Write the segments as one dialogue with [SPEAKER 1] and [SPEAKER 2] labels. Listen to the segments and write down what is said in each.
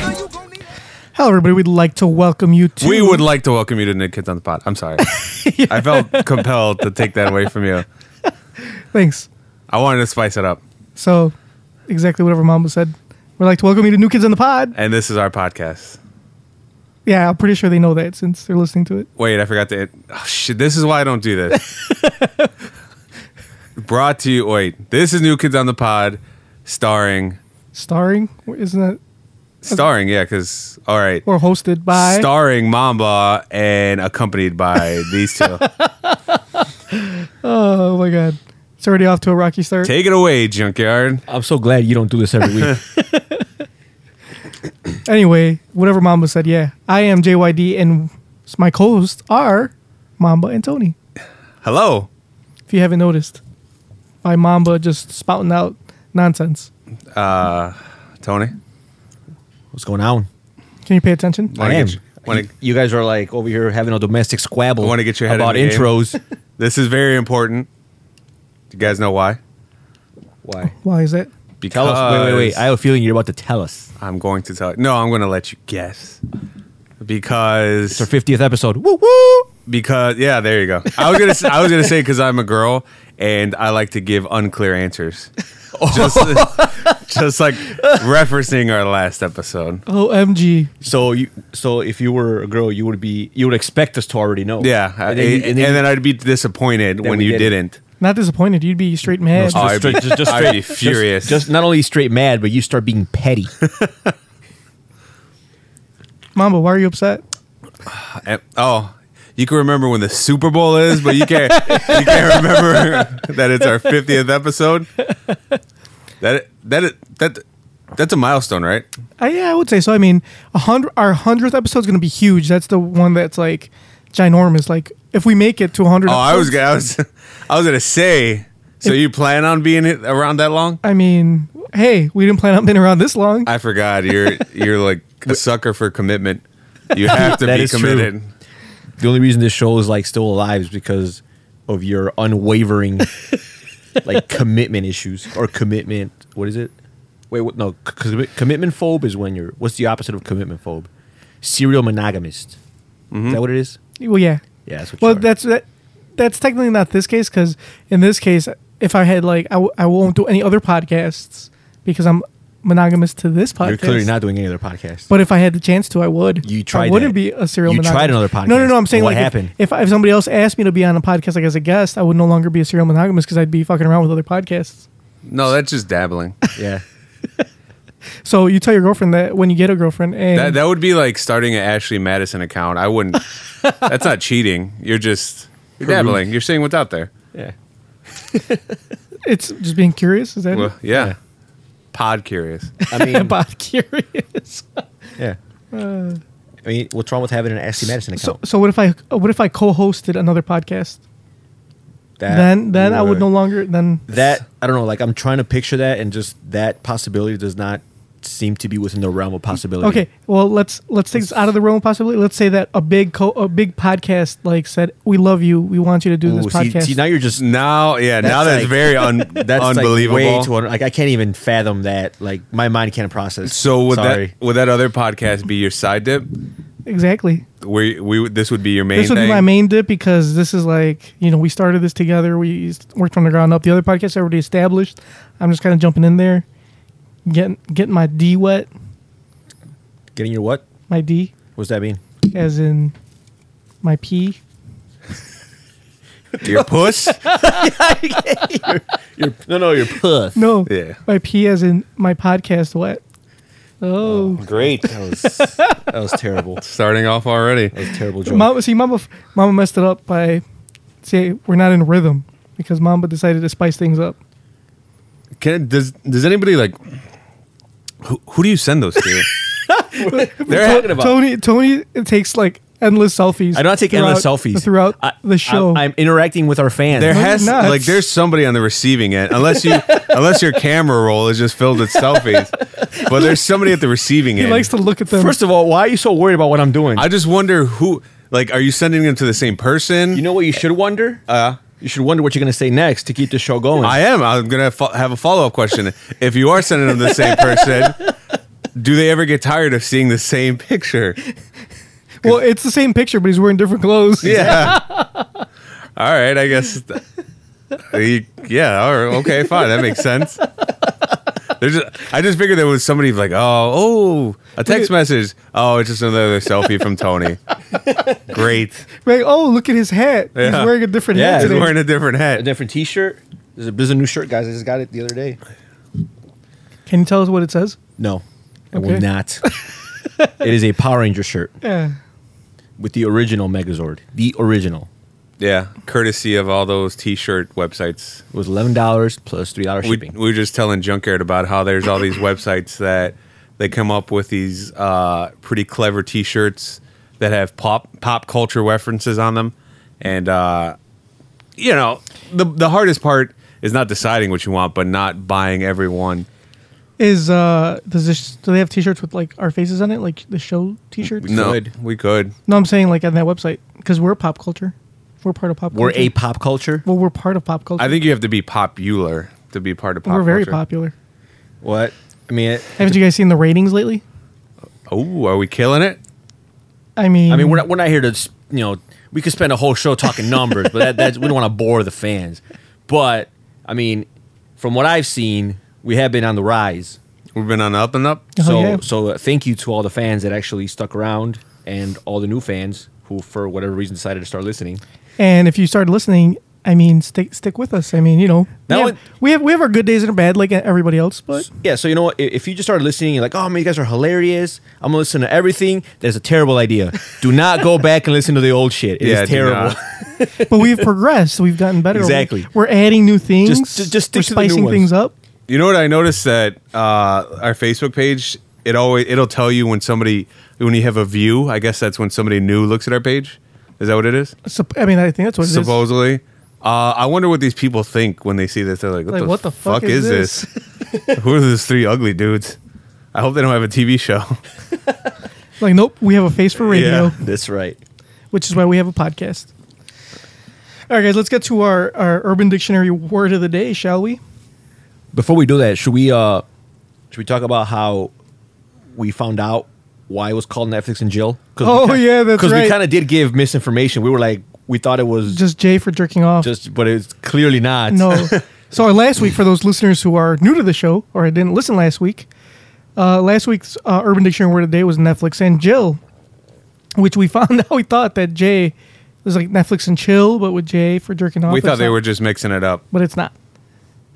[SPEAKER 1] Uh-huh.
[SPEAKER 2] Hello, everybody. We'd like to welcome you to.
[SPEAKER 3] We would like to welcome you to Nick Kids on the Pod. I'm sorry. I felt compelled to take that away from you.
[SPEAKER 2] Thanks.
[SPEAKER 3] I wanted to spice it up.
[SPEAKER 2] So, exactly whatever Mamba said. We'd like to welcome you to New Kids on the Pod.
[SPEAKER 3] And this is our podcast.
[SPEAKER 2] Yeah, I'm pretty sure they know that since they're listening to it.
[SPEAKER 3] Wait, I forgot to. Oh, shit, this is why I don't do this. Brought to you. Wait, this is New Kids on the Pod, starring.
[SPEAKER 2] Starring, or isn't that?
[SPEAKER 3] Starring, yeah, because. All right.
[SPEAKER 2] Or hosted by.
[SPEAKER 3] Starring Mamba and accompanied by these two.
[SPEAKER 2] oh my God, it's already off to a rocky start.
[SPEAKER 3] Take it away, Junkyard.
[SPEAKER 4] I'm so glad you don't do this every week.
[SPEAKER 2] anyway, whatever Mamba said. Yeah, I am JYD, and my co-hosts are Mamba and Tony.
[SPEAKER 3] Hello.
[SPEAKER 2] If you haven't noticed, by Mamba just spouting out nonsense.
[SPEAKER 3] Uh, Tony.
[SPEAKER 4] What's going on?
[SPEAKER 2] Can you pay attention?
[SPEAKER 3] Wanna
[SPEAKER 4] I am.
[SPEAKER 3] get you- wanna-
[SPEAKER 4] You- you guys are like over here having a domestic squabble.
[SPEAKER 3] I wanna get your head in
[SPEAKER 4] about
[SPEAKER 3] the game.
[SPEAKER 4] intros.
[SPEAKER 3] This is very important. You guys know why?
[SPEAKER 4] Why?
[SPEAKER 2] Why is that?
[SPEAKER 3] Because
[SPEAKER 4] Tell us. Wait, wait, wait. I have a feeling you're about to tell us.
[SPEAKER 3] I'm going to tell. No, I'm going to let you guess. Because
[SPEAKER 4] It's our 50th episode. Woo woo.
[SPEAKER 3] because yeah, there you go. I was gonna s- I was gonna say because I'm a girl and I like to give unclear answers. Just, just like referencing our last episode.
[SPEAKER 2] Omg.
[SPEAKER 4] So you, so if you were a girl, you would be, you would expect us to already know.
[SPEAKER 3] Yeah, I-
[SPEAKER 4] And then, you- and then you-
[SPEAKER 3] I'd be disappointed when
[SPEAKER 4] we
[SPEAKER 3] you
[SPEAKER 4] didn't.
[SPEAKER 3] didn't.
[SPEAKER 2] Not disappointed. You'd be straight mad.
[SPEAKER 3] Oh, I'd be,
[SPEAKER 4] Just- just
[SPEAKER 3] I'd be furious.
[SPEAKER 4] just, just not only straight mad, but you start being petty.
[SPEAKER 2] Mamba, why are you upset?
[SPEAKER 3] And- oh, you can remember when the Super Bowl is, but you can't. you can't remember that it's our 50th episode. That that that that's a milestone, right?
[SPEAKER 2] I, Uh, yeah, I would say so. I mean, a hundred, our hundredth episode is going to be huge. That's the one that's like ginormous. Like, if we make it to hundred,
[SPEAKER 3] Oh, I was gonna- I was I was gonna say. So you plan on being it around that long?
[SPEAKER 2] I mean, hey, we didn't plan on being around this long.
[SPEAKER 3] I forgot. You're you're like a sucker for commitment. You have to
[SPEAKER 4] That
[SPEAKER 3] be
[SPEAKER 4] is true.
[SPEAKER 3] committed.
[SPEAKER 4] the only reason this show is like still alive is because of your unwavering like commitment issues or commitment what is it wait what no c- commitment phobe is when you're what's the opposite of commitment phobe serial monogamist is that what it is
[SPEAKER 2] well, yeah.
[SPEAKER 4] yeah that's what
[SPEAKER 2] Well,
[SPEAKER 4] you are.
[SPEAKER 2] that's that. That's technically not this case because in this case, if I had like, I, w- I won't do any other podcasts because I'm monogamous to this podcast.
[SPEAKER 4] you're clearly not doing any other podcast
[SPEAKER 2] But if I had the chance to, I would.
[SPEAKER 4] You tried
[SPEAKER 2] I wouldn't
[SPEAKER 4] that.
[SPEAKER 2] be a serial.
[SPEAKER 4] You
[SPEAKER 2] monogamist.
[SPEAKER 4] tried another podcast.
[SPEAKER 2] No, no, no. I'm saying
[SPEAKER 4] What
[SPEAKER 2] like if-
[SPEAKER 4] happened?
[SPEAKER 2] If, if somebody else asked me to be on a podcast like as a guest, I would no longer be a serial monogamist because I'd be fucking around with other podcasts.
[SPEAKER 3] No, that's just dabbling.
[SPEAKER 4] yeah
[SPEAKER 2] So you tell your girlfriend that when you get a girlfriend, and
[SPEAKER 3] That that would be like starting an Ashley Madison account. I wouldn't. That's not cheating. You're just you're dabbling. You're seeing what's out there.
[SPEAKER 4] yeah
[SPEAKER 2] it's just being curious. Is that
[SPEAKER 3] Well, yeah.
[SPEAKER 4] Yeah.
[SPEAKER 3] Pod curious.
[SPEAKER 4] i mean
[SPEAKER 2] about curious?
[SPEAKER 4] yeah uh, i mean what's wrong with having an ashley madison
[SPEAKER 2] so,
[SPEAKER 4] account
[SPEAKER 2] so what if I what if I co-hosted another podcast?
[SPEAKER 4] That
[SPEAKER 2] then then I would
[SPEAKER 3] would-
[SPEAKER 2] no longer then
[SPEAKER 4] that i don't know like i'm trying to picture that and just that possibility does not seem to be within the realm of possibility
[SPEAKER 2] Okay, well let's let's take this out of the realm of possibility. Let's say that a big co- a big podcast like said, "We love you. We want you to do
[SPEAKER 4] Ooh,
[SPEAKER 2] this
[SPEAKER 4] see,
[SPEAKER 2] podcast."
[SPEAKER 4] see, now you're just
[SPEAKER 3] Now, yeah, now
[SPEAKER 4] That's
[SPEAKER 3] that's
[SPEAKER 4] like-
[SPEAKER 3] very un,
[SPEAKER 4] That's like,
[SPEAKER 3] unbelievable.
[SPEAKER 4] way too un- like I can't even fathom that. Like my mind can't process.
[SPEAKER 3] so would
[SPEAKER 4] Sorry.
[SPEAKER 3] that would that other podcast be your side dip?
[SPEAKER 2] exactly.
[SPEAKER 3] Where we would- this would be your main.
[SPEAKER 2] This would
[SPEAKER 3] thing?
[SPEAKER 2] be my main dip because this is like you know we started this together. We s- worked from the ground up. The other podcast I already established. I'm just kind of jumping in there, getting getting my D wet,
[SPEAKER 4] getting your what?
[SPEAKER 2] my D
[SPEAKER 4] What does that mean?
[SPEAKER 2] as in my P.
[SPEAKER 3] Your puss.
[SPEAKER 4] Your, no, no, your puss.
[SPEAKER 2] No,
[SPEAKER 3] Yeah.
[SPEAKER 2] my P as in my podcast wet. Oh,
[SPEAKER 4] Great. That was that was terrible. That
[SPEAKER 3] Starting off already.
[SPEAKER 4] was a terrible joke.
[SPEAKER 2] Mama, see, Mama, f- Mama messed it up by say we're not in rhythm because Mama decided to spice things up.
[SPEAKER 3] Can does does anybody like? Who, who do you send those to? They're-
[SPEAKER 2] Tony, Tony, it takes like endless selfies.
[SPEAKER 4] I don't take endless
[SPEAKER 2] throughout-
[SPEAKER 4] selfies
[SPEAKER 2] throughout
[SPEAKER 4] I-
[SPEAKER 2] the show.
[SPEAKER 4] I'm, I'm interacting with our fans.
[SPEAKER 3] There has
[SPEAKER 2] nuts.
[SPEAKER 3] like there's somebody on the receiving end, unless you unless your camera roll is just filled with selfies. But there's somebody at the receiving
[SPEAKER 2] he
[SPEAKER 3] end.
[SPEAKER 2] likes to look at them.
[SPEAKER 4] First of all, why are you so worried about what I'm doing?
[SPEAKER 3] I just wonder who like are you sending them to the same person?
[SPEAKER 4] you know what you should wonder? Uh, you should wonder what you're gonna say next to keep the show going.
[SPEAKER 3] I am. I'm gonna fo- have a follow up question. if you are sending them to the same person, do they ever get tired of seeing the same picture?
[SPEAKER 2] well, it's the same picture, but he's wearing different clothes.
[SPEAKER 3] Yeah. all right. I guess. th- you- yeah. All right. Okay. Fine. That makes sense. There's just, I just figured there was somebody like, oh, oh, a text message. Oh, it's just another selfie from Tony. Great.
[SPEAKER 2] Like, oh, look at his hat.
[SPEAKER 3] Yeah.
[SPEAKER 2] He's wearing a different
[SPEAKER 4] Yeah,
[SPEAKER 2] hat
[SPEAKER 3] He's
[SPEAKER 2] today.
[SPEAKER 3] wearing a different
[SPEAKER 4] a
[SPEAKER 3] hat.
[SPEAKER 4] different T-shirt. There's a, there's a new shirt, guys. I just got it the other day.
[SPEAKER 2] Can you tell us what it says?
[SPEAKER 4] No, I will
[SPEAKER 2] Okay.
[SPEAKER 4] not. it is a Power Ranger shirt
[SPEAKER 2] Yeah.
[SPEAKER 4] with the original Megazord. The original.
[SPEAKER 3] Yeah. Courtesy of all those T-shirt websites.
[SPEAKER 4] It was eleven dollars plus three dollars
[SPEAKER 3] We,
[SPEAKER 4] shipping.
[SPEAKER 3] we were just telling Junkyard about how there's all these websites that they come up with these uh, pretty clever T-shirts that have pop pop culture references on them, and uh, you know the the hardest part is not deciding what you want, but not buying every one.
[SPEAKER 2] Is uh does this do they have t-shirts with like our faces on it like the show t-shirts?
[SPEAKER 3] No,
[SPEAKER 4] could.
[SPEAKER 3] we could.
[SPEAKER 2] No, I'm saying like on that website cuz we're pop culture. We're part of pop
[SPEAKER 4] We're
[SPEAKER 2] culture.
[SPEAKER 4] a pop culture.
[SPEAKER 2] Well, we're part of pop culture.
[SPEAKER 3] I think you have to be popular to be part of pop.
[SPEAKER 2] we're very
[SPEAKER 3] culture.
[SPEAKER 2] popular.
[SPEAKER 4] What? I mean, it,
[SPEAKER 2] Haven't you guys seen the ratings lately?
[SPEAKER 3] Oh, are we killing it?
[SPEAKER 2] I mean
[SPEAKER 4] I mean, we're not, we're not here to s- you know. We could spend a whole show talking numbers, but that, that's, we don't want to bore the fans. But I mean, from what I've seen, we have been on the rise.
[SPEAKER 3] We've been on up and up.
[SPEAKER 2] Oh,
[SPEAKER 4] so
[SPEAKER 2] yeah.
[SPEAKER 4] so uh, thank you to all the fans that actually stuck around and all the new fans who, for whatever reason, decided to start listening.
[SPEAKER 2] And if you started listening, I mean, stick stick with us. I mean, you know,
[SPEAKER 4] That
[SPEAKER 2] we,
[SPEAKER 4] one-
[SPEAKER 2] have, we have we have our good days and our bad, like everybody else. But
[SPEAKER 4] Yeah, so you know what? I- If you just started listening, you're like, oh man, you guys are hilarious. I'm gonna listen to everything. That's a terrible idea. Do not go back and listen to the old shit. It is
[SPEAKER 3] Yeah, do
[SPEAKER 4] terrible.
[SPEAKER 3] not.
[SPEAKER 2] but we've progressed. We've gotten better.
[SPEAKER 4] Exactly.
[SPEAKER 2] We're adding new things.
[SPEAKER 4] Just- just- just stick
[SPEAKER 2] we're
[SPEAKER 4] to the new
[SPEAKER 2] spicing
[SPEAKER 4] ones.
[SPEAKER 2] things up.
[SPEAKER 3] You know what I noticed that uh, our Facebook page it always it'll tell you when somebody when you have a view. I guess that's when somebody new looks at our page. Is that what it is?
[SPEAKER 2] Sup- I mean, I think that's what it is.
[SPEAKER 3] Supposedly. Uh, I wonder what these people think when they see this. They're like, "What,
[SPEAKER 2] Like,
[SPEAKER 3] the, fuck, is, this?
[SPEAKER 2] this?
[SPEAKER 3] Who are these three ugly dudes?" I hope they don't have a TV show.
[SPEAKER 2] Like, nope, we have a face for radio,
[SPEAKER 3] Yeah.
[SPEAKER 4] That's right.
[SPEAKER 2] which is why we have a podcast. All right, guys, let's get to our, our Urban Dictionary word of the day, shall we?
[SPEAKER 4] Before we do that, should we uh should we talk about how we found out why it was called Netflix and Jill? Cause
[SPEAKER 2] Oh, yeah, that's
[SPEAKER 4] Because we
[SPEAKER 2] right.
[SPEAKER 4] kind of did give misinformation. We were like, we thought it was just,
[SPEAKER 2] Just Jay for jerking off.
[SPEAKER 4] but it's clearly not.
[SPEAKER 2] No. so our last week, for those listeners who are new to the show or didn't listen last week, uh, last week's uh, Urban Dictionary word of the day was Netflix and Jill, which we found out we thought that Jay was like Netflix and chill, but with Jay for jerking off.
[SPEAKER 3] we
[SPEAKER 2] It's
[SPEAKER 3] thought they
[SPEAKER 2] not-
[SPEAKER 3] were just mixing it up.
[SPEAKER 2] but it's not.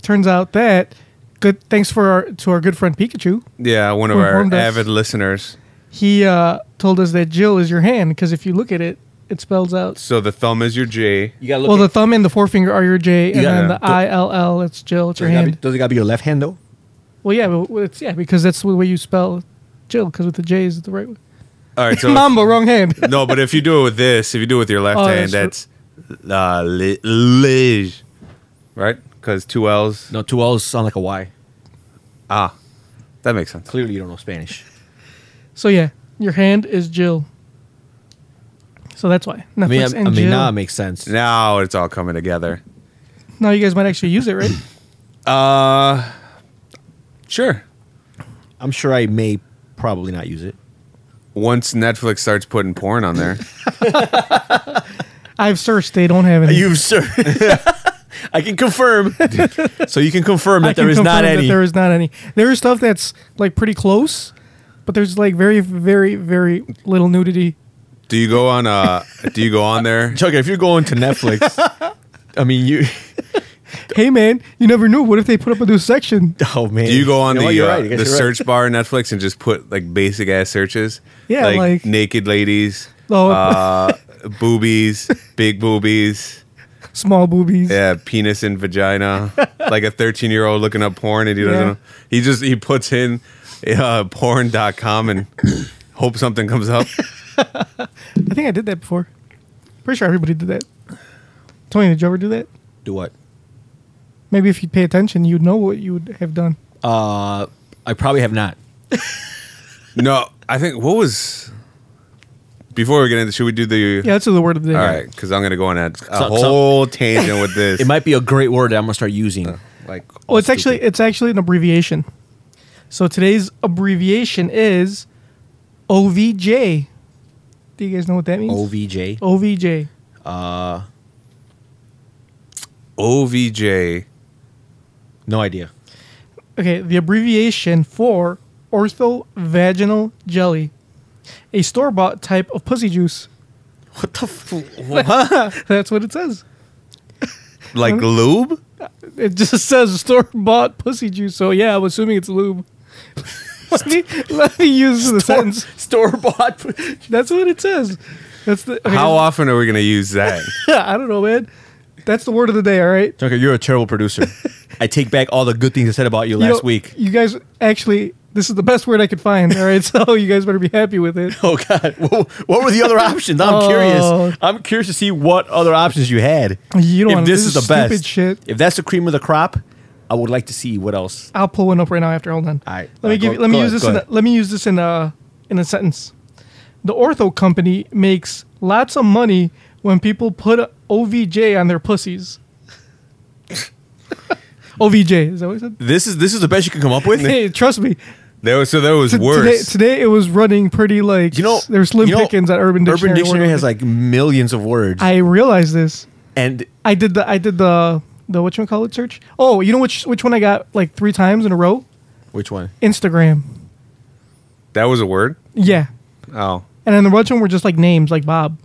[SPEAKER 2] Turns out that good. Thanks for our, to our good friend Pikachu.
[SPEAKER 3] Yeah, one of
[SPEAKER 2] We
[SPEAKER 3] our
[SPEAKER 2] informed us.
[SPEAKER 3] avid listeners.
[SPEAKER 2] He uh, told us that Jill is your hand because if you look at it, it spells out.
[SPEAKER 3] So the thumb is your J.
[SPEAKER 4] You gotta look.
[SPEAKER 2] Well, the
[SPEAKER 4] at,
[SPEAKER 2] thumb and the forefinger are your J, and
[SPEAKER 4] Yeah.
[SPEAKER 2] then the
[SPEAKER 4] Yeah.
[SPEAKER 2] I L L, it's Jill, it's your
[SPEAKER 4] does, it gotta
[SPEAKER 2] hand.
[SPEAKER 4] be, does it gotta be your left hand though?
[SPEAKER 2] Well, yeah, but it's yeah because that's the way you spell Jill. Because with the J is the right way.
[SPEAKER 3] All right, so
[SPEAKER 2] Mamba, wrong hand.
[SPEAKER 3] no, but if you do it with this, if you do it with your left
[SPEAKER 2] Oh,
[SPEAKER 3] hand,
[SPEAKER 2] that's
[SPEAKER 3] that's uh, li- lige, right? Because two L's.
[SPEAKER 4] No, two L's sound like a Y.
[SPEAKER 3] Ah, that makes sense.
[SPEAKER 4] Clearly, you don't know Spanish.
[SPEAKER 2] so yeah, your hand is Jill. So that's why Netflix
[SPEAKER 4] I mean, I,
[SPEAKER 2] and
[SPEAKER 4] I mean,
[SPEAKER 2] Jill.
[SPEAKER 4] now it makes sense.
[SPEAKER 3] Now it's all coming together.
[SPEAKER 2] now you guys might actually use it, right?
[SPEAKER 3] Uh, sure.
[SPEAKER 4] I'm sure I may probably not use it.
[SPEAKER 3] Once Netflix starts putting porn on there,
[SPEAKER 2] I've searched; they don't have any.
[SPEAKER 4] sir. I can confirm. so you can confirm that
[SPEAKER 2] I can
[SPEAKER 4] there is
[SPEAKER 2] confirm that
[SPEAKER 4] not any.
[SPEAKER 2] There is not any. There is stuff that's like pretty close, but there's like very, very, very little nudity.
[SPEAKER 3] do you go on? Uh, do you go on there?
[SPEAKER 4] Chuck, if you're going to Netflix, I mean, you.
[SPEAKER 2] Hey man, you never knew. What if they put up a new section?
[SPEAKER 4] Oh man,
[SPEAKER 3] Do you go on
[SPEAKER 4] You know what?
[SPEAKER 3] the
[SPEAKER 4] You're
[SPEAKER 3] uh,
[SPEAKER 4] right. I guess
[SPEAKER 3] the
[SPEAKER 4] you're right.
[SPEAKER 3] search bar in Netflix and just put like basic ass searches?
[SPEAKER 2] Yeah, like-
[SPEAKER 3] naked ladies,
[SPEAKER 2] Oh.
[SPEAKER 3] uh, boobies, big boobies.
[SPEAKER 2] Small boobies.
[SPEAKER 3] Yeah, penis and vagina. like a 13 year old looking up porn and he doesn't
[SPEAKER 2] Yeah.
[SPEAKER 3] know. He just he puts in uh, porn.com and hope something comes up.
[SPEAKER 2] I think I did that before. Pretty sure everybody did that. Tony, did you ever do that?
[SPEAKER 4] Do what?
[SPEAKER 2] Maybe if you'd pay attention, you'd know what you would have done.
[SPEAKER 4] Uh, I probably have not.
[SPEAKER 3] No, I think what was before we get into. Should we do the?
[SPEAKER 2] Yeah, that's the word of the day.
[SPEAKER 3] All right, because I'm gonna go on a, a
[SPEAKER 4] some-
[SPEAKER 3] whole tangent with this.
[SPEAKER 4] It might be a great word that I'm gonna start using.
[SPEAKER 3] like,
[SPEAKER 2] Well, it's actually it's actually an abbreviation. So today's abbreviation is OVJ. Do you guys know what that means?
[SPEAKER 4] OVJ.
[SPEAKER 2] OVJ.
[SPEAKER 3] OVJ.
[SPEAKER 4] No idea.
[SPEAKER 2] Okay, the abbreviation for orthovaginal jelly, a store bought type of pussy juice.
[SPEAKER 4] What the? F- what?
[SPEAKER 2] That's what it says.
[SPEAKER 3] Like
[SPEAKER 2] Hmm?
[SPEAKER 3] lube?
[SPEAKER 2] It just says store bought pussy juice. So yeah, I'm assuming it's lube. let me let me use the sentence.
[SPEAKER 4] Store bought.
[SPEAKER 2] That's what it says. That's the okay,
[SPEAKER 3] How often are we gonna use that?
[SPEAKER 2] I don't know, man. That's the word of the day. All right.
[SPEAKER 4] Junker, you're a terrible producer. I take back all the good things I said about you
[SPEAKER 2] You
[SPEAKER 4] last
[SPEAKER 2] know,
[SPEAKER 4] week.
[SPEAKER 2] You guys actually, this is the best word I could find. All right, so you guys better be happy with it.
[SPEAKER 4] Oh God! What, what were the other options? I'm
[SPEAKER 2] Oh.
[SPEAKER 4] curious. I'm curious to see what other options you had.
[SPEAKER 2] You don't.
[SPEAKER 4] if
[SPEAKER 2] wanna,
[SPEAKER 4] this, is, the
[SPEAKER 2] stupid
[SPEAKER 4] best
[SPEAKER 2] shit.
[SPEAKER 4] If that's the cream of the crop, I would like to see what else.
[SPEAKER 2] I'll pull one up right now. After hold on.
[SPEAKER 4] All right.
[SPEAKER 2] Let me
[SPEAKER 4] Uh,
[SPEAKER 2] give.
[SPEAKER 4] go-
[SPEAKER 2] let me
[SPEAKER 4] go
[SPEAKER 2] use
[SPEAKER 4] ahead,
[SPEAKER 2] this.
[SPEAKER 4] go
[SPEAKER 2] In a,
[SPEAKER 4] ahead.
[SPEAKER 2] let me use this in a in a sentence. The ortho company makes lots of money when people put a OVJ on their pussies. OVJ is that what I said?
[SPEAKER 4] This is this is the best you can come up with.
[SPEAKER 2] Hey, trust me.
[SPEAKER 3] There was so there was
[SPEAKER 2] t- Today,
[SPEAKER 3] worse.
[SPEAKER 2] today it was running pretty like
[SPEAKER 4] You know,
[SPEAKER 2] there's slim
[SPEAKER 4] you know,
[SPEAKER 2] pickings at Urban Dictionary.
[SPEAKER 4] Urban
[SPEAKER 2] or
[SPEAKER 4] Dictionary
[SPEAKER 2] whatever.
[SPEAKER 4] has like millions of words,
[SPEAKER 2] I realized this.
[SPEAKER 4] and
[SPEAKER 2] I did the I did the the what you call it search. Oh, you know which which one I got like three times in a row?
[SPEAKER 4] which one?
[SPEAKER 2] Instagram.
[SPEAKER 3] That was a word.
[SPEAKER 2] Yeah,
[SPEAKER 3] Oh,
[SPEAKER 2] and then the rest of them were just like names, like Bob,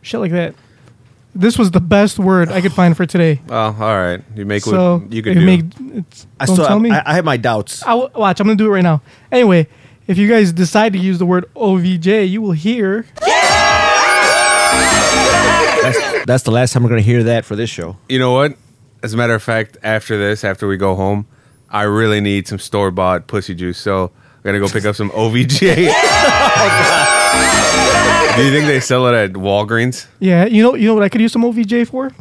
[SPEAKER 2] shit like that. This was the best word I could find for today.
[SPEAKER 3] oh, all right. You make
[SPEAKER 2] So
[SPEAKER 3] what you
[SPEAKER 2] if
[SPEAKER 3] can do.
[SPEAKER 2] it's,
[SPEAKER 4] I
[SPEAKER 2] don't
[SPEAKER 4] still
[SPEAKER 2] tell
[SPEAKER 4] have,
[SPEAKER 2] me.
[SPEAKER 4] I, I have my doubts.
[SPEAKER 2] I w- watch, I'm gonna do it right now. Anyway, if you guys decide to use the word OVJ, you will hear.
[SPEAKER 4] That's, that's the last time we're gonna hear that for this show.
[SPEAKER 3] you know what? As a matter of fact, after this, after we go home, I really need some store bought pussy juice. So I'm gonna go pick up some OVJ. Do you think they sell it at Walgreens?
[SPEAKER 2] Yeah, you know, you know what I could use some OVJ for?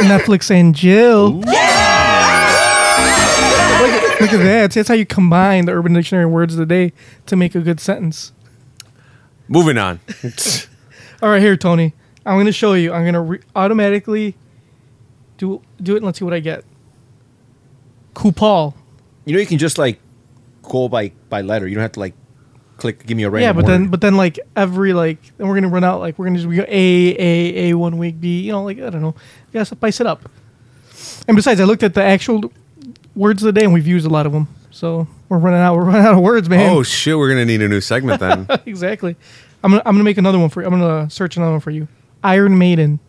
[SPEAKER 2] Netflix and Jill. Look, at- look at that. See, that's how you combine the Urban Dictionary words of the day to make a good sentence.
[SPEAKER 3] Moving on.
[SPEAKER 2] All right, here, Tony. I'm going to show you. I'm going to re- automatically do do it and let's see what I get. Coupal.
[SPEAKER 4] You know, you can just like go by by letter. You don't have to like click. Give me a random.
[SPEAKER 2] Yeah, but then
[SPEAKER 4] word.
[SPEAKER 2] but then like every like then we're gonna run out like we're gonna just we go A A A one week B you know like I don't know we gotta spice it up. And besides, I looked at the actual words of the day and we've used a lot of them, so we're running out. We're running out of words, man.
[SPEAKER 3] oh shit, we're gonna need a new segment then.
[SPEAKER 2] exactly. I'm gonna I'm gonna make another one for you. I'm gonna search another one for you. Iron Maiden.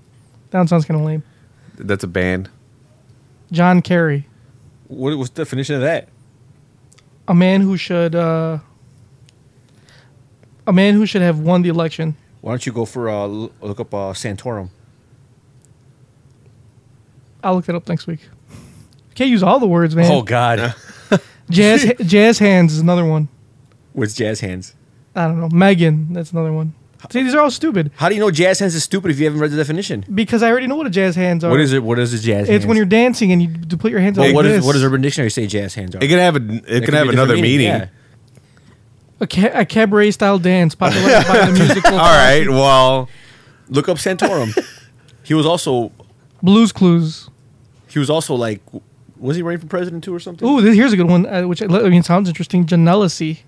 [SPEAKER 2] That one sounds kind of lame.
[SPEAKER 3] That's a band.
[SPEAKER 2] John Kerry,
[SPEAKER 4] what was the definition of that?
[SPEAKER 2] a man who should uh, a man who should have won the election.
[SPEAKER 4] Why don't you go for uh, l- look up uh, Santorum?
[SPEAKER 2] I'll look that up next week. Can't use all the words, man.
[SPEAKER 4] Oh, God,
[SPEAKER 2] Jazz Jazz Hands is another one.
[SPEAKER 4] what's jazz hands?
[SPEAKER 2] I don't know. Megan, that's another one. See, these are all stupid
[SPEAKER 4] How do you know jazz hands is stupid if you haven't read the definition?
[SPEAKER 2] because I already know what a jazz hands are.
[SPEAKER 4] What is it? What is a jazz?
[SPEAKER 2] It's when you're dancing and you d- put your hands
[SPEAKER 4] But
[SPEAKER 2] like
[SPEAKER 4] what,
[SPEAKER 2] this.
[SPEAKER 4] is, what does Urban Dictionary say jazz hands are?
[SPEAKER 3] It could have a it could have another meaning.
[SPEAKER 2] a, ca- a cabaret style dance popularized by the musical
[SPEAKER 3] All right, well
[SPEAKER 4] Look up Santorum. he was also
[SPEAKER 2] Blues Clues.
[SPEAKER 4] he was also like was he running for president too or something?
[SPEAKER 2] Ooh, this, here's a good one, uh, which I I mean sounds interesting. Janelacy.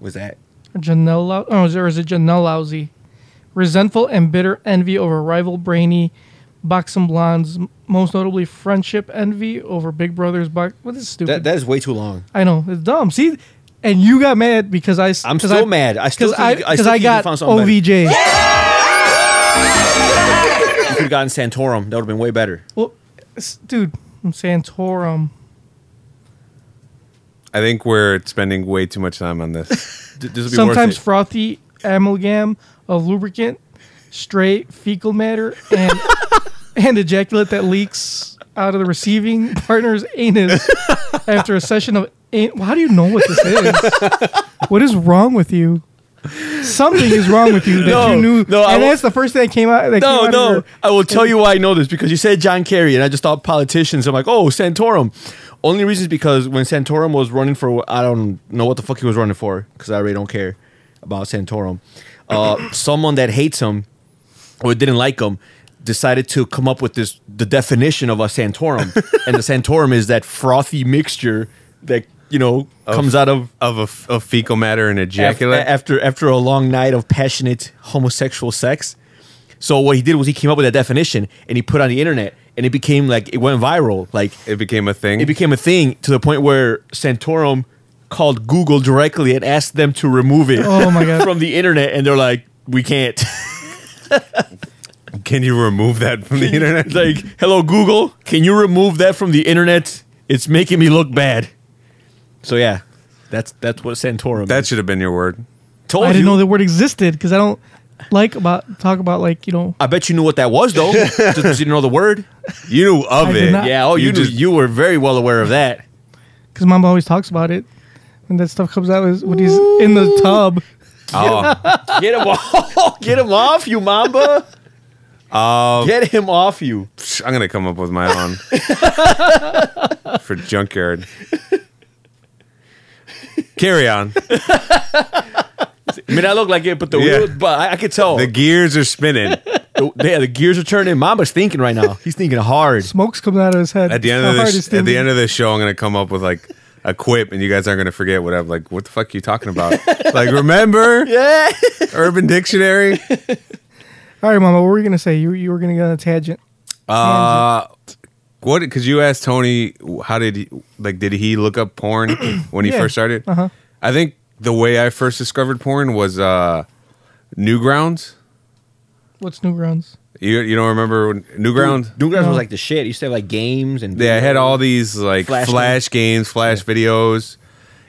[SPEAKER 4] Was that?
[SPEAKER 2] Or Janela, oh, is, there, is it Janelousy? Resentful and bitter envy over rival brainy boxing blondes, m- most notably friendship envy over big brother's box. What is stupid?
[SPEAKER 4] that? That is way too long.
[SPEAKER 2] I know it's dumb. See, and you got mad because I.
[SPEAKER 4] I'm
[SPEAKER 2] 'cause
[SPEAKER 4] still mad. I still
[SPEAKER 2] 'cause
[SPEAKER 4] think- I still
[SPEAKER 2] 'cause I
[SPEAKER 4] think you
[SPEAKER 2] got
[SPEAKER 4] found something better.
[SPEAKER 2] OVJ.
[SPEAKER 4] You could have gotten Santorum. That would have been way better.
[SPEAKER 2] Well, s- dude, I'm Santorum.
[SPEAKER 3] I think we're spending way too much time on this.
[SPEAKER 4] D- this would be
[SPEAKER 2] Sometimes
[SPEAKER 4] worth
[SPEAKER 2] frothy amalgam of lubricant, stray fecal matter, and and ejaculate that leaks out of the receiving partner's anus after a session of And, well, how do you know what this is? what is wrong with you? Something is wrong with you that
[SPEAKER 4] No,
[SPEAKER 2] you knew.
[SPEAKER 4] no, I
[SPEAKER 2] and
[SPEAKER 4] won't-
[SPEAKER 2] that's the first thing that came out. That
[SPEAKER 4] No,
[SPEAKER 2] came out of
[SPEAKER 4] no.
[SPEAKER 2] her-
[SPEAKER 4] I will tell you why I know this because you said John Kerry, and I just thought politicians. I'm like, oh, Santorum. Only reason is because when Santorum was running for, I don't know what the fuck he was running for because I really don't care about Santorum. Uh, someone that hates him or didn't like him decided to come up with this the definition of a Santorum, and the Santorum is that frothy mixture that you know comes out of
[SPEAKER 3] of a f- of fecal matter and
[SPEAKER 4] af-
[SPEAKER 3] ejaculate.
[SPEAKER 4] after after a long night of passionate homosexual sex. So what he did was he came up with that definition and he put it on the internet and it became like it went viral. Like
[SPEAKER 3] it became a thing.
[SPEAKER 4] it became a thing to the point where Santorum called Google directly and asked them to remove it
[SPEAKER 2] Oh my God.
[SPEAKER 4] from the internet and they're like, We can't.
[SPEAKER 3] Can you remove that from the internet?
[SPEAKER 4] like, hello Google, can you remove that from the internet? It's making me look bad. So yeah. That's that's what Santorum
[SPEAKER 3] that should have been your word.
[SPEAKER 4] told
[SPEAKER 2] I
[SPEAKER 4] you.
[SPEAKER 2] didn't know the word existed because I don't like about talk about like you know.
[SPEAKER 4] I bet you knew what that was though. just because you didn't know the word.
[SPEAKER 3] You knew of
[SPEAKER 2] I did
[SPEAKER 3] it.
[SPEAKER 2] not.
[SPEAKER 4] Yeah. Oh, you,
[SPEAKER 3] You
[SPEAKER 4] knew,
[SPEAKER 3] just-
[SPEAKER 4] you were very well aware of that.
[SPEAKER 2] because mom always talks about it and that stuff comes out is when he's in the tub
[SPEAKER 3] Oh,
[SPEAKER 4] Get him off! Um, Get him off you, Mamba! Get him off you!
[SPEAKER 3] psh, I'm gonna come up with my own for junkyard. Carry on.
[SPEAKER 4] I mean, I look like it, but the
[SPEAKER 3] Yeah.
[SPEAKER 4] wheels- but I, I could tell.
[SPEAKER 3] The gears are spinning.
[SPEAKER 4] the- yeah, the gears are turning. Mamba's thinking right now. He's thinking hard.
[SPEAKER 2] smokes coming out of his head
[SPEAKER 3] At the end
[SPEAKER 2] How
[SPEAKER 3] of
[SPEAKER 2] hard
[SPEAKER 3] this,
[SPEAKER 2] is
[SPEAKER 3] at the
[SPEAKER 2] thinking?
[SPEAKER 3] end of this show, I'm gonna come up with like a quip, and you guys aren't gonna forget what I'm like. What the fuck are you talking about? like, remember
[SPEAKER 4] Yeah.
[SPEAKER 3] Urban Dictionary?
[SPEAKER 2] all right mama what were you gonna say you, you were gonna get on a tangent
[SPEAKER 3] Uh, what? Because you asked Tony, how did he like? Did he look up porn when he
[SPEAKER 2] Yeah.
[SPEAKER 3] first started?
[SPEAKER 2] Uh-huh.
[SPEAKER 3] I think the way I first discovered porn was uh, Newgrounds.
[SPEAKER 2] what's newgrounds
[SPEAKER 3] You you don't remember when- Newgrounds?
[SPEAKER 4] Newgrounds
[SPEAKER 2] No.
[SPEAKER 4] was like the shit. He used to have like games and
[SPEAKER 3] Yeah, I had all these like
[SPEAKER 4] Flash
[SPEAKER 3] flash, games, flash videos.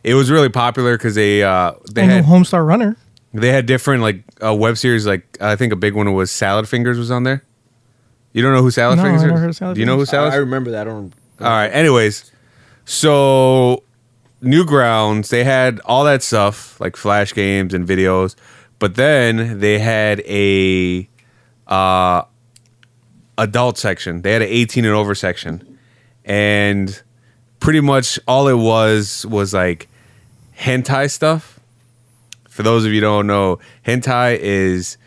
[SPEAKER 3] It was really popular because they uh, they
[SPEAKER 2] i know
[SPEAKER 3] had
[SPEAKER 2] homestar runner
[SPEAKER 3] they had different like uh, web series. Like I think a big one was Salad Fingers was on there. You don't know who Salad
[SPEAKER 2] No, I
[SPEAKER 3] Fingers?
[SPEAKER 2] never
[SPEAKER 3] is?
[SPEAKER 2] heard of Salad
[SPEAKER 3] Do you know who
[SPEAKER 2] Fingers.
[SPEAKER 4] I,
[SPEAKER 3] Salad?
[SPEAKER 4] I remember that. I don't.
[SPEAKER 3] All right. Anyways, so Newgrounds, they had all that stuff like flash games and videos, but then they had a uh, adult section. They had an 18 and over section, and pretty much all it was was like hentai stuff. For those of you who don't know, hentai is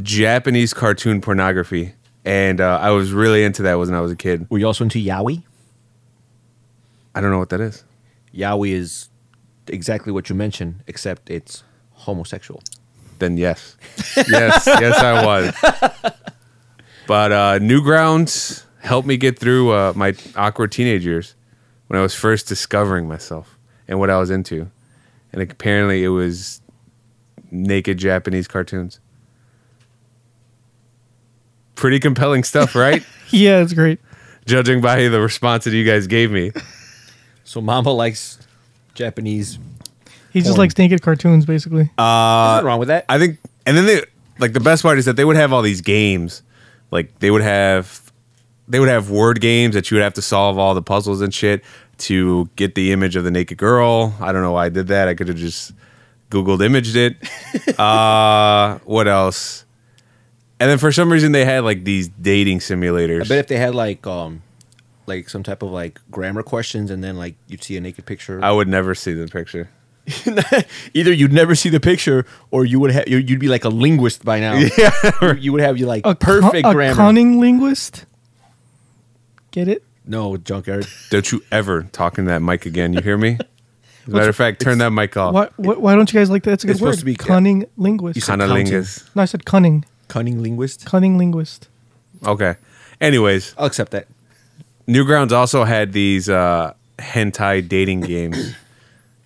[SPEAKER 3] Japanese cartoon pornography, and uh, I was really into that when I was a kid.
[SPEAKER 4] Were you also into Yaoi?
[SPEAKER 3] I don't know what that is.
[SPEAKER 4] Yaoi is exactly what you mentioned, except it's homosexual.
[SPEAKER 3] Then yes, yes, yes, I was. But uh, Newgrounds helped me get through uh, my awkward teenage years when I was first discovering myself and what I was into, and apparently it was naked Japanese cartoons. Pretty compelling stuff, right?
[SPEAKER 2] yeah it's great
[SPEAKER 3] Judging by the response that you guys gave me.
[SPEAKER 4] So Mamba likes Japanese.
[SPEAKER 2] he just
[SPEAKER 4] Porn.
[SPEAKER 2] likes naked cartoons basically
[SPEAKER 4] Nothing wrong with that.
[SPEAKER 3] I think, and then they like the best part is that they would have all these games, like they would have, they would have word games that you would have to solve all the puzzles and shit to get the image of the naked girl. I don't know why I did that. I could have just googled imaged it. uh, what else? And then for some reason they had like these dating simulators.
[SPEAKER 4] I bet if they had like um like some type of like grammar questions and then like you'd see a naked picture.
[SPEAKER 3] I would never see the picture.
[SPEAKER 4] Either you'd never see the picture or you would have you'd be like a linguist by now. Yeah. you, you would have you like
[SPEAKER 2] a cu-
[SPEAKER 4] perfect
[SPEAKER 2] a
[SPEAKER 4] grammar.
[SPEAKER 2] cunning linguist get it
[SPEAKER 4] no, junkyard.
[SPEAKER 3] Don't you ever talk in that mic again. You hear me? As a matter of fact, turn that mic off.
[SPEAKER 2] why, why, why don't you guys like that it's a good
[SPEAKER 4] It's
[SPEAKER 2] word
[SPEAKER 4] supposed to be-
[SPEAKER 2] cunning linguist
[SPEAKER 4] You said-
[SPEAKER 3] Conolingus.
[SPEAKER 2] no i said cunning
[SPEAKER 4] Cunning linguist.
[SPEAKER 2] cunning linguist
[SPEAKER 3] Okay. Anyways,
[SPEAKER 4] I'll accept that.
[SPEAKER 3] Newgrounds also had these uh, hentai dating games.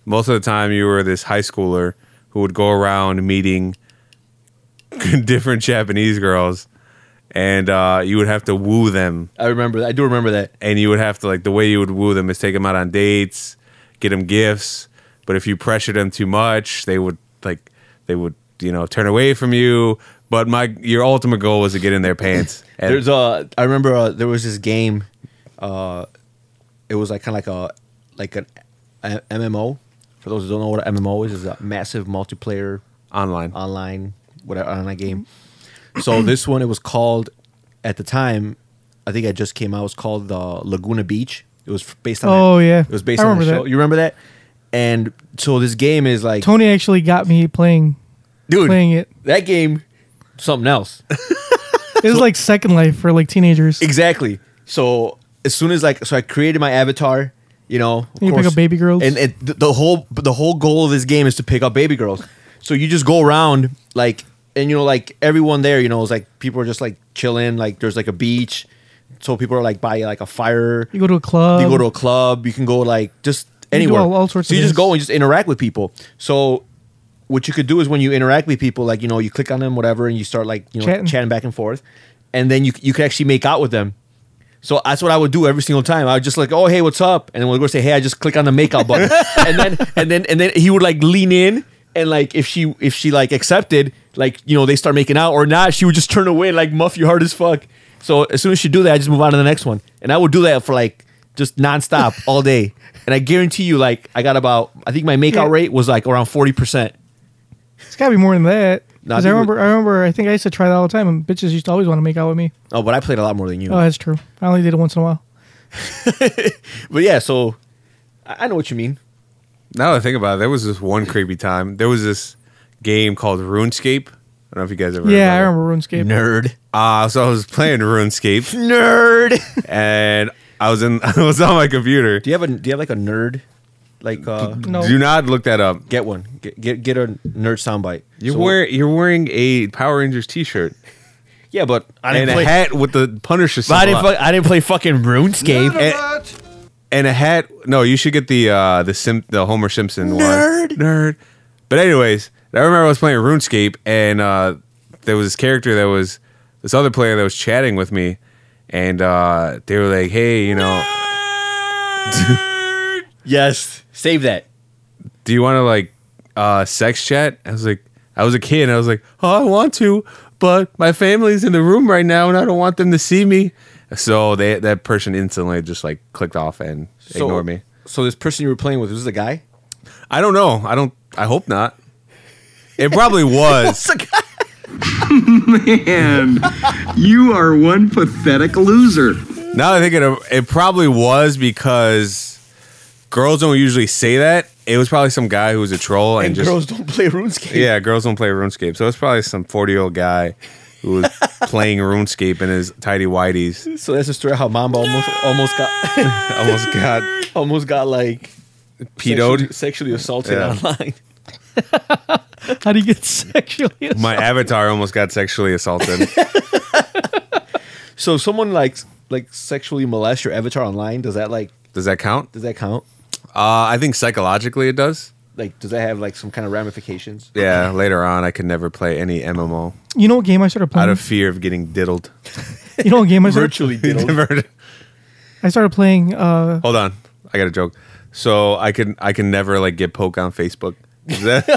[SPEAKER 3] Most of the time, you were this high schooler who would go around meeting different Japanese girls, and uh, you would have to woo them.
[SPEAKER 4] I remember that. I do remember that.
[SPEAKER 3] And you would have to like the way you would woo them is take them out on dates, get them gifts. But if you pressured them too much, they would like they would you know turn away from you. But my your ultimate goal was to get in their pants. And
[SPEAKER 4] There's a I remember uh, there was this game uh it was like kind of like a like an a- MMO. For those who don't know what a MMO is, is a massive multiplayer
[SPEAKER 3] Online.
[SPEAKER 4] online whatever online game.
[SPEAKER 2] Mm-hmm.
[SPEAKER 4] So this one it was called at the time, I think it just came out. It was called the Laguna Beach. It was f- based on
[SPEAKER 2] Oh,
[SPEAKER 4] that-
[SPEAKER 2] yeah.
[SPEAKER 4] it was based
[SPEAKER 2] I
[SPEAKER 4] on the
[SPEAKER 2] remember
[SPEAKER 4] show.
[SPEAKER 2] that.
[SPEAKER 4] You remember that? And so this game is like
[SPEAKER 2] Tony actually got me playing.
[SPEAKER 4] dude
[SPEAKER 2] playing it.
[SPEAKER 4] That game, something else.
[SPEAKER 2] It was like Second Life for like teenagers.
[SPEAKER 4] Exactly. So as soon as like, so I created my avatar. You know, of
[SPEAKER 2] You pick
[SPEAKER 4] course.
[SPEAKER 2] up baby girls?
[SPEAKER 4] and, and th- the whole the whole goal of this game is to pick up baby girls. So you just go around like, and you know, like everyone there, you know, is like people are just like chilling. Like there's like a beach, so people are like by like a fire.
[SPEAKER 2] You go to a club.
[SPEAKER 4] You go to a club. You can go like just anywhere.
[SPEAKER 2] all- all sorts
[SPEAKER 4] so
[SPEAKER 2] of
[SPEAKER 4] you just
[SPEAKER 2] things.
[SPEAKER 4] go and just interact with people. So what you could do is when you interact with people, like you know, you click on them, whatever, and you start like you know
[SPEAKER 2] Chatting.
[SPEAKER 4] chatting, back and forth, and then you you could actually make out with them. So that's what I would do every single time. I would just like, oh hey, what's up? And then we'll go say, hey, I just click on the make out button, and then and then and then he would like lean in. And like if she if she like accepted like you know they start making out or not she would just turn away like muff you hard as fuck so as soon as she do that I just move on to the next one and I would do that for like just nonstop all day and I guarantee you like I got about I think my makeout
[SPEAKER 2] Yeah.
[SPEAKER 4] rate was like around forty percent
[SPEAKER 2] It's gotta be more than that.
[SPEAKER 4] Nah,
[SPEAKER 2] Because I
[SPEAKER 4] dude.
[SPEAKER 2] remember, I remember, I think I used to try that all the time, and bitches used to always want to make out with me.
[SPEAKER 4] Oh, but I played a lot more than you.
[SPEAKER 2] Oh, that's true. I only did it once in a while.
[SPEAKER 4] but yeah, so I I know what you mean.
[SPEAKER 3] Now that I think about it, there was this one creepy time. There was this game called RuneScape. I don't know if you guys ever.
[SPEAKER 2] Yeah,
[SPEAKER 3] heard
[SPEAKER 2] I
[SPEAKER 3] about it.
[SPEAKER 2] remember RuneScape.
[SPEAKER 4] Nerd.
[SPEAKER 3] Uh, so I was playing RuneScape
[SPEAKER 4] Nerd. do
[SPEAKER 3] and I was in. I was on my computer.
[SPEAKER 4] you have a do you have like a nerd? Like uh
[SPEAKER 2] No.
[SPEAKER 3] Do not look that up.
[SPEAKER 4] get one. Get get, get a nerd soundbite.
[SPEAKER 3] You're
[SPEAKER 4] So-
[SPEAKER 3] wear, You're wearing a Power Rangers T-shirt
[SPEAKER 4] Yeah, but I
[SPEAKER 3] and
[SPEAKER 4] didn't
[SPEAKER 3] a
[SPEAKER 4] play
[SPEAKER 3] hat with the Punisher
[SPEAKER 4] but
[SPEAKER 3] symbol.
[SPEAKER 4] I didn't,
[SPEAKER 3] on.
[SPEAKER 4] fuck- I didn't play fucking RuneScape.
[SPEAKER 3] and, and a hat. No, you should get the uh, the Sim, the Homer Simpson
[SPEAKER 4] Nerd.
[SPEAKER 3] one. Nerd. But anyways, I remember I was playing RuneScape, and uh, there was this character that was this other player that was chatting with me, and uh, they were like, "Hey, you know,
[SPEAKER 4] yes. Save that.
[SPEAKER 3] do you want to like uh, sex chat?" I was like, I was a kid, and I was like, "Oh, I want to, but my family's in the room right now, and I don't want them to see me." So they, that person instantly just like clicked off and ignored me.
[SPEAKER 4] So this person you were playing with was this a guy?
[SPEAKER 3] I don't know. I don't. I hope not. It probably was.
[SPEAKER 4] a guy.
[SPEAKER 5] Man, you are one pathetic loser.
[SPEAKER 3] now that I think it, it probably was because girls don't usually say that. It was probably some guy who was a troll and,
[SPEAKER 4] And
[SPEAKER 3] just
[SPEAKER 4] girls don't play RuneScape.
[SPEAKER 3] yeah, girls don't play RuneScape. So it's probably some forty year old guy who was playing RuneScape in his tidy whities.
[SPEAKER 4] So that's the story of how Mamba almost almost got
[SPEAKER 3] Almost got
[SPEAKER 4] almost got like sexually,
[SPEAKER 3] pedoed.
[SPEAKER 4] sexually assaulted
[SPEAKER 3] Yeah.
[SPEAKER 4] online.
[SPEAKER 2] How do you get sexually?
[SPEAKER 3] My avatar almost got sexually assaulted.
[SPEAKER 4] So if someone like like sexually molest your avatar online, does that like
[SPEAKER 3] Does that count?
[SPEAKER 4] does that count?
[SPEAKER 3] Uh, I think psychologically it does.
[SPEAKER 4] Like does that have like some kind of ramifications?
[SPEAKER 3] Yeah. Later on, I could never play any MMO
[SPEAKER 2] You know what game I started
[SPEAKER 3] out
[SPEAKER 2] playing?
[SPEAKER 3] of fear of getting diddled.
[SPEAKER 2] you know what game I started?
[SPEAKER 4] Virtually Mm-hmm. diddled.
[SPEAKER 2] I started playing. Uh,
[SPEAKER 3] Hold on, I got a joke. So I can I can never like get poke on Facebook. Is that,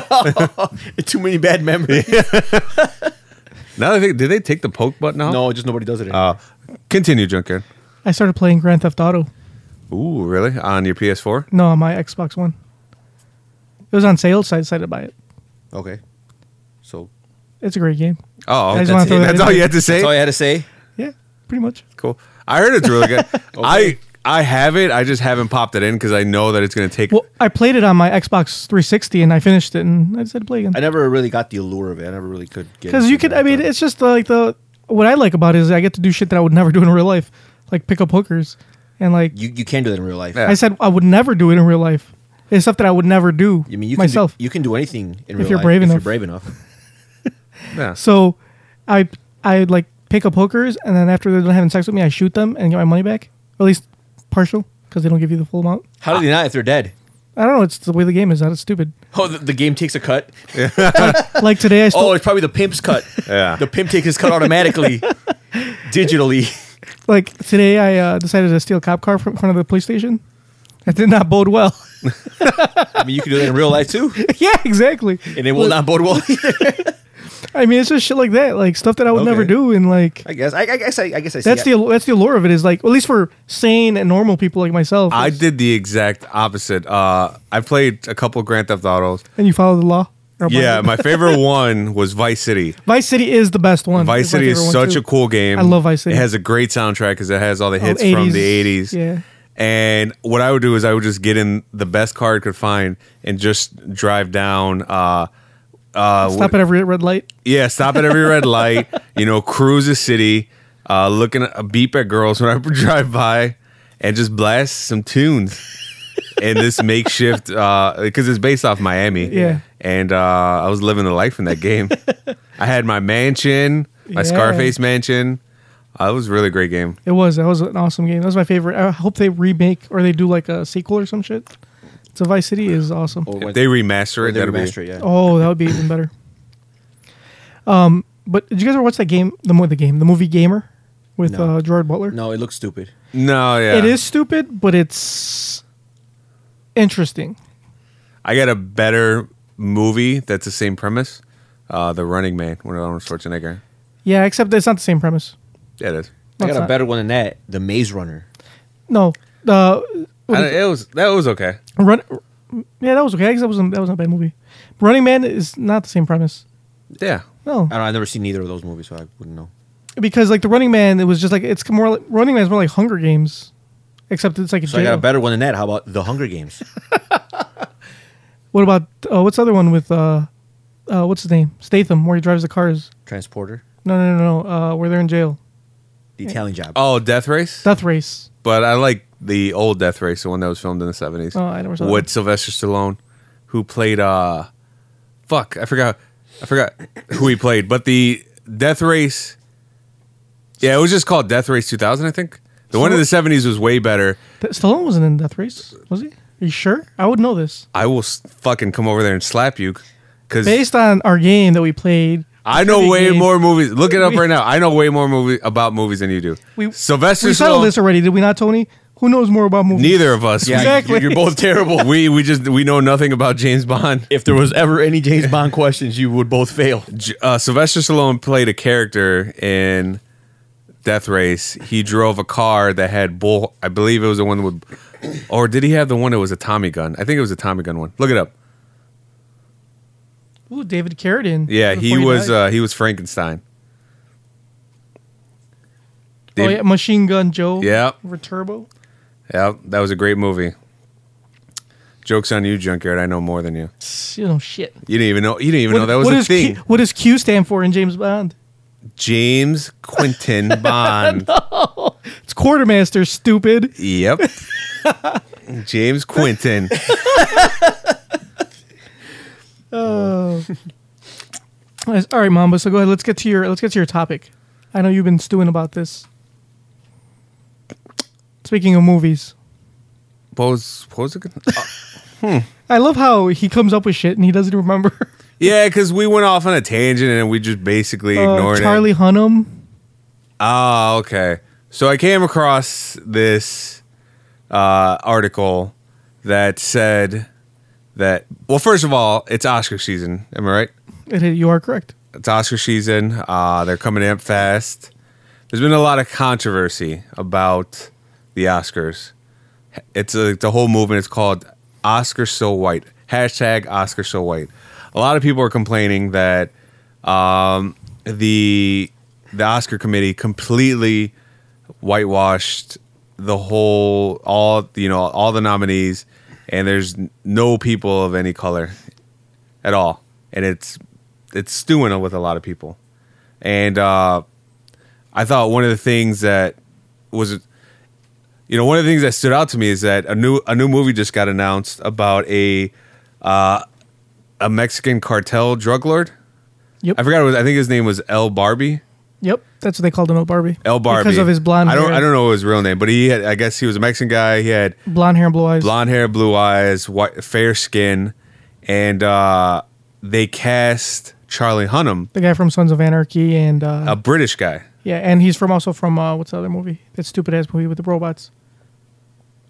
[SPEAKER 4] Too many bad memories.
[SPEAKER 3] now that I think, did they take the poke button out?
[SPEAKER 4] No, just nobody does it. Anymore.
[SPEAKER 3] Uh, continue, Junker.
[SPEAKER 2] I started playing Grand Theft Auto.
[SPEAKER 3] Ooh, really? On your PS4?
[SPEAKER 2] No, on my Xbox One. It was on sale, so I decided to buy it.
[SPEAKER 4] okay. So
[SPEAKER 2] It's a great game.
[SPEAKER 3] Oh,
[SPEAKER 2] I
[SPEAKER 3] that's,
[SPEAKER 2] just wanna throw that
[SPEAKER 3] that's
[SPEAKER 2] in
[SPEAKER 3] all
[SPEAKER 2] there.
[SPEAKER 3] you had to say.
[SPEAKER 4] that's all I had to say.
[SPEAKER 2] Yeah, pretty much.
[SPEAKER 3] cool. I heard it's really good. I I have it. I just haven't popped it in because I know that it's gonna take.
[SPEAKER 2] Well, I played it on my Xbox 360, and I finished it, and I decided to play again.
[SPEAKER 4] I never really got the allure of it. I never really could get
[SPEAKER 2] Because
[SPEAKER 4] into
[SPEAKER 2] you could,
[SPEAKER 4] that,
[SPEAKER 2] I mean,
[SPEAKER 4] but-
[SPEAKER 2] it's just uh, like the what I like about it is I get to do shit that I would never do in real life, like pick up hookers, and like
[SPEAKER 4] you you can do that in real life.
[SPEAKER 3] Yeah.
[SPEAKER 2] I said, I would never do it in real life. It's stuff that I would never do
[SPEAKER 4] I mean, you
[SPEAKER 2] myself.
[SPEAKER 4] Can do, you can do anything in real
[SPEAKER 2] you're
[SPEAKER 4] life
[SPEAKER 2] brave
[SPEAKER 4] if
[SPEAKER 2] enough.
[SPEAKER 4] you're brave enough.
[SPEAKER 3] yeah.
[SPEAKER 2] so, I I like pick up hookers, and then after they're done having sex with me, I shoot them and get my money back, or at least partial, because they don't give you the full amount.
[SPEAKER 4] How do they not if they're dead?
[SPEAKER 2] I don't know. It's the way the game is. That it's stupid.
[SPEAKER 4] Oh, the, the game takes a cut.
[SPEAKER 2] Like today, I still
[SPEAKER 4] Oh, it's probably the pimp's cut.
[SPEAKER 3] Yeah.
[SPEAKER 4] The pimp takes his cut automatically, digitally.
[SPEAKER 2] like today I uh, decided to steal a cop car from in front of the police station. That did not bode well.
[SPEAKER 4] I mean, you can do that in real life too,
[SPEAKER 2] yeah, exactly.
[SPEAKER 4] and it will not bode well.
[SPEAKER 2] I mean, it's just shit like that, like stuff that I would never
[SPEAKER 4] Okay.
[SPEAKER 2] do, and like
[SPEAKER 4] I guess. I, I guess. I, I guess. I see
[SPEAKER 2] that's
[SPEAKER 4] it.
[SPEAKER 2] the that's the allure of it. Is like at least for sane and normal people like myself.
[SPEAKER 3] I
[SPEAKER 2] is-
[SPEAKER 3] did the exact opposite. Uh, I played a couple Grand Theft Autos.
[SPEAKER 2] and you follow the law. Or
[SPEAKER 3] Yeah,
[SPEAKER 2] Vice-
[SPEAKER 3] my favorite one was Vice City.
[SPEAKER 2] Vice City is the best one.
[SPEAKER 3] Vice
[SPEAKER 2] It's my
[SPEAKER 3] City is
[SPEAKER 2] favorite one,
[SPEAKER 3] such
[SPEAKER 2] too.
[SPEAKER 3] a cool game.
[SPEAKER 2] I love Vice City.
[SPEAKER 3] It has a great soundtrack because it has all the hits from
[SPEAKER 2] 80s,
[SPEAKER 3] the 80s.
[SPEAKER 2] yeah.
[SPEAKER 3] And what I would do is I would just get in the best car I could find and just drive down. Uh, uh,
[SPEAKER 2] Stop at every red light.
[SPEAKER 3] yeah, stop at every red light. You know, cruise the city, uh, looking at a beep at girls when I drive by, and just blast some tunes. and this makeshift, because it's based off Miami.
[SPEAKER 2] Yeah.
[SPEAKER 3] And uh, I was living the life in that game. I had my mansion, my
[SPEAKER 2] Yeah.
[SPEAKER 3] Scarface mansion. Uh, it was a really great game.
[SPEAKER 2] It was that was an awesome game. That was my favorite. I hope they remake or they do like a sequel or some shit. So Vice City is awesome.
[SPEAKER 4] Or
[SPEAKER 3] If
[SPEAKER 4] when-
[SPEAKER 3] they remaster
[SPEAKER 4] or
[SPEAKER 3] it,
[SPEAKER 4] they
[SPEAKER 3] that'll
[SPEAKER 4] remaster
[SPEAKER 3] be.
[SPEAKER 4] it, yeah.
[SPEAKER 2] Oh, that would be even better. Um, but did you guys ever watch that game? The movie, the game, the movie Gamer with
[SPEAKER 4] No.
[SPEAKER 2] uh, Gerard Butler.
[SPEAKER 4] No, it looks stupid.
[SPEAKER 3] No, yeah.
[SPEAKER 2] It is stupid, but it's interesting.
[SPEAKER 3] I got a better movie that's the same premise uh, The Running Man with Arnold Schwarzenegger.
[SPEAKER 2] Yeah, except it's not the same premise.
[SPEAKER 3] Yeah, it is.
[SPEAKER 2] No,
[SPEAKER 4] I got
[SPEAKER 2] it's
[SPEAKER 4] a
[SPEAKER 2] not.
[SPEAKER 4] better one than that. The Maze Runner.
[SPEAKER 2] No, uh,
[SPEAKER 3] I- it was that was okay.
[SPEAKER 2] run. Yeah, that was okay. That wasn't that was not a bad movie. Running Man is not the same premise.
[SPEAKER 3] Yeah.
[SPEAKER 2] No,
[SPEAKER 4] I don't. know, I've never seen either of those movies, so I wouldn't know.
[SPEAKER 2] because like the Running Man, it was just like it's more like Running Man is more like Hunger Games, except it's like a
[SPEAKER 4] So I
[SPEAKER 2] jail.
[SPEAKER 4] got a better one than that. How about The Hunger Games?
[SPEAKER 2] What about uh, what's the other one with uh, uh, what's his name Statham where he drives the cars?
[SPEAKER 4] Transporter,
[SPEAKER 2] No, no, no, no. Uh, where they're in jail.
[SPEAKER 4] The Italian Job.
[SPEAKER 3] Oh, Death Race?
[SPEAKER 2] Death Race.
[SPEAKER 3] But I like the old Death Race, the one that was filmed in the 70s.
[SPEAKER 2] Oh, I never saw that.
[SPEAKER 3] With Sylvester Stallone, who played, uh, fuck, I forgot, I forgot who he played. But the Death Race, yeah, it was just called Death Race 2000, I think. The one in the 70s was way better.
[SPEAKER 2] Th- Stallone wasn't in Death Race, was he? Are you sure? I would know this
[SPEAKER 3] I will s- fucking come over there and slap you. Cause
[SPEAKER 2] based on our game that we played.
[SPEAKER 3] I know
[SPEAKER 2] pretty
[SPEAKER 3] way
[SPEAKER 2] game.
[SPEAKER 3] more movies. Look it up
[SPEAKER 2] We-
[SPEAKER 3] right now. I know way more movie about movies than you do.
[SPEAKER 2] We
[SPEAKER 3] Sylvester
[SPEAKER 2] we settled
[SPEAKER 3] Stallone-
[SPEAKER 2] this already, did we not, Tony? Who knows more about movies?
[SPEAKER 3] Neither of us.
[SPEAKER 4] Yeah,
[SPEAKER 3] We-
[SPEAKER 2] Exactly.
[SPEAKER 4] You're both terrible.
[SPEAKER 3] We we just we know nothing about James Bond.
[SPEAKER 4] if there was ever any James Bond questions, you would both fail.
[SPEAKER 3] J- uh, Sylvester Stallone played a character in Death Race. He drove a car that had bull. I believe it was the one with, or did he have the one that was a Tommy gun? I think it was a Tommy gun one. Look it up.
[SPEAKER 2] Ooh, David Carradine.
[SPEAKER 3] Yeah,
[SPEAKER 2] before
[SPEAKER 3] he was
[SPEAKER 2] died.
[SPEAKER 3] uh, he was Frankenstein.
[SPEAKER 2] oh,
[SPEAKER 3] David-
[SPEAKER 2] yeah, Machine Gun Joe.
[SPEAKER 3] Yeah.
[SPEAKER 2] Returbo.
[SPEAKER 3] Yeah, that was a great movie. Jokes on you, Junkyard. I know more than you.
[SPEAKER 2] You know shit.
[SPEAKER 3] You didn't even know. You didn't even know that was
[SPEAKER 2] what
[SPEAKER 3] a
[SPEAKER 2] does Q-
[SPEAKER 3] thing.
[SPEAKER 2] what does Q stand for in James Bond?
[SPEAKER 3] James Quentin Bond.
[SPEAKER 2] It's Quartermaster. Stupid.
[SPEAKER 3] Yep. James Quentin.
[SPEAKER 2] All right, Mamba. So go ahead. Let's get to your let's get to your topic. I know you've been stewing about this. Speaking of movies,
[SPEAKER 3] What was, what was it?
[SPEAKER 2] I love how he comes up with shit and he doesn't remember.
[SPEAKER 3] Yeah, because we went off on a tangent and we just basically
[SPEAKER 2] Uh,
[SPEAKER 3] ignored
[SPEAKER 2] Charlie
[SPEAKER 3] it.
[SPEAKER 2] Hunnam.
[SPEAKER 3] Ah, okay. So I came across this uh, article that said that. Well, first of all, it's Oscar season. Am I right?
[SPEAKER 2] It, you are correct.
[SPEAKER 3] It's Oscar season. Uh, they're coming up fast. There's been a lot of controversy about the Oscars. It's a, the whole movement is called Oscar So White. Hashtag Oscar So White. A lot of people are complaining that um, the the Oscar committee completely whitewashed the whole all you know all the nominees, and there's n- no people of any color at all, and it's it's stewing with a lot of people. And uh, I thought one of the things that was, you know, one of the things that stood out to me is that a new a new movie just got announced about a uh, a Mexican cartel drug lord.
[SPEAKER 2] Yep.
[SPEAKER 3] I forgot. What, I think his name was El Barbie.
[SPEAKER 2] Yep. That's what they called him, old Barbie.
[SPEAKER 3] El Barbie
[SPEAKER 2] because of his blonde.
[SPEAKER 3] I don't.
[SPEAKER 2] hair,
[SPEAKER 3] I don't know his real name, but he had. I guess he was a Mexican guy. He had
[SPEAKER 2] blonde hair and blue eyes.
[SPEAKER 3] blonde hair, blue eyes, white, fair skin, and uh, they cast Charlie Hunnam,
[SPEAKER 2] The guy from Sons of Anarchy and uh,
[SPEAKER 3] a British guy.
[SPEAKER 2] yeah, and he's from also from uh, what's the other movie? That stupid ass movie with the robots.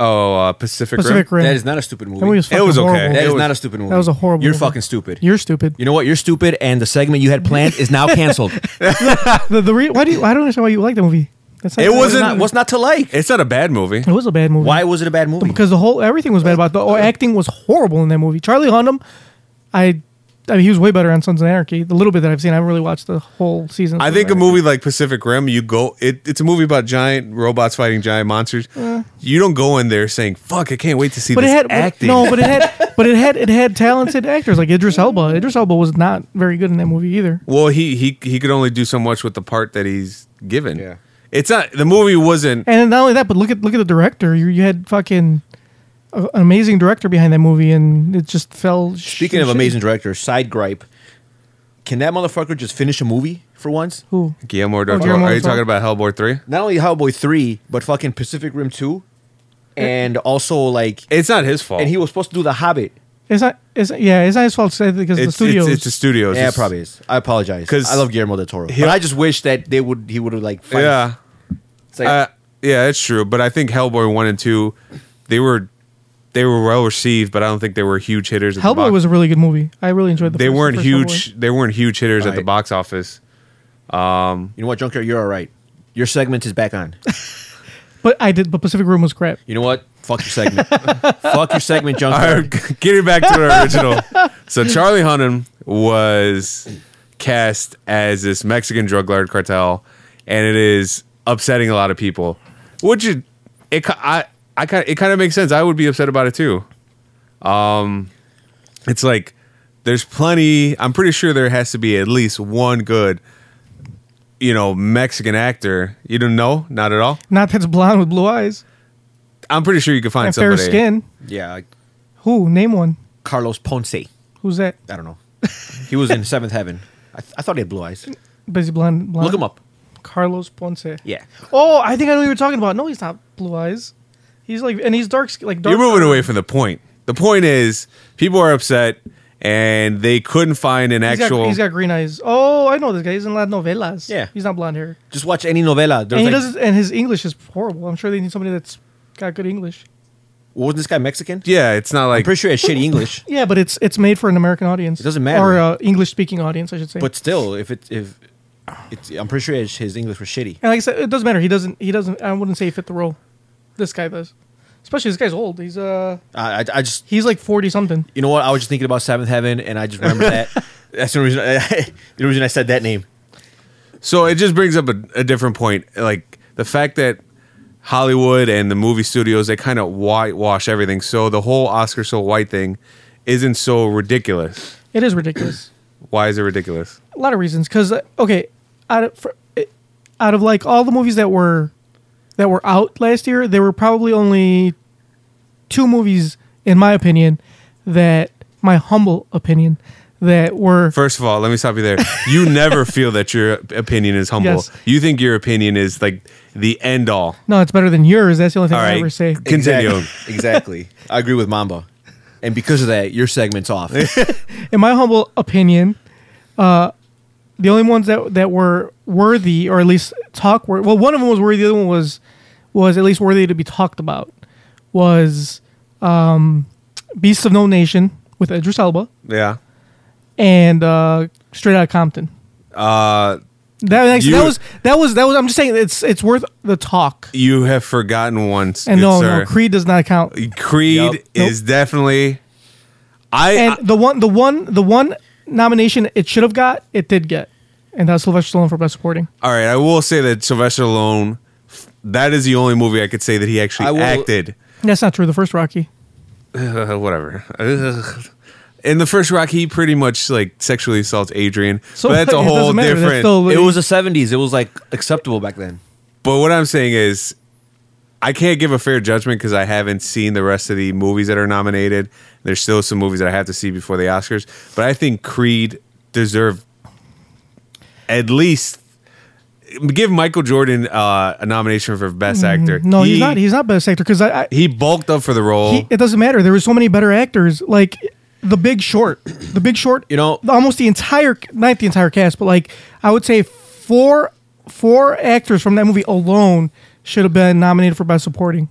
[SPEAKER 3] Oh, uh, Pacific,
[SPEAKER 2] Pacific
[SPEAKER 3] Rim.
[SPEAKER 2] Rim.
[SPEAKER 4] That is not a stupid movie.
[SPEAKER 2] That movie was fucking
[SPEAKER 3] was okay.
[SPEAKER 2] horrible.
[SPEAKER 4] That
[SPEAKER 3] It
[SPEAKER 4] is
[SPEAKER 3] was-
[SPEAKER 4] not a stupid movie.
[SPEAKER 2] that was a horrible
[SPEAKER 4] You're
[SPEAKER 2] movie.
[SPEAKER 4] fucking stupid.
[SPEAKER 2] You're stupid.
[SPEAKER 4] You know what? You're stupid, and the segment you had planned is now canceled.
[SPEAKER 2] the, the re- why do you, I don't understand why you like the movie. That's not,
[SPEAKER 3] It
[SPEAKER 2] that's
[SPEAKER 3] wasn't-
[SPEAKER 2] not-
[SPEAKER 4] What's not to like?
[SPEAKER 3] It's not a bad movie.
[SPEAKER 2] it was a bad movie.
[SPEAKER 4] Why was it a bad movie?
[SPEAKER 2] Because the whole everything was bad about it. the or acting was horrible in that movie. Charlie Hunnam, I, I mean, he was way better on Sons of Anarchy. The little bit that I've seen, I haven't really watched the whole season. of
[SPEAKER 3] I
[SPEAKER 2] Sons
[SPEAKER 3] think
[SPEAKER 2] of
[SPEAKER 3] a
[SPEAKER 2] Anarchy.
[SPEAKER 3] movie like Pacific Rim, you go. It, it's a movie about giant robots fighting giant monsters. You don't go in there saying "fuck," I can't wait to see
[SPEAKER 2] Eh. But it
[SPEAKER 3] this
[SPEAKER 2] had
[SPEAKER 3] acting.
[SPEAKER 2] no, but it had, but it had, it had talented actors like Idris Elba. Idris Elba was not very good in that movie either.
[SPEAKER 3] well, he he he could only do so much with the part that he's given.
[SPEAKER 4] Yeah.
[SPEAKER 3] it's not the movie wasn't.
[SPEAKER 2] And not only that, but look at look at the director. You, you had fucking a, an amazing director behind that movie, and it just fell. sh-
[SPEAKER 4] Speaking of
[SPEAKER 2] shit.
[SPEAKER 4] amazing director, side gripe. Can that motherfucker just finish a movie for once?
[SPEAKER 2] who?
[SPEAKER 3] Guillermo del
[SPEAKER 2] Oh,
[SPEAKER 3] Toro.
[SPEAKER 2] Guillermo
[SPEAKER 3] Are
[SPEAKER 2] del
[SPEAKER 3] you
[SPEAKER 2] Toro.
[SPEAKER 3] talking about Hellboy three?
[SPEAKER 4] Not only Hellboy 3, but fucking Pacific Rim 2.
[SPEAKER 2] Eh.
[SPEAKER 4] And also, like,
[SPEAKER 3] It's not his fault.
[SPEAKER 4] and he was supposed to do The Hobbit.
[SPEAKER 2] It's not. It's yeah. It's not his fault said because the
[SPEAKER 3] it's,
[SPEAKER 2] studios.
[SPEAKER 3] It's, it's the studios.
[SPEAKER 4] yeah, it
[SPEAKER 3] It's-
[SPEAKER 4] probably is. I apologize.
[SPEAKER 3] 'Cause
[SPEAKER 4] I love Guillermo del Toro.
[SPEAKER 3] he-
[SPEAKER 4] But I just wish that they would, he would have, like, fight.
[SPEAKER 3] Yeah,
[SPEAKER 4] It's like,
[SPEAKER 3] uh, yeah, it's true. But I think Hellboy one and two, they were they were well received, but I don't think they were huge hitters. At the
[SPEAKER 2] Hellboy
[SPEAKER 3] box.
[SPEAKER 2] was a really good movie. I really enjoyed the.
[SPEAKER 3] they
[SPEAKER 2] first-
[SPEAKER 3] weren't
[SPEAKER 2] first Hellboy.
[SPEAKER 3] huge. They weren't huge hitters at the
[SPEAKER 4] Right.
[SPEAKER 3] box office.
[SPEAKER 4] you know what, Junker? You're all right. Your segment is back on.
[SPEAKER 2] But I did. But Pacific Rim was crap.
[SPEAKER 4] You know what? Fuck your segment. Fuck your segment,
[SPEAKER 3] All
[SPEAKER 4] Junker.
[SPEAKER 3] right, getting back to the original. so Charlie Hunnam was cast as this Mexican drug lord cartel, and it is upsetting a lot of people. Which it, it ki- I I kind it kind of makes sense. I would be upset about it too. Um, it's like there's plenty. I'm pretty sure there has to be at least one good, you know, Mexican actor. You don't know, not at all.
[SPEAKER 2] Not that's blonde with blue eyes
[SPEAKER 3] I'm pretty sure you could find
[SPEAKER 2] and fair
[SPEAKER 3] somebody.
[SPEAKER 2] skin.
[SPEAKER 4] Yeah, like
[SPEAKER 2] Who? Name one.
[SPEAKER 4] Carlos Ponce. I
[SPEAKER 2] Who's that?
[SPEAKER 4] don't know. He was in Seventh Heaven. I, th- I thought he had blue eyes.
[SPEAKER 2] Busy blonde. blonde.
[SPEAKER 4] Look him up.
[SPEAKER 2] Carlos Ponce.
[SPEAKER 4] Yeah.
[SPEAKER 2] Oh, I think I know who you were talking about. No, he's not blue eyes. He's like, and he's dark skin. Like dark
[SPEAKER 3] You're moving away from the point. The point is, people are upset and they couldn't find an
[SPEAKER 2] He's got-
[SPEAKER 3] actual.
[SPEAKER 2] he's got green eyes. Oh, I know this guy. He's in La Novelas.
[SPEAKER 4] Yeah.
[SPEAKER 2] He's not blonde hair.
[SPEAKER 4] Just watch any novella. There's
[SPEAKER 2] and he
[SPEAKER 4] like-
[SPEAKER 2] doesn't. And his English is horrible. I'm sure they need somebody that's got good English.
[SPEAKER 4] What was this guy Mexican?
[SPEAKER 3] yeah, it's not like
[SPEAKER 4] I'm pretty sure he had shitty English.
[SPEAKER 2] Yeah, but it's it's made for an American audience. It
[SPEAKER 4] doesn't matter.
[SPEAKER 2] Or uh, English speaking audience, I should say.
[SPEAKER 4] But still, if it if it's, I'm pretty sure his, his English was shitty.
[SPEAKER 2] and like I said, it doesn't matter. He doesn't. He doesn't. I wouldn't say he fit the role. This guy does. Especially this guy's old. He's uh
[SPEAKER 4] I, I, I just
[SPEAKER 2] he's like forty something.
[SPEAKER 4] you know what I was just thinking about Seventh Heaven, and I just remember that. That's the reason. the reason I said that name.
[SPEAKER 3] So it just brings up a, a different point, like the fact that Hollywood and the movie studios they kind of whitewash everything. So the whole Oscar so white thing isn't so ridiculous.
[SPEAKER 2] It is ridiculous.
[SPEAKER 3] Why is it ridiculous?
[SPEAKER 2] a lot of reasons because okay out of, for, it- out of like all the movies that were that were out last year there were probably only two movies in my opinion that my humble opinion that were
[SPEAKER 3] First of all, let me stop you there. You never feel that your opinion is humble.
[SPEAKER 2] Yes.
[SPEAKER 3] You think your opinion is like the end all.
[SPEAKER 2] no it's better than yours that's the only thing
[SPEAKER 3] All
[SPEAKER 2] i
[SPEAKER 3] right.
[SPEAKER 2] ever say
[SPEAKER 3] Continue.
[SPEAKER 4] Exactly. exactly. I agree with Mamba, and because of that, your segment's off.
[SPEAKER 2] in my humble opinion, uh, the only ones that that were worthy, or at least talk worthy. Well, one of them was worthy. The other one was was at least worthy to be talked about. Was um, Beasts of No Nation with Idris Elba
[SPEAKER 3] yeah.
[SPEAKER 2] and uh, Straight Outta Compton.
[SPEAKER 3] Uh,
[SPEAKER 2] That, that,
[SPEAKER 3] You-
[SPEAKER 2] that was that was that was. I'm just saying it's it's worth the talk.
[SPEAKER 3] you have forgotten once.
[SPEAKER 2] And
[SPEAKER 3] good
[SPEAKER 2] no,
[SPEAKER 3] sir.
[SPEAKER 2] no, Creed does not count.
[SPEAKER 3] Creed
[SPEAKER 4] Yup.
[SPEAKER 3] is definitely. I,
[SPEAKER 2] And
[SPEAKER 3] I-
[SPEAKER 2] the one, the one, the one nomination it should have got, it did get, and that's Sylvester Stallone for best supporting.
[SPEAKER 3] all right. I will say that Sylvester Stallone. That is the only movie I could say that he actually
[SPEAKER 4] I will-
[SPEAKER 3] acted.
[SPEAKER 2] That's not true. The first Rocky.
[SPEAKER 3] Uh, whatever. Ugh. In the first Rock, he pretty much like sexually assaults Adrian.
[SPEAKER 2] So
[SPEAKER 3] but that's
[SPEAKER 2] it
[SPEAKER 3] a
[SPEAKER 2] doesn't
[SPEAKER 3] whole
[SPEAKER 2] matter. That's
[SPEAKER 3] different.
[SPEAKER 2] still-
[SPEAKER 4] it was the '70s. It was like acceptable back then.
[SPEAKER 3] but what I'm saying is, I can't give a fair judgment because I haven't seen the rest of the movies that are nominated. There's still some movies that I have to see before the Oscars. But I think Creed deserved at least give Michael Jordan uh, a nomination for Best Actor.
[SPEAKER 2] Mm-hmm. No, he's not. He's not best actor because I, I
[SPEAKER 3] he bulked up for the role.
[SPEAKER 2] he, it doesn't matter. There were so many better actors. Like The Big Short, The Big Short.
[SPEAKER 4] You know-
[SPEAKER 2] almost the entire not the entire cast, but like I would say four four actors from that movie alone should have been nominated for best supporting.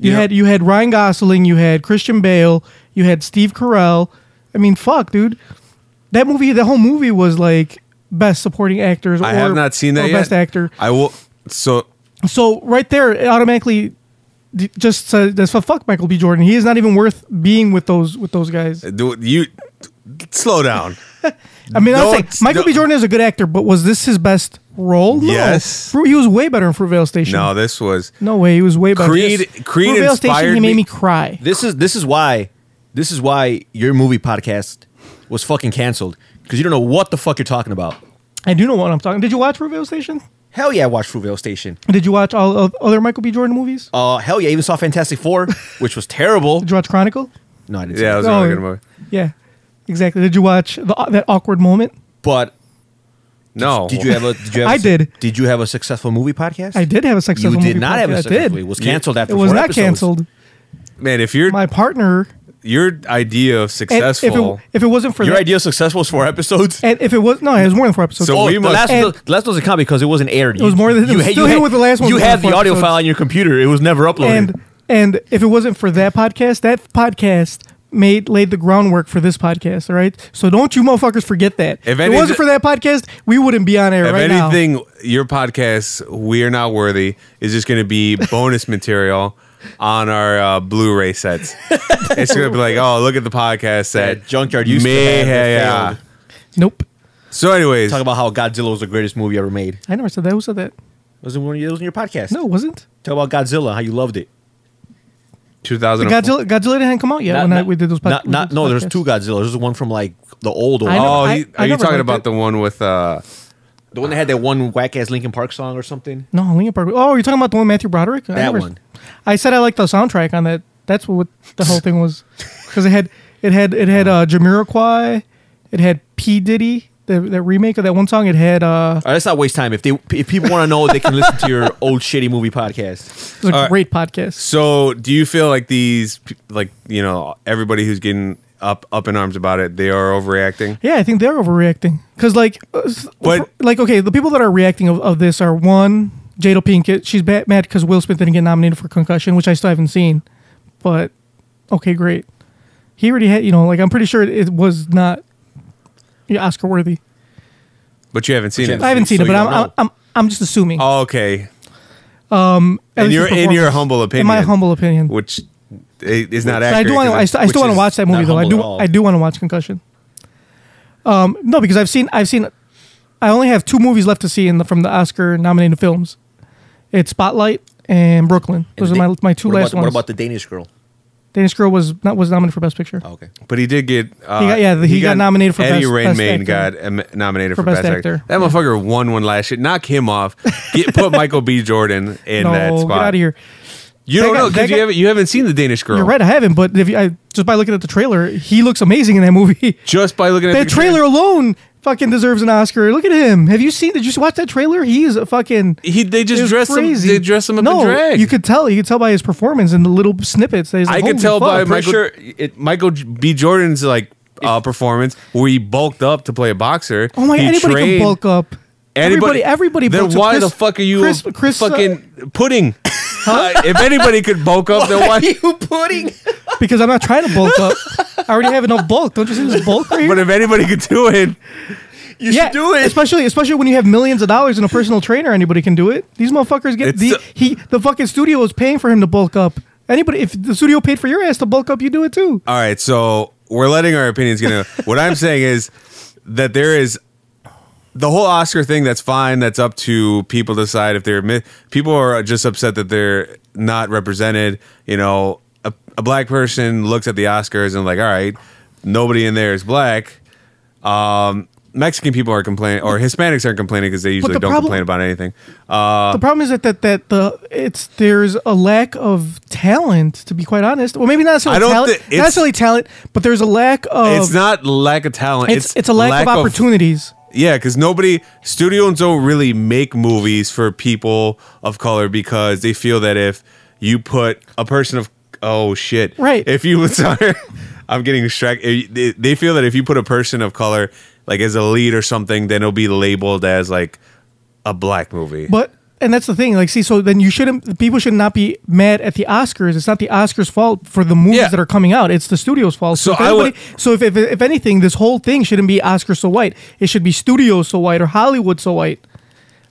[SPEAKER 2] You
[SPEAKER 3] Yep.
[SPEAKER 2] had you had Ryan Gosling, you had Christian Bale, you had Steve Carell. I mean, fuck, dude. That movie, the whole movie was like best supporting actors.
[SPEAKER 3] I
[SPEAKER 2] or,
[SPEAKER 3] have not seen that
[SPEAKER 2] or
[SPEAKER 3] yet.
[SPEAKER 2] Best actor.
[SPEAKER 3] I will. So
[SPEAKER 2] So right there, it automatically d- just says that's for fuck Michael B. Jordan. He is not even worth being with those with those guys.
[SPEAKER 3] do you slow down.
[SPEAKER 2] I mean, I'll say
[SPEAKER 3] don't-
[SPEAKER 2] Michael B.
[SPEAKER 3] don't-
[SPEAKER 2] Jordan is a good actor, but was this his best role? No.
[SPEAKER 3] Yes.
[SPEAKER 2] Fru- he was way better in Fruitvale Station.
[SPEAKER 3] No, this was
[SPEAKER 2] no way, he was way better.
[SPEAKER 3] Creed-
[SPEAKER 2] Yes.
[SPEAKER 3] Creed
[SPEAKER 2] Fruitvale Station,
[SPEAKER 3] inspired
[SPEAKER 2] he made
[SPEAKER 3] me-
[SPEAKER 2] me cry.
[SPEAKER 4] This is this is why this is why your movie podcast was fucking canceled because you don't know what the fuck you're talking about.
[SPEAKER 2] I do know what I'm talking. Did you watch Fruitvale Station?
[SPEAKER 4] Hell yeah, I watched Fruitvale Station.
[SPEAKER 2] Did you watch all of other Michael B. Jordan movies?
[SPEAKER 4] Uh, hell yeah, I even saw Fantastic Four, which was terrible.
[SPEAKER 2] Did you watch Chronicle?
[SPEAKER 4] No, I didn't.
[SPEAKER 3] yeah, it
[SPEAKER 4] see
[SPEAKER 3] was
[SPEAKER 4] that.
[SPEAKER 3] a
[SPEAKER 2] Oh.
[SPEAKER 3] really good movie.
[SPEAKER 2] Yeah, exactly. Did you watch the, uh, that awkward moment?
[SPEAKER 4] but
[SPEAKER 3] No,
[SPEAKER 4] did you have a? Did you have?
[SPEAKER 2] I
[SPEAKER 4] a-
[SPEAKER 2] did.
[SPEAKER 4] Did you have a successful movie podcast?
[SPEAKER 2] I did have a
[SPEAKER 4] You
[SPEAKER 2] successful.
[SPEAKER 4] did
[SPEAKER 2] movie
[SPEAKER 4] not have a
[SPEAKER 2] podcast. I
[SPEAKER 4] successful.
[SPEAKER 2] did.
[SPEAKER 4] It was canceled after.
[SPEAKER 2] It was
[SPEAKER 4] four
[SPEAKER 2] not
[SPEAKER 4] episodes.
[SPEAKER 2] canceled.
[SPEAKER 3] man? If your
[SPEAKER 2] My partner,
[SPEAKER 3] your idea of
[SPEAKER 2] and if
[SPEAKER 3] successful,
[SPEAKER 2] it, if it wasn't for
[SPEAKER 4] Your
[SPEAKER 2] that,
[SPEAKER 4] idea of successful was four episodes.
[SPEAKER 2] and if it was no, it was more than four episodes.
[SPEAKER 3] So
[SPEAKER 4] Oh,
[SPEAKER 3] we
[SPEAKER 4] the
[SPEAKER 3] must-
[SPEAKER 4] last,
[SPEAKER 2] and-
[SPEAKER 4] the last doesn't count because it wasn't aired.
[SPEAKER 2] was more than- it was
[SPEAKER 4] had-
[SPEAKER 2] still here
[SPEAKER 4] had-
[SPEAKER 2] with the last one
[SPEAKER 4] You
[SPEAKER 2] was
[SPEAKER 4] had
[SPEAKER 2] four
[SPEAKER 4] the audio
[SPEAKER 2] episodes.
[SPEAKER 4] file on your computer. It was never uploaded.
[SPEAKER 2] and and if it wasn't for that podcast, that podcast made laid the groundwork for this podcast. All right, so don't you motherfuckers forget that. If,
[SPEAKER 3] any-
[SPEAKER 2] it wasn't for that podcast, we wouldn't be on air
[SPEAKER 3] if
[SPEAKER 2] right now.
[SPEAKER 3] anything, your podcast "We Are Not Worthy" is just going to be bonus material on our uh, Blu-ray sets. it's going to be like, oh, look at the podcast
[SPEAKER 4] Yeah,
[SPEAKER 3] that
[SPEAKER 4] Junkyard used to have that failed.
[SPEAKER 2] Nope,
[SPEAKER 3] So, anyways,
[SPEAKER 4] Talk about how Godzilla was the greatest movie ever made.
[SPEAKER 2] I never said that. Who said that?
[SPEAKER 4] Was it one of your- it was in your podcast?
[SPEAKER 2] No, it wasn't.
[SPEAKER 4] Talk about Godzilla, how you loved it.
[SPEAKER 2] The
[SPEAKER 3] 2004.
[SPEAKER 2] Godzilla, Godzilla hadn't come out yet
[SPEAKER 4] Not-
[SPEAKER 2] when I,
[SPEAKER 4] not-
[SPEAKER 2] we did those. pod-
[SPEAKER 4] Not,
[SPEAKER 2] we did
[SPEAKER 4] not,
[SPEAKER 2] those
[SPEAKER 4] no, there's
[SPEAKER 2] podcasts.
[SPEAKER 4] two Godzillas. There's one from like the old one.
[SPEAKER 2] I know-
[SPEAKER 3] Oh,
[SPEAKER 2] I-
[SPEAKER 3] you-
[SPEAKER 2] I
[SPEAKER 3] are you
[SPEAKER 2] never
[SPEAKER 3] talking
[SPEAKER 2] liked
[SPEAKER 3] about
[SPEAKER 2] it.
[SPEAKER 3] the one with uh,
[SPEAKER 4] the one that had that one whack ass Linkin Park song or something.
[SPEAKER 2] No, Linkin Park. Oh, you're talking about the one with Matthew Broderick? I
[SPEAKER 4] That
[SPEAKER 2] never-
[SPEAKER 4] one.
[SPEAKER 2] I said I liked the soundtrack on that. That's what the whole thing was, because it had it had it had uh, Jamiroquai, it had P Diddy, the, that remake of that one song. It had uh,
[SPEAKER 4] All right, let's not waste time. If they if people want to know, they can listen to your old shitty movie podcast.
[SPEAKER 2] it was a
[SPEAKER 3] All right.
[SPEAKER 2] great podcast.
[SPEAKER 3] So, do you feel like these, pe- like you know, everybody who's getting up up in arms about it, they are overreacting?
[SPEAKER 2] Yeah, I think they're overreacting because like, uh, s-
[SPEAKER 3] But-
[SPEAKER 2] for- like okay, the people that are reacting of, of this are one Jada Pinkett. She's ba- mad because Will Smith didn't get nominated for Concussion, which I still haven't seen, but okay, great. He already had you know like I'm pretty sure it, it was not yeah, Oscar worthy.
[SPEAKER 3] But you haven't seen
[SPEAKER 4] you
[SPEAKER 3] it.
[SPEAKER 2] I haven't seen
[SPEAKER 4] So
[SPEAKER 2] it, but
[SPEAKER 4] you
[SPEAKER 2] I'm,
[SPEAKER 4] don't
[SPEAKER 2] I'm
[SPEAKER 4] know.
[SPEAKER 2] I'm I'm just assuming.
[SPEAKER 3] Oh, okay.
[SPEAKER 2] At
[SPEAKER 3] In
[SPEAKER 2] least
[SPEAKER 3] your
[SPEAKER 2] his
[SPEAKER 3] in your
[SPEAKER 2] performance.
[SPEAKER 3] humble opinion,
[SPEAKER 2] In my humble opinion.
[SPEAKER 3] which i- is not
[SPEAKER 2] But I
[SPEAKER 3] accurate.
[SPEAKER 2] do want.
[SPEAKER 3] 'cause
[SPEAKER 2] I,
[SPEAKER 3] it-
[SPEAKER 2] st- I
[SPEAKER 3] which
[SPEAKER 2] still want
[SPEAKER 3] is-
[SPEAKER 2] to watch that
[SPEAKER 4] not
[SPEAKER 2] movie though. I
[SPEAKER 4] humble
[SPEAKER 2] do.
[SPEAKER 4] at all.
[SPEAKER 2] I do want to watch Concussion. Um, no, because I've seen. I've seen. I only have two movies left to see in the, from the Oscar-nominated films. It's Spotlight and Brooklyn. Those
[SPEAKER 4] And
[SPEAKER 2] are my
[SPEAKER 4] the-
[SPEAKER 2] my two
[SPEAKER 4] what
[SPEAKER 2] last
[SPEAKER 4] about,
[SPEAKER 2] ones.
[SPEAKER 4] What about the Danish girl?
[SPEAKER 2] Danish Girl was not was nominated for Best Picture.
[SPEAKER 4] Oh, okay.
[SPEAKER 3] But he did get. Uh,
[SPEAKER 2] He got- yeah, he got nominated for
[SPEAKER 3] Eddie
[SPEAKER 2] best-
[SPEAKER 3] Redmayne
[SPEAKER 2] best actor.
[SPEAKER 3] got um, nominated
[SPEAKER 2] For
[SPEAKER 3] for,
[SPEAKER 2] best
[SPEAKER 3] best, actor.
[SPEAKER 2] actor.
[SPEAKER 3] That motherfucker won one last year. Knock him off. Get put Michael B. Jordan in
[SPEAKER 2] no,
[SPEAKER 3] that spot.
[SPEAKER 2] get out of here.
[SPEAKER 3] You
[SPEAKER 2] That
[SPEAKER 3] don't
[SPEAKER 2] guy-
[SPEAKER 3] know
[SPEAKER 2] that
[SPEAKER 3] because
[SPEAKER 2] guy-
[SPEAKER 3] you haven't you haven't seen the Danish girl.
[SPEAKER 2] You're right. I haven't, but if you, I, just by looking at the trailer, he looks amazing in that movie.
[SPEAKER 3] Just by looking at
[SPEAKER 2] that
[SPEAKER 3] the
[SPEAKER 2] trailer alone fucking deserves an Oscar. Look at him. Have you seen? Did you watch that trailer? He is a fucking.
[SPEAKER 3] He- they just
[SPEAKER 2] it was
[SPEAKER 3] dressed him-
[SPEAKER 2] crazy.
[SPEAKER 3] they dressed him up in
[SPEAKER 2] no,
[SPEAKER 3] drag.
[SPEAKER 2] You could tell. You could tell by his performance and the little snippets. That he's
[SPEAKER 3] I
[SPEAKER 2] like, "Holy
[SPEAKER 3] could tell
[SPEAKER 2] fuck."
[SPEAKER 3] by
[SPEAKER 2] I'm pretty
[SPEAKER 3] Michael
[SPEAKER 2] sure-
[SPEAKER 3] it, Michael B. Jordan's like uh, performance where he bulked up to play a boxer.
[SPEAKER 2] Oh my!
[SPEAKER 3] He
[SPEAKER 2] Anybody
[SPEAKER 3] trained-
[SPEAKER 2] can bulk up. Everybody,
[SPEAKER 3] Anybody,
[SPEAKER 2] everybody.
[SPEAKER 3] Then
[SPEAKER 2] bulks up.
[SPEAKER 3] why
[SPEAKER 2] Chris-
[SPEAKER 3] the fuck are you
[SPEAKER 2] Chris,
[SPEAKER 3] a
[SPEAKER 2] Chris uh,
[SPEAKER 3] fucking pudding? Uh, if anybody could bulk up, then why?
[SPEAKER 4] you pudding?
[SPEAKER 2] because I'm not trying to bulk up. I already have enough bulk. Don't you see this bulk right here?
[SPEAKER 3] But if anybody could do it,
[SPEAKER 4] You
[SPEAKER 2] yeah,
[SPEAKER 4] should do it.
[SPEAKER 2] especially especially when you have millions of dollars and a personal trainer. Anybody can do it. These motherfuckers get
[SPEAKER 3] It's
[SPEAKER 2] the
[SPEAKER 3] so-
[SPEAKER 2] he the fucking studio is paying for him to bulk up. Anybody, if the studio paid for your ass to bulk up, you do it too.
[SPEAKER 3] all right. So we're letting our opinions get. in. what I'm saying is that there is the whole Oscar thing. That's fine. That's up to people to decide if they're mi- people are just upset that they're not represented. You know, a, a black person looks at the Oscars and like, all right, nobody in there is black. Um, Mexican people are complaining, or Hispanics aren't complaining because they usually
[SPEAKER 2] the
[SPEAKER 3] don't
[SPEAKER 2] problem-
[SPEAKER 3] complain about anything.
[SPEAKER 2] the problem is that, that that the it's there's a lack of talent. To be quite honest, well, maybe not necessarily
[SPEAKER 3] I don't
[SPEAKER 2] talent,
[SPEAKER 3] thi-
[SPEAKER 2] not
[SPEAKER 3] it's-
[SPEAKER 2] necessarily talent, but there's a lack of
[SPEAKER 3] it's not lack of talent.
[SPEAKER 2] it's, it's a lack, of opportunities.
[SPEAKER 3] Yeah, because nobody studios don't really make movies for people of color because they feel that if you put a person of oh shit
[SPEAKER 2] Right.
[SPEAKER 3] if you sorry I'm getting distracted they, they feel that if you put a person of color like as a lead or something then it'll be labeled as like a black movie
[SPEAKER 2] But and that's the thing. Like, see, so then you shouldn't. People should not be mad at the Oscars. It's not the Oscars' fault for the movies
[SPEAKER 3] Yeah.
[SPEAKER 2] that are coming out. It's the studio's fault.
[SPEAKER 3] So
[SPEAKER 2] if
[SPEAKER 3] I would-
[SPEAKER 2] anybody- So if, if if anything, this whole thing shouldn't be Oscar so white. It should be studio so white or Hollywood so white.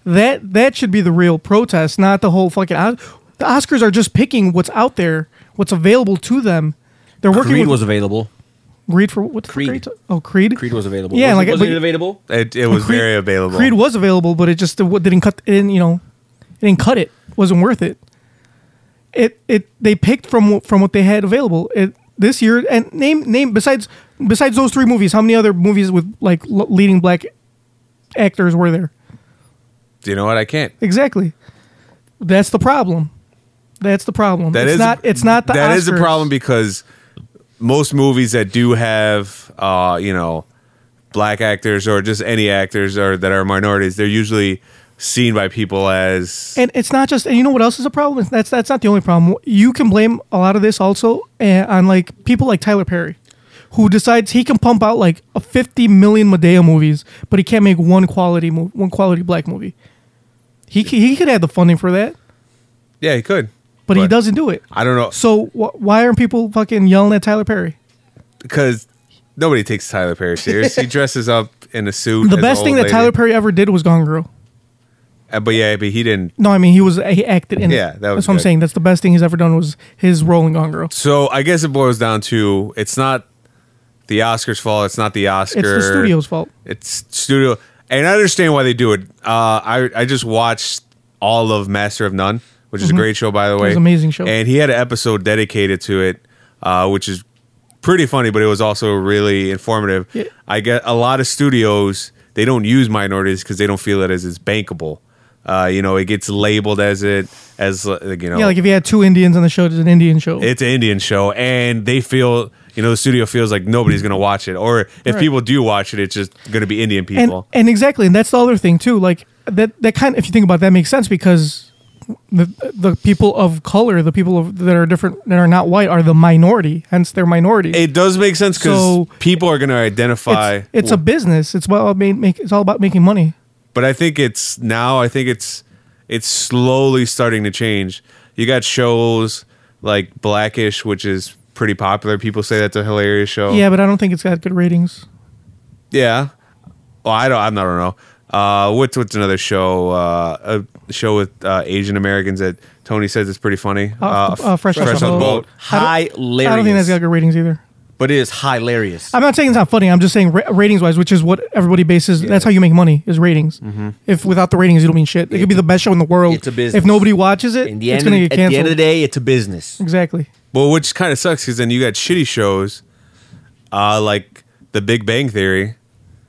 [SPEAKER 2] That that should be the real protest, not the whole fucking. Os- The Oscars are just picking what's out there, what's available to them. They're working
[SPEAKER 4] Creed
[SPEAKER 2] with
[SPEAKER 4] was available.
[SPEAKER 2] Read for what? The Creed.
[SPEAKER 4] Creed.
[SPEAKER 2] oh, Creed.
[SPEAKER 4] Creed was available.
[SPEAKER 2] Yeah,
[SPEAKER 4] was
[SPEAKER 2] like
[SPEAKER 4] it, was
[SPEAKER 2] but-
[SPEAKER 4] it available?
[SPEAKER 3] It, it was
[SPEAKER 2] Creed-
[SPEAKER 3] very available.
[SPEAKER 2] Creed was available, but it just it didn't cut. It didn't you know? It didn't cut it. Wasn't worth it. It it they picked from what- from what they had available it, this year. And name name besides besides those three movies, how many other movies with like l- leading black actors were there?
[SPEAKER 3] you know what? I can't.
[SPEAKER 2] Exactly. That's the problem. That's the problem.
[SPEAKER 3] That
[SPEAKER 2] it's
[SPEAKER 3] is-
[SPEAKER 2] not. It's not the.
[SPEAKER 3] That is
[SPEAKER 2] Oscars.
[SPEAKER 3] a problem because most movies that do have, uh, you know, black actors or just any actors or that are minorities, they're usually seen by people as
[SPEAKER 2] And it's not just. And you know what else is a problem? It's- That's that's not the only problem. You can blame a lot of this also uh, on like people like Tyler Perry, who decides he can pump out like a fifty million Medea movies, but he can't make one quality mo- one quality black movie. He c- he could have the funding for that,
[SPEAKER 3] yeah, he could,
[SPEAKER 2] but, he doesn't do it.
[SPEAKER 3] I don't know
[SPEAKER 2] So wh- why aren't people fucking yelling at Tyler Perry?
[SPEAKER 3] because nobody takes Tyler Perry serious. he dresses up in a suit.
[SPEAKER 2] The
[SPEAKER 3] as
[SPEAKER 2] best
[SPEAKER 3] an
[SPEAKER 2] thing
[SPEAKER 3] old
[SPEAKER 2] that
[SPEAKER 3] lady.
[SPEAKER 2] Tyler Perry ever did was Gone Girl.
[SPEAKER 3] Uh, but yeah, but he didn't.
[SPEAKER 2] No, I mean he was he acted in. it.
[SPEAKER 3] Yeah, that was
[SPEAKER 2] that's what I'm
[SPEAKER 3] good.
[SPEAKER 2] saying. That's the best thing he's ever done was his role in Gone Girl.
[SPEAKER 3] So I guess it boils down to it's not the Oscars' fault. It's not the Oscar.
[SPEAKER 2] It's the studio's fault.
[SPEAKER 3] It's studio, and I understand why they do it. Uh, I I just watched all of Master of None, which is a great show, by the way.
[SPEAKER 2] Mm-hmm. was an amazing show.
[SPEAKER 3] and he had an episode dedicated to it, uh, which is pretty funny, but it was also really informative.
[SPEAKER 2] Yeah.
[SPEAKER 3] I get a lot of studios they don't use minorities because they don't feel it as it's bankable. Uh, you know, it gets labeled as it as uh, you know,
[SPEAKER 4] Oh.
[SPEAKER 2] Yeah, like if you had two Indians on the show, it's an Indian show.
[SPEAKER 3] it's an Indian show, and they feel you know the studio feels like nobody's gonna watch it, or if
[SPEAKER 2] Right.
[SPEAKER 3] people do watch it, it's just gonna be Indian
[SPEAKER 2] and,
[SPEAKER 3] people.
[SPEAKER 2] and exactly, and that's the other thing too. Like that, that kind. If you think about it, that, makes sense because the the people of color, the people of, that are different, that are not white, are the minority. Hence, they're minority.
[SPEAKER 3] it does make sense because
[SPEAKER 2] So-
[SPEAKER 3] people are gonna identify.
[SPEAKER 2] it's, it's a business. It's about ma- make. It's all about making money.
[SPEAKER 3] but I think it's now. I think it's it's slowly starting to change. You got shows like Blackish, which is pretty popular. People say that's a hilarious
[SPEAKER 4] Oh.
[SPEAKER 3] show.
[SPEAKER 2] Yeah, but I don't think it's got good ratings.
[SPEAKER 3] Yeah. Well, I don't. I don't know. Uh, what's what's another show? Uh, a show with uh, Asian Americans that Tony says is pretty funny.
[SPEAKER 2] Uh, uh, Fresh Off the Boat. I
[SPEAKER 4] Hilarious.
[SPEAKER 2] I don't think that's got good ratings either.
[SPEAKER 4] but it is hilarious.
[SPEAKER 2] I'm not saying it's not funny. I'm just saying ra- ratings wise, which is what everybody bases. That's how you make money is ratings. If without the ratings, you don't mean shit. It could be the best show in the world.
[SPEAKER 4] Mm-hmm. It's a business.
[SPEAKER 2] If nobody watches it,
[SPEAKER 4] In the
[SPEAKER 2] it's
[SPEAKER 4] end,
[SPEAKER 2] going to
[SPEAKER 4] at
[SPEAKER 2] get
[SPEAKER 4] the
[SPEAKER 2] canceled.
[SPEAKER 4] end of the day, it's a business.
[SPEAKER 2] exactly.
[SPEAKER 3] Well, which kind of sucks because then you got shitty shows, uh, like The Big Bang Theory.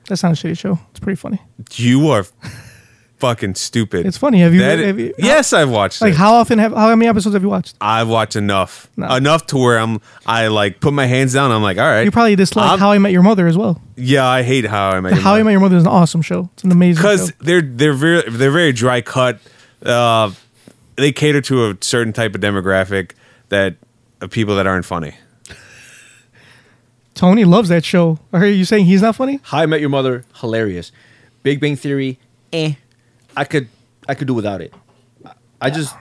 [SPEAKER 2] That's not a shitty show. It's pretty funny.
[SPEAKER 3] You are fucking stupid.
[SPEAKER 2] It's funny. Have you-
[SPEAKER 3] That-
[SPEAKER 2] have you-
[SPEAKER 3] yes, I've watched
[SPEAKER 2] Like
[SPEAKER 3] it.
[SPEAKER 2] how often have how many episodes have you watched?
[SPEAKER 3] I've watched enough,
[SPEAKER 2] No.
[SPEAKER 3] enough to where I'm. I like put my hands down. I'm like, all right.
[SPEAKER 2] You probably dislike
[SPEAKER 3] I'm-
[SPEAKER 2] How I Met Your Mother as well.
[SPEAKER 3] Yeah, I hate How I Met Your
[SPEAKER 2] How I
[SPEAKER 3] Mother.
[SPEAKER 2] Met Your Mother is an awesome show. It's an amazing
[SPEAKER 3] because
[SPEAKER 2] show.
[SPEAKER 3] they're they're very they're very dry cut. Uh, they cater to a certain type of demographic that of people that aren't funny.
[SPEAKER 2] Tony loves that show. Are you saying he's not funny?
[SPEAKER 4] How I Met Your Mother, hilarious. Big Bang Theory, eh? I could I could do without it. I- I just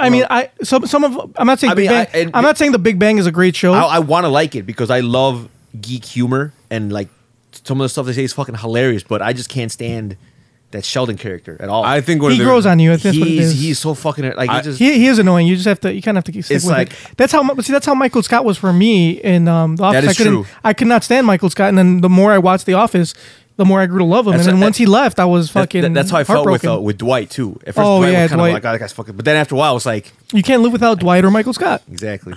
[SPEAKER 2] I mean, I some some of I'm not saying
[SPEAKER 4] I
[SPEAKER 2] Big
[SPEAKER 4] mean, I-
[SPEAKER 2] Bang.
[SPEAKER 4] and-
[SPEAKER 2] I'm not saying the Big Bang is a great show.
[SPEAKER 4] I, I want to like it because I love geek humor and like some of the stuff they say is fucking hilarious. But I just can't stand that Sheldon character at all.
[SPEAKER 3] I think one
[SPEAKER 2] he
[SPEAKER 3] of the,
[SPEAKER 2] grows on you. That's what it
[SPEAKER 4] he's
[SPEAKER 2] is.
[SPEAKER 4] he's so fucking like
[SPEAKER 3] I-
[SPEAKER 4] he just
[SPEAKER 2] He, he is annoying. You just have to. You kind of have to stick
[SPEAKER 4] It's
[SPEAKER 2] with
[SPEAKER 4] like-
[SPEAKER 2] it. That's how. See, that's how Michael Scott was for me in um, The Office.
[SPEAKER 4] is
[SPEAKER 2] I couldn't.
[SPEAKER 4] true.
[SPEAKER 2] I could not stand Michael Scott, and then the more I watched The Office, the more I grew to love him.
[SPEAKER 4] That's-
[SPEAKER 2] and then once
[SPEAKER 4] that-
[SPEAKER 2] he left, I was
[SPEAKER 4] that-
[SPEAKER 2] fucking.
[SPEAKER 4] that- that's how I felt with uh,
[SPEAKER 2] heartbroken.
[SPEAKER 4] with Dwight too. At first,
[SPEAKER 2] Oh,
[SPEAKER 4] Dwight
[SPEAKER 2] yeah,
[SPEAKER 4] was kind
[SPEAKER 2] Dwight.
[SPEAKER 4] of like, oh, that guy's fucking. But then after a while, I was like,
[SPEAKER 2] You can't live without Dwight or Michael Scott.
[SPEAKER 4] exactly.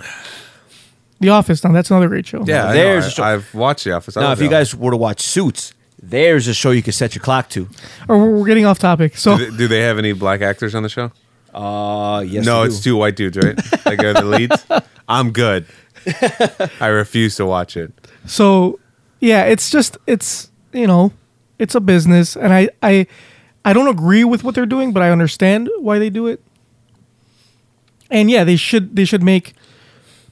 [SPEAKER 2] The Office. Now that's another great show.
[SPEAKER 3] Yeah,
[SPEAKER 4] There's
[SPEAKER 3] there's
[SPEAKER 4] a show-
[SPEAKER 3] I, I've watched The Office. I
[SPEAKER 4] Now,
[SPEAKER 3] love
[SPEAKER 4] if you
[SPEAKER 3] The Office.
[SPEAKER 4] guys were to watch Suits, there's a show you could set your clock to.
[SPEAKER 2] Or we're, we're getting off topic. So
[SPEAKER 3] do they, do they have any black actors on the show?
[SPEAKER 4] Uh, yes.
[SPEAKER 3] no,
[SPEAKER 4] I
[SPEAKER 3] it's
[SPEAKER 4] do.
[SPEAKER 3] two white dudes, right? like are the leads. I'm good. I refuse to watch it.
[SPEAKER 2] So yeah, it's just it's you know, it's a business and I I I don't agree with what they're doing, but I understand why they do it. And yeah, they should they should make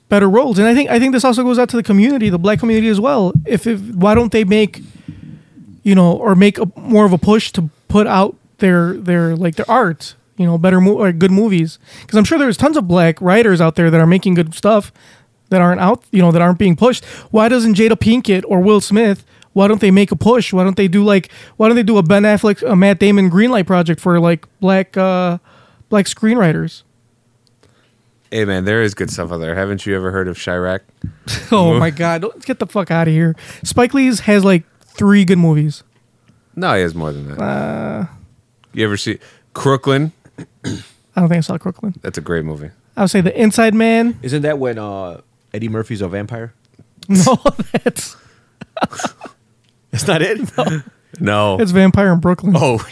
[SPEAKER 2] better roles. And I think I think this also goes out to the community, the black community as well. If, if why don't they make you know, or make a, more of a push to put out their their like their art you know, better mo- or good movies. Because I'm sure there's tons of black writers out there that are making good stuff that aren't out, you know, that aren't being pushed. Why doesn't Jada Pinkett or Will Smith? Why don't they make a push? Why don't they do like? Why don't they do a Ben Affleck, a Matt Damon greenlight project for like black, uh, black screenwriters?
[SPEAKER 3] Hey man, there is good stuff out there. Haven't you ever heard of Chirac?
[SPEAKER 2] Oh my god, don't get the fuck out of here. Spike Lee's has like three good movies.
[SPEAKER 3] No, he has more than that.
[SPEAKER 4] Uh,
[SPEAKER 3] you ever see Crooklyn?
[SPEAKER 2] I don't think I saw Crooklyn.
[SPEAKER 3] That's a great movie.
[SPEAKER 2] I would say The Inside Man.
[SPEAKER 4] Isn't that when uh, Eddie Murphy's a vampire?
[SPEAKER 2] No, that's
[SPEAKER 4] That's not it.
[SPEAKER 3] No,
[SPEAKER 2] that's Vampire in Brooklyn.
[SPEAKER 4] Oh,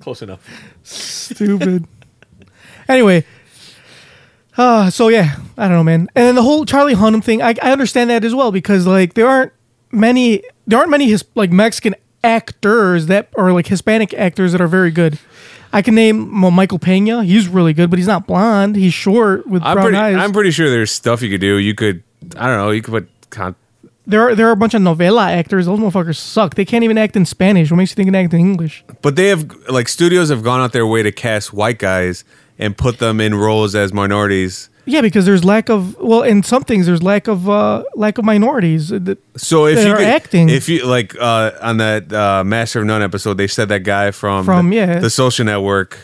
[SPEAKER 4] close enough.
[SPEAKER 2] Stupid. anyway. Uh, so yeah, I don't know, man. And then the whole Charlie Hunnam thing, I, I understand that as well because like there aren't many there aren't many his, like Mexican actors that or like Hispanic actors that are very good. I can name well, Michael Pena. He's really good, but he's not blonde. He's short with
[SPEAKER 3] I'm
[SPEAKER 2] brown
[SPEAKER 3] pretty.
[SPEAKER 2] eyes.
[SPEAKER 3] I'm pretty sure there's stuff you could do. You could. I don't know. You could put. Con-
[SPEAKER 2] There are there are a bunch of novela actors. Those motherfuckers suck. They can't even act in Spanish. What makes you think they can act in English?
[SPEAKER 3] but they have like studios have gone out their way to cast white guys and put them in roles as minorities.
[SPEAKER 2] Yeah, because there's lack of well, in some things there's lack of uh lack of minorities. Uh, th-
[SPEAKER 3] So if
[SPEAKER 2] They
[SPEAKER 3] you
[SPEAKER 2] are
[SPEAKER 3] could,
[SPEAKER 2] acting.
[SPEAKER 3] if you like uh, on that uh, Master of None episode, they said that guy from
[SPEAKER 2] From,
[SPEAKER 3] the,
[SPEAKER 2] yeah.
[SPEAKER 3] the Social Network.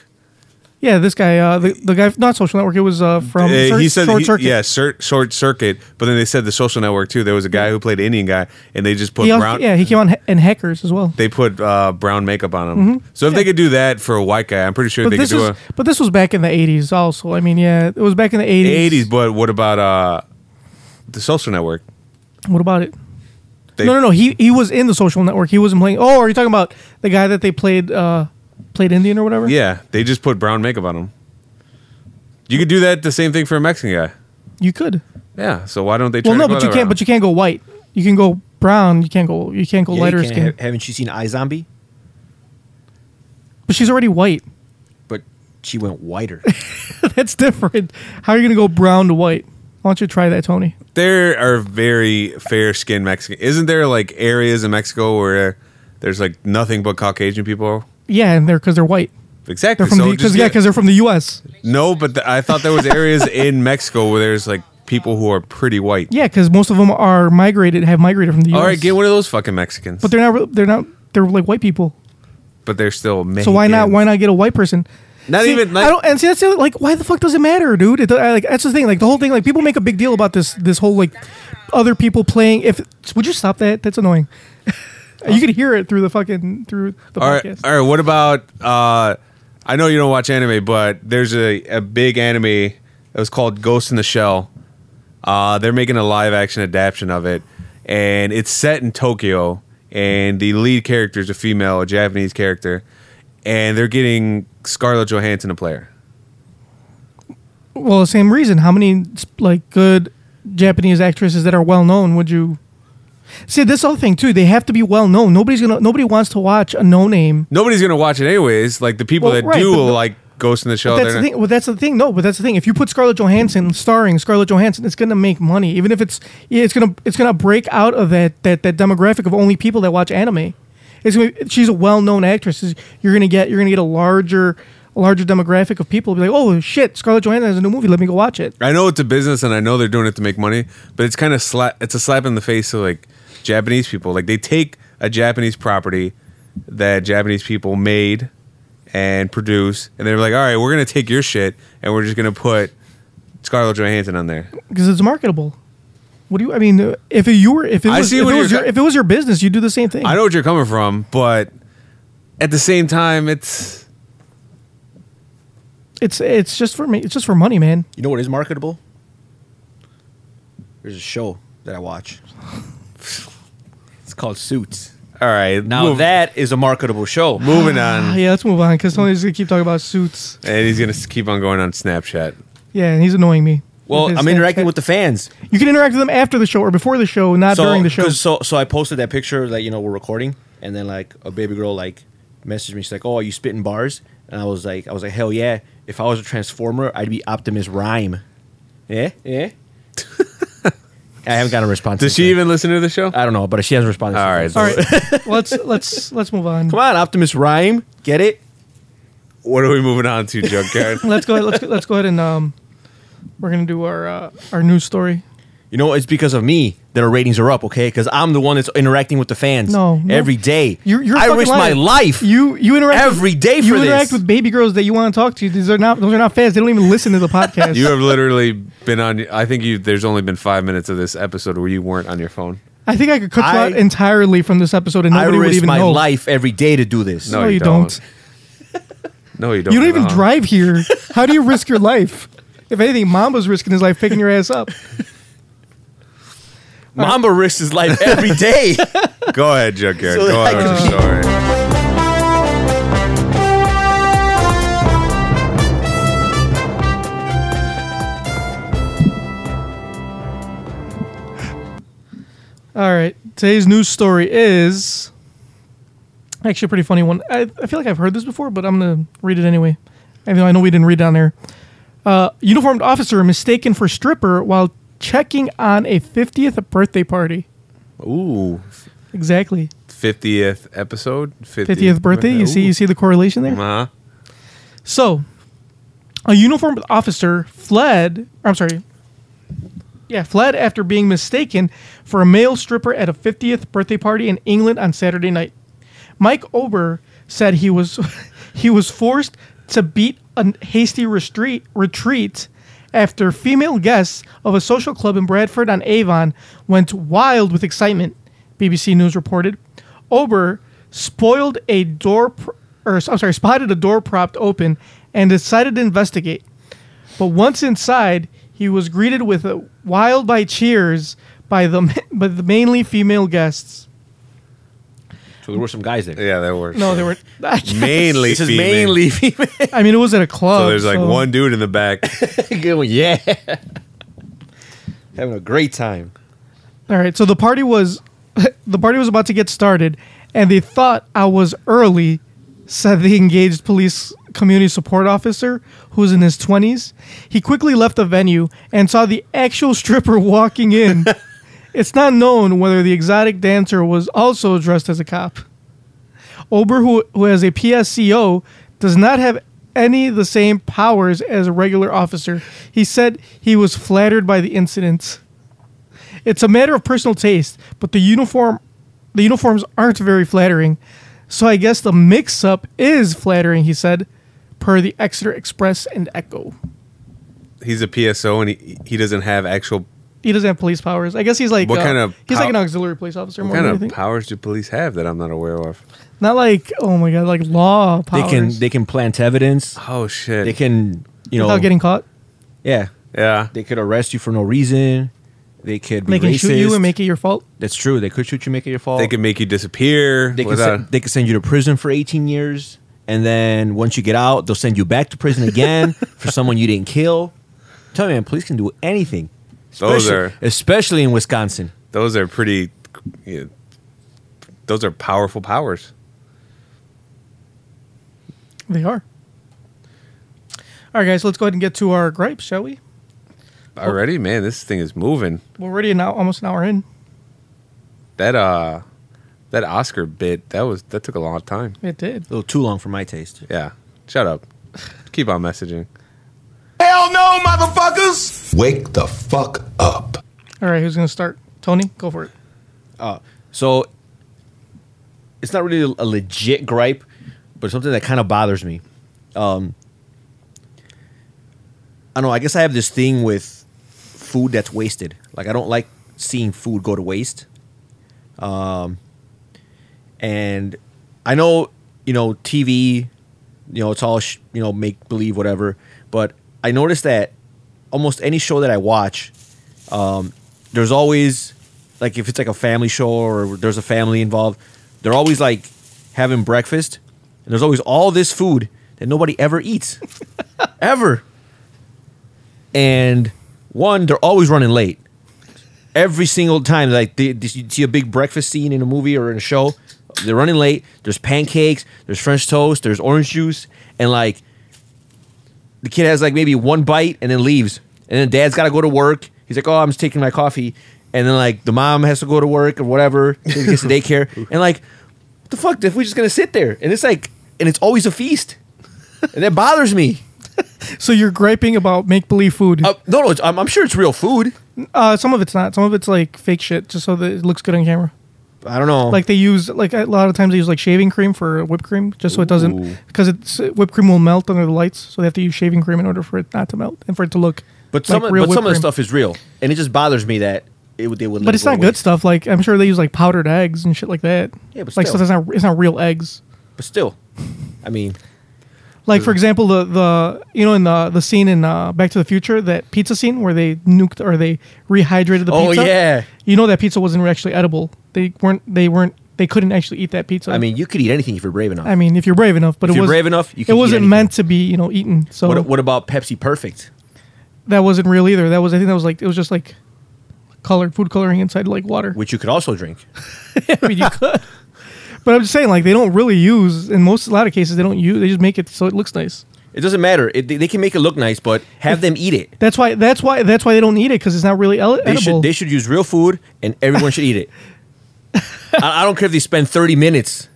[SPEAKER 2] Yeah, this guy, uh, the the guy, not Social Network. It was uh from
[SPEAKER 3] Uh,
[SPEAKER 2] Cir-
[SPEAKER 3] he said
[SPEAKER 2] Short
[SPEAKER 3] he-
[SPEAKER 2] Circuit.
[SPEAKER 3] yeah, cir- short circuit. But then they said the Social Network too. There was a guy who played Indian guy, and they just put
[SPEAKER 2] He also-
[SPEAKER 3] brown.
[SPEAKER 2] yeah, he came on he- and Hackers as well.
[SPEAKER 3] They put uh, brown makeup on him. So if they could do that for a white guy, I'm pretty sure
[SPEAKER 2] Mm-hmm. But
[SPEAKER 3] they
[SPEAKER 2] this
[SPEAKER 3] could do
[SPEAKER 2] was
[SPEAKER 3] a
[SPEAKER 2] but this was back in the '80s also. I mean, yeah, it was back in the
[SPEAKER 3] eighties.
[SPEAKER 2] '80s.
[SPEAKER 3] But what about uh, the Social Network?
[SPEAKER 2] What about it?
[SPEAKER 3] They-
[SPEAKER 2] no, no, no. He he was in the Social Network. He wasn't playing. Oh, are you talking about the guy that they played uh played Indian or whatever?
[SPEAKER 3] Yeah, they just put brown makeup on him. You could do that the same thing for a Mexican guy.
[SPEAKER 2] you could.
[SPEAKER 3] Yeah. So why don't they?
[SPEAKER 2] Well, no, but you can't. But you can't go white. You can go brown. You can't go. You can't go
[SPEAKER 4] Yeah, you
[SPEAKER 2] lighter
[SPEAKER 4] can't-
[SPEAKER 2] skin.
[SPEAKER 4] ha- Haven't you seen I Zombie?
[SPEAKER 2] But she's already white.
[SPEAKER 4] But she went whiter.
[SPEAKER 2] That's different. How are you gonna go brown to white? Why don't you try that, Tony?
[SPEAKER 3] there are very fair skinned Mexican. Isn't there like areas in Mexico where there's like nothing but Caucasian people?
[SPEAKER 2] Yeah, and they're because they're white.
[SPEAKER 3] Exactly.
[SPEAKER 2] They're from
[SPEAKER 3] so
[SPEAKER 2] the because
[SPEAKER 3] just
[SPEAKER 2] yeah,
[SPEAKER 3] get-
[SPEAKER 2] because they're from the U.S.
[SPEAKER 3] no, but th- I thought there was areas in Mexico where there's like people who are pretty white.
[SPEAKER 2] Yeah, because most of them are migrated, have migrated from the U.S.
[SPEAKER 3] All right, get one of those fucking Mexicans.
[SPEAKER 2] But they're not. re- They're not. They're like white people.
[SPEAKER 3] but they're still Mexican.
[SPEAKER 2] So why not? Why not get a white person?
[SPEAKER 3] Not
[SPEAKER 2] See,
[SPEAKER 3] even,
[SPEAKER 2] I
[SPEAKER 3] like-
[SPEAKER 2] don't. And see, that's the other- like, why the fuck does it matter, dude? It, do- I, like, that's the thing. Like, the whole thing. Like, people make a big deal about this. This whole like, other people playing. If would you stop that? That's annoying. you could hear it through the fucking through the
[SPEAKER 3] All right,
[SPEAKER 2] podcast.
[SPEAKER 3] all right. What about? Uh, I know you don't watch anime, but there's a, a big anime that was called Ghost in the Shell. Uh, they're making a live action adaptation of it, and it's set in Tokyo. And the lead character is a female, a Japanese character, and they're getting Scarlett Johansson to play her.
[SPEAKER 2] Well, the same reason. How many like good Japanese actresses that are well known would you? See, this other thing too. They have to be well known. Nobody's gonna. Nobody wants to watch a no name.
[SPEAKER 3] Nobody's gonna watch it anyways. Like the people
[SPEAKER 2] Well,
[SPEAKER 3] that
[SPEAKER 2] right,
[SPEAKER 3] do
[SPEAKER 2] but the-
[SPEAKER 3] like Ghost in the Shell.
[SPEAKER 2] That's
[SPEAKER 3] they're
[SPEAKER 2] the
[SPEAKER 3] not-
[SPEAKER 2] thing. Well, that's the thing. No, but that's the thing. If you put Scarlett Johansson starring Scarlett Johansson, it's gonna make money. Even if it's yeah, it's gonna it's gonna break out of that that that demographic of only people that watch anime. It's gonna be, she's a well known actress. Is- You're gonna get you're gonna get a larger a larger demographic of people. Be like, oh shit, Scarlett Johansson has a new movie. Let me go watch it.
[SPEAKER 3] I know it's a business and I know they're doing it to make money, but it's kind of slap. It's a slap in the face to like Japanese people. Like they take a Japanese property that Japanese people made and produce, and they're like, "All right, we're gonna take your shit and we're just gonna put Scarlett Johansson on there."
[SPEAKER 2] because it's marketable. What do you? I mean, uh, if it, you were, if it
[SPEAKER 3] I
[SPEAKER 2] was,
[SPEAKER 3] see
[SPEAKER 2] if
[SPEAKER 3] what
[SPEAKER 2] it was
[SPEAKER 3] you're-
[SPEAKER 2] your, if it was your business, you'd do the same thing.
[SPEAKER 3] I know what you're coming from, but at the same time, it's
[SPEAKER 2] It's it's just for me. It's just for money, man.
[SPEAKER 4] You know what is marketable? There's a show that I watch. It's called Suits.
[SPEAKER 3] all right.
[SPEAKER 4] Now
[SPEAKER 3] move-
[SPEAKER 4] that is a marketable show.
[SPEAKER 3] moving
[SPEAKER 2] Ah,
[SPEAKER 3] on,
[SPEAKER 2] yeah, let's move on because Tony's gonna keep talking about suits.
[SPEAKER 3] and he's gonna s- keep on going on Snapchat.
[SPEAKER 2] Yeah, and he's annoying me.
[SPEAKER 4] Well,
[SPEAKER 2] With his
[SPEAKER 4] I'm interacting
[SPEAKER 2] Snapchat.
[SPEAKER 4] with the fans.
[SPEAKER 2] You can interact with them after the show or before the show, not
[SPEAKER 4] so,
[SPEAKER 2] during the show.
[SPEAKER 4] 'cause So, so I posted that picture that you know we're recording, and then like a baby girl like messaged me. She's like, "Oh, are you spitting bars?" And I was like, "I was like, hell yeah! If I was a transformer, I'd be Optimus Rhyme." Yeah, yeah. I haven't got a response.
[SPEAKER 3] Does
[SPEAKER 4] since
[SPEAKER 3] she
[SPEAKER 4] then.
[SPEAKER 3] even listen to the show?
[SPEAKER 4] I don't know, but she hasn't responded.
[SPEAKER 3] All
[SPEAKER 4] since
[SPEAKER 3] right.
[SPEAKER 4] then.
[SPEAKER 2] All right, let's let's let's move on.
[SPEAKER 4] Come on, Optimus Rhyme. Get it?
[SPEAKER 3] What are we moving on to, Junkyard?
[SPEAKER 2] Let's go. Let's go- let's go ahead and um, we're gonna do our uh, our news story.
[SPEAKER 4] You know, it's because of me that our ratings are up, okay? Because I'm the one that's interacting with the fans
[SPEAKER 2] No, no.
[SPEAKER 4] every day.
[SPEAKER 2] You're, you're
[SPEAKER 4] I
[SPEAKER 2] fucking
[SPEAKER 4] risk
[SPEAKER 2] lying.
[SPEAKER 4] my life.
[SPEAKER 2] You you interact
[SPEAKER 4] Every day
[SPEAKER 2] you
[SPEAKER 4] for this.
[SPEAKER 2] interact with baby girls that you want to talk to. These are not those are not fans. They don't even listen to the podcast.
[SPEAKER 3] you have literally been on. I think you. There's only been five minutes of this episode where you weren't on your phone.
[SPEAKER 2] I think I could cut you
[SPEAKER 4] I-
[SPEAKER 2] out entirely from this episode and
[SPEAKER 4] I
[SPEAKER 2] nobody would
[SPEAKER 4] risk
[SPEAKER 2] even
[SPEAKER 4] my
[SPEAKER 2] know.
[SPEAKER 4] life every day to do this.
[SPEAKER 2] No,
[SPEAKER 3] No, you
[SPEAKER 2] you
[SPEAKER 3] don't.
[SPEAKER 2] don't.
[SPEAKER 3] No, you don't.
[SPEAKER 2] You don't
[SPEAKER 3] at
[SPEAKER 2] even
[SPEAKER 3] all.
[SPEAKER 2] drive here. How do you risk your life? If anything, Mom was risking his life picking your ass up.
[SPEAKER 4] Mamba risks his life every day.
[SPEAKER 3] Go ahead, Junkyard.
[SPEAKER 4] So
[SPEAKER 3] Go
[SPEAKER 4] that I
[SPEAKER 3] ahead with your story.
[SPEAKER 2] All right. Today's news story is actually a pretty funny one. I, I feel like I've heard this before, but I'm going to read it anyway. Even though I know we didn't read down there. Uh, uniformed officer mistaken for stripper while checking on a 50th birthday party.
[SPEAKER 3] Ooh,
[SPEAKER 2] Exactly.
[SPEAKER 3] fiftieth Uh-huh. episode.
[SPEAKER 2] 50th birthday. You see you see the correlation there?
[SPEAKER 3] Huh?
[SPEAKER 2] So, a uniformed officer fled. I'm sorry. Yeah, fled after being mistaken for a male stripper at a 50th birthday party in England on Saturday night. Mike Ober said he was he was forced to beat a hasty retreat, retreat after female guests of a social club in Bradford on Avon went wild with excitement. BBC News reported Ober spoiled a door pr- or I'm sorry, spotted a door propped open and decided to investigate. But once inside, he was greeted with a wild by cheers by the by the mainly female guests.
[SPEAKER 4] so there were some guys there.
[SPEAKER 3] Yeah, that works.
[SPEAKER 2] No, they were I guess.
[SPEAKER 3] mainly
[SPEAKER 4] This is
[SPEAKER 3] female.
[SPEAKER 4] mainly female.
[SPEAKER 2] I mean, it was at a club.
[SPEAKER 3] So there's like
[SPEAKER 2] Oh, so-
[SPEAKER 3] one dude in the back.
[SPEAKER 4] Good one, yeah. Having a great time.
[SPEAKER 2] All right, so the party was the party was about to get started, and they thought I was early, said the engaged police community support officer who was in his twenties. He quickly left the venue and saw the actual stripper walking in. it's not known whether the exotic dancer was also dressed as a cop. Ober, who, who has a PSCO, does not have any of the same powers as a regular officer. He said he was flattered by the incident. It's a matter of personal taste, but the uniform, the uniforms aren't very flattering. So I guess the mix-up is flattering, he said, per the Exeter Express and Echo.
[SPEAKER 3] He's a PSO and he he doesn't have actual.
[SPEAKER 2] He doesn't have police powers. I guess he's like
[SPEAKER 3] What
[SPEAKER 2] uh,
[SPEAKER 3] kind of
[SPEAKER 2] he's
[SPEAKER 3] pow-
[SPEAKER 2] like an auxiliary police officer.
[SPEAKER 3] What
[SPEAKER 2] More than
[SPEAKER 3] kind
[SPEAKER 2] anything.
[SPEAKER 3] of powers do police have that I'm not aware of?
[SPEAKER 2] Not like oh my god, like law powers.
[SPEAKER 4] They can they can plant evidence.
[SPEAKER 3] Oh shit!
[SPEAKER 4] They can you know
[SPEAKER 2] without getting caught.
[SPEAKER 4] yeah.
[SPEAKER 3] yeah.
[SPEAKER 4] They could arrest you for no reason. They could be
[SPEAKER 2] They can
[SPEAKER 4] racist.
[SPEAKER 2] shoot you and make it your fault.
[SPEAKER 4] That's true. They could shoot you, make it your fault.
[SPEAKER 3] They can make you disappear.
[SPEAKER 4] They can
[SPEAKER 3] without-
[SPEAKER 4] sen- they can send you to prison for 18 years, and then once you get out, they'll send you back to prison again for someone you didn't kill. Tell me, man, police can do anything.
[SPEAKER 3] Those
[SPEAKER 4] Especially-
[SPEAKER 3] are-
[SPEAKER 4] especially in Wisconsin.
[SPEAKER 3] those are pretty. You know, those are powerful powers.
[SPEAKER 2] They are. All right, guys, let's go ahead and get to our gripes, shall we?
[SPEAKER 4] Oh.
[SPEAKER 3] Already, man, this thing is moving.
[SPEAKER 2] We're already now almost an hour in.
[SPEAKER 3] That uh, that Oscar bit that was that took a long time.
[SPEAKER 2] It did.
[SPEAKER 4] A little too long for my taste.
[SPEAKER 3] Yeah, shut up. Keep on messaging.
[SPEAKER 6] Wake the fuck up.
[SPEAKER 2] All right, who's gonna start? Tony, go for it.
[SPEAKER 4] So it's not really a legit gripe, but something that kind of bothers me. Um, I don't know. I guess I have this thing with food that's wasted. Like I don't like seeing food go to waste. Um, and I know you know TV, you know it's all sh- you know make believe whatever. But I noticed that almost any show that I watch, there's always like if it's like a family show or there's a family involved, they're always like having breakfast, and there's always all this food that nobody ever eats, ever. And one, they're always running late. Every single time, like they, they- you see a big breakfast scene in a movie or in a show, they're running late. There's pancakes, there's French toast, there's orange juice, and like the kid has like maybe one bite and then leaves. And then dad's got to go to work. He's like, oh, I'm just taking my coffee. And then like the mom has to go to work or whatever. He gets to daycare. And like, what the fuck? If we're just gonna sit there, and it's like, and it's always a feast. and that bothers me.
[SPEAKER 2] So you're griping about make believe food.
[SPEAKER 4] Uh, no, no, it's, I'm, I'm sure it's real food.
[SPEAKER 2] Uh, some of it's not. Some of it's like fake shit, just so that it looks good on camera.
[SPEAKER 4] I don't know.
[SPEAKER 2] Like they use, like a lot of times they use like shaving cream for whipped cream, just so it doesn't,
[SPEAKER 4] Ooh.
[SPEAKER 2] because it's uh, whipped cream will melt under the lights, so they have to use shaving cream in order for it not to melt and for it to look.
[SPEAKER 4] but some,
[SPEAKER 2] like
[SPEAKER 4] of-
[SPEAKER 2] real
[SPEAKER 4] but some
[SPEAKER 2] whipped
[SPEAKER 4] of the
[SPEAKER 2] cream.
[SPEAKER 4] stuff is real, and it just bothers me that it would they would. let
[SPEAKER 2] But
[SPEAKER 4] it
[SPEAKER 2] it's
[SPEAKER 4] go
[SPEAKER 2] not
[SPEAKER 4] away.
[SPEAKER 2] good stuff. Like I'm sure they use like powdered eggs and shit like that.
[SPEAKER 4] Yeah, but
[SPEAKER 2] like
[SPEAKER 4] still.
[SPEAKER 2] stuff that's not it's not real eggs.
[SPEAKER 4] But still, I mean, Hmm.
[SPEAKER 2] Like for example, the the you know in the the scene in uh, Back to the Future that pizza scene where they nuked or they rehydrated the
[SPEAKER 4] Oh,
[SPEAKER 2] pizza.
[SPEAKER 4] yeah.
[SPEAKER 2] You know that pizza wasn't actually edible. They weren't. They weren't. They couldn't actually eat that pizza.
[SPEAKER 4] I mean, you could eat anything if you're brave enough.
[SPEAKER 2] I mean, if you're brave enough, but
[SPEAKER 4] If
[SPEAKER 2] it
[SPEAKER 4] you're
[SPEAKER 2] was
[SPEAKER 4] brave enough, you
[SPEAKER 2] it
[SPEAKER 4] can eat
[SPEAKER 2] wasn't
[SPEAKER 4] anything.
[SPEAKER 2] meant to be, you know, eaten. So
[SPEAKER 4] what, what about Pepsi Perfect?
[SPEAKER 2] that wasn't real either. That was, I think, that was like it was just like colored food coloring inside like water.
[SPEAKER 4] which you could also drink.
[SPEAKER 2] I mean, you could. But I'm just saying, like they don't really use in most a lot of cases they don't use. They just make it so it looks nice.
[SPEAKER 4] It doesn't matter. It, they, they can make it look nice, but have them eat it.
[SPEAKER 2] That's why. That's why. That's why they don't eat it because it's not really el-
[SPEAKER 4] They
[SPEAKER 2] edible.
[SPEAKER 4] should they should use real food, and everyone should eat it. I, I don't care if they spend thirty minutes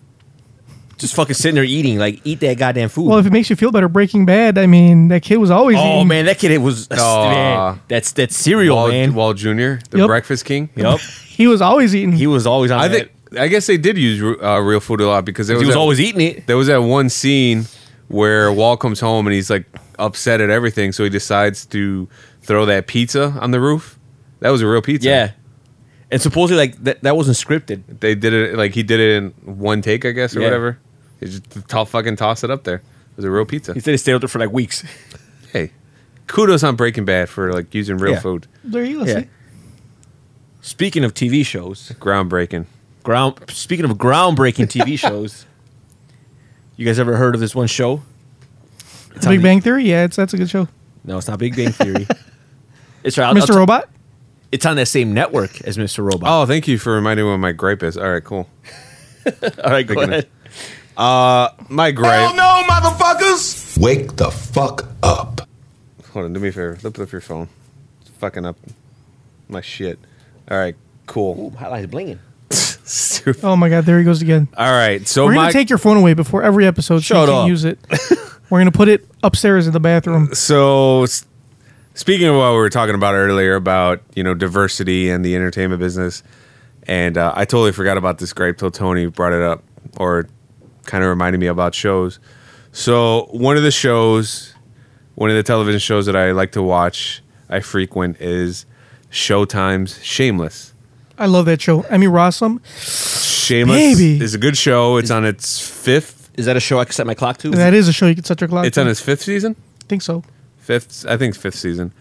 [SPEAKER 4] just fucking sitting there eating. Like eat that goddamn food.
[SPEAKER 2] well, if it makes you feel better, Breaking Bad. I mean, that kid was always.
[SPEAKER 4] oh
[SPEAKER 2] eating.
[SPEAKER 4] man, that kid it was
[SPEAKER 3] Aw.
[SPEAKER 4] man, that's that's cereal
[SPEAKER 3] Wall,
[SPEAKER 4] man.
[SPEAKER 3] Wall Junior, the
[SPEAKER 2] Yep.
[SPEAKER 3] Breakfast King.
[SPEAKER 4] Yup.
[SPEAKER 2] he was always eating.
[SPEAKER 4] he was always on.
[SPEAKER 3] I
[SPEAKER 4] I
[SPEAKER 3] think I guess they did use uh, real food a lot because there
[SPEAKER 4] he
[SPEAKER 3] was,
[SPEAKER 4] was
[SPEAKER 3] that-
[SPEAKER 4] always eating it.
[SPEAKER 3] there was that one scene where Wall comes home and he's like upset at everything, so he decides to throw that pizza on the roof. That was a real pizza.
[SPEAKER 4] Yeah, and supposedly like that that wasn't scripted.
[SPEAKER 3] they did it like he did it in one take, I guess, or
[SPEAKER 4] Yeah.
[SPEAKER 3] whatever. He just t- fucking toss it up there. It was a real pizza.
[SPEAKER 4] He said it stayed out there for like weeks.
[SPEAKER 3] hey, kudos on Breaking Bad for like using real
[SPEAKER 4] Yeah.
[SPEAKER 3] food.
[SPEAKER 2] there you go.
[SPEAKER 4] Yeah.
[SPEAKER 2] See?
[SPEAKER 4] Speaking of TV shows,
[SPEAKER 3] Groundbreaking.
[SPEAKER 4] ground speaking of groundbreaking TV shows, you guys ever heard of this one show? It's on
[SPEAKER 2] Big
[SPEAKER 4] the-
[SPEAKER 2] Bang Theory. Yeah, it's that's a good show. no,
[SPEAKER 4] No, it's not Big Bang Theory. it's right, I'll- I'll
[SPEAKER 2] Mr.
[SPEAKER 4] t-
[SPEAKER 2] Robot.
[SPEAKER 4] It's on that same network as Mr. Robot.
[SPEAKER 3] Oh, thank you for reminding me what my gripe is. All right, cool.
[SPEAKER 4] all right, go
[SPEAKER 3] Speaking
[SPEAKER 4] ahead.
[SPEAKER 3] My gripe.
[SPEAKER 6] no, motherfuckers! Wake the fuck up.
[SPEAKER 3] Hold on, do me a favor. Lift up your phone. It's fucking up my shit. All right, cool.
[SPEAKER 4] Hotline's blinging.
[SPEAKER 3] Stupid.
[SPEAKER 2] Oh my God, there he goes again.
[SPEAKER 3] All right, so
[SPEAKER 2] We're gonna
[SPEAKER 3] my
[SPEAKER 2] take your phone away before every episode. so
[SPEAKER 4] Shut
[SPEAKER 2] you
[SPEAKER 4] up.
[SPEAKER 2] can Use it. We're gonna put it upstairs in the bathroom.
[SPEAKER 3] so s- speaking of what we were talking about earlier about you know diversity and the entertainment business, and uh, I totally forgot about this gripe till Tony brought it up or kind of reminded me about shows. So one of the shows, one of the television shows that I like to watch, I frequent is Showtime's Shameless.
[SPEAKER 2] I love that show. Emmy Rossum.
[SPEAKER 3] Shameless
[SPEAKER 2] Baby.
[SPEAKER 3] is a good show. It's on its fifth.
[SPEAKER 4] Is that a show I can set my clock to?
[SPEAKER 2] That is a show you can set your clock.
[SPEAKER 3] It's
[SPEAKER 2] to.
[SPEAKER 3] on its fifth season.
[SPEAKER 2] I think so.
[SPEAKER 3] Fifth, I think it's fifth season.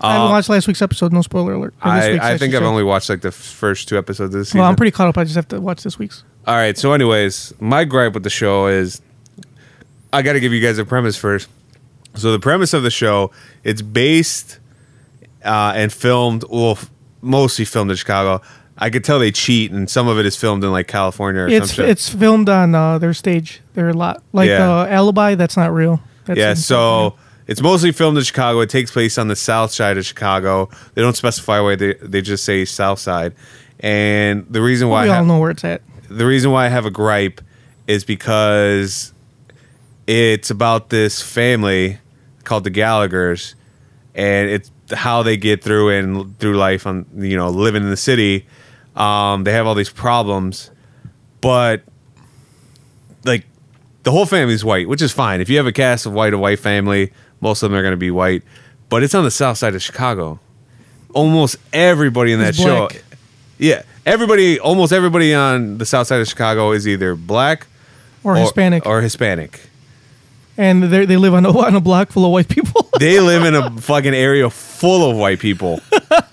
[SPEAKER 2] I
[SPEAKER 3] Uh,
[SPEAKER 2] haven't watched last week's episode. No spoiler alert. Or this
[SPEAKER 3] I,
[SPEAKER 2] week's,
[SPEAKER 3] I
[SPEAKER 2] should
[SPEAKER 3] think I've
[SPEAKER 2] say.
[SPEAKER 3] only watched like the first two episodes of this season.
[SPEAKER 2] Well, I'm pretty caught up. I just have to watch this week's.
[SPEAKER 3] All right. So, anyways, my gripe with the show is I got to give you guys a premise first. So, the premise of the show it's based uh, and filmed, well, f- mostly filmed in Chicago. I could tell they cheat, and some of it is filmed in like California or
[SPEAKER 2] It's
[SPEAKER 3] something.
[SPEAKER 2] it's filmed on uh, their stage. Their lot, like
[SPEAKER 3] Yeah.
[SPEAKER 2] uh, Alibi. That's not real. That's
[SPEAKER 3] yeah,
[SPEAKER 2] in-
[SPEAKER 3] so it's mostly filmed in Chicago. It takes place on the south side of Chicago. They don't specify where they they just say south side. And the reason why I
[SPEAKER 2] we all
[SPEAKER 3] have-
[SPEAKER 2] know where it's at.
[SPEAKER 3] the reason why I have a gripe is because it's about this family called the Gallagher's, and it's how they get through and through life on you know living in the city. Um, they have all these problems, but like the whole family's white, which is fine. If you have a cast of white, a white family, most of them are going to be white. But it's on the south side of Chicago. Almost everybody in that
[SPEAKER 2] It's
[SPEAKER 3] show,
[SPEAKER 2] black.
[SPEAKER 3] yeah, everybody, almost everybody on the south side of Chicago is either black
[SPEAKER 2] Or, Hispanic,
[SPEAKER 3] or Hispanic.
[SPEAKER 2] and they they live on a, on a block full of white people.
[SPEAKER 3] They live in a fucking area full of white people.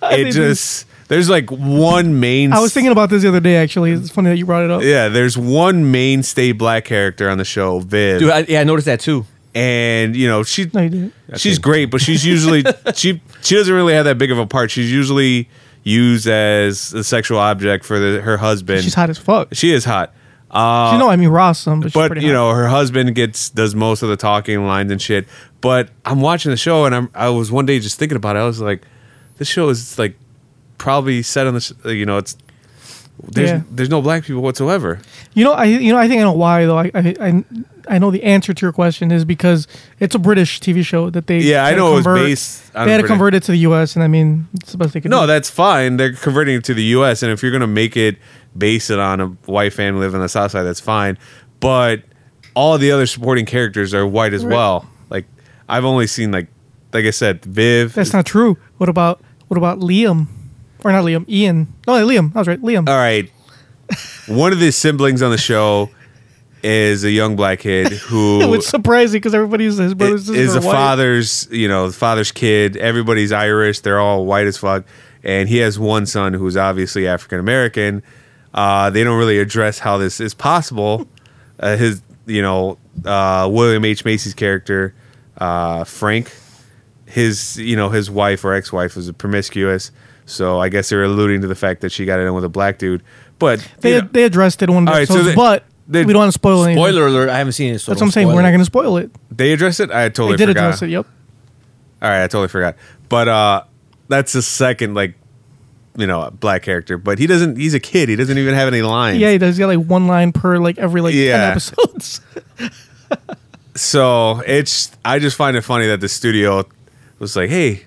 [SPEAKER 3] It just there's like one main.
[SPEAKER 2] I was thinking about this the other day. Actually, it's funny that you brought it up.
[SPEAKER 3] yeah, there's one mainstay black character on the show, Viv,
[SPEAKER 4] Dude, I, yeah, I noticed that too.
[SPEAKER 3] and you know she
[SPEAKER 2] No, you didn't.
[SPEAKER 3] she's great, but she's usually she she doesn't really have that big of a part. She's usually used as a sexual object for the, her husband.
[SPEAKER 2] She's hot as fuck.
[SPEAKER 3] She is hot.
[SPEAKER 2] you know, I mean Rossum, but, she's
[SPEAKER 3] uh, but
[SPEAKER 2] pretty
[SPEAKER 3] you
[SPEAKER 2] hot.
[SPEAKER 3] know her husband gets does most of the talking lines and shit but i'm watching the show and i'm i was one day just thinking about it i was like this show is like probably set on this you know it's there's
[SPEAKER 2] Yeah.
[SPEAKER 3] there's no black people whatsoever
[SPEAKER 2] You know, I you know I think I know why though. I I I, I know the answer to your question is because it's a British TV show that they
[SPEAKER 3] Yeah, I
[SPEAKER 2] had to
[SPEAKER 3] know it was based on
[SPEAKER 2] they had to
[SPEAKER 3] British-
[SPEAKER 2] convert it to the U.S. and I mean it's the best they could.
[SPEAKER 3] No,
[SPEAKER 2] do.
[SPEAKER 3] that's fine. They're converting it to the U.S. And if you're going to make it based it on a white family living on the South Side, that's fine. But all the other supporting characters are white as well. Like I've only seen like, like I said, Viv.
[SPEAKER 2] that's not true. What about what about Liam, or not Liam? Ian? No, Liam. I was right. Liam.
[SPEAKER 3] all right. One of the siblings on the show is a young black kid who
[SPEAKER 2] It's surprising because everybody's his brother's
[SPEAKER 3] it- is
[SPEAKER 2] sister
[SPEAKER 3] a
[SPEAKER 2] are white.
[SPEAKER 3] father's, you know, the father's kid. Everybody's Irish. They're all white as fuck. And he has one son who's obviously African American. Uh, they don't really address how this is possible. Uh, his, you know, uh, William H Macy's character, uh, Frank, his, you know, his wife or ex-wife was promiscuous. So I guess they're alluding to the fact that she got it in with a black dude. But
[SPEAKER 2] They,
[SPEAKER 3] you know-
[SPEAKER 2] they addressed it in one of
[SPEAKER 3] All
[SPEAKER 2] the
[SPEAKER 3] right, so
[SPEAKER 2] episodes,
[SPEAKER 3] they-
[SPEAKER 2] but
[SPEAKER 3] they-
[SPEAKER 2] we don't want to spoil anything.
[SPEAKER 4] Spoiler alert! I haven't seen it. So
[SPEAKER 2] That's what
[SPEAKER 4] don't
[SPEAKER 2] I'm saying.
[SPEAKER 4] spoil
[SPEAKER 2] We're not
[SPEAKER 4] it.
[SPEAKER 2] going to spoil it.
[SPEAKER 3] they address it. I totally
[SPEAKER 2] They did
[SPEAKER 3] Oh, forgot.
[SPEAKER 2] address it. Yep.
[SPEAKER 3] All right, I totally forgot. But uh that's the second like you know, black character, but he doesn't he's a kid. He doesn't even have any lines.
[SPEAKER 2] Yeah, he does. He got like one line per like every like
[SPEAKER 3] Yeah.
[SPEAKER 2] ten episodes.
[SPEAKER 3] So, it's I just find it funny that the studio was like, "Hey,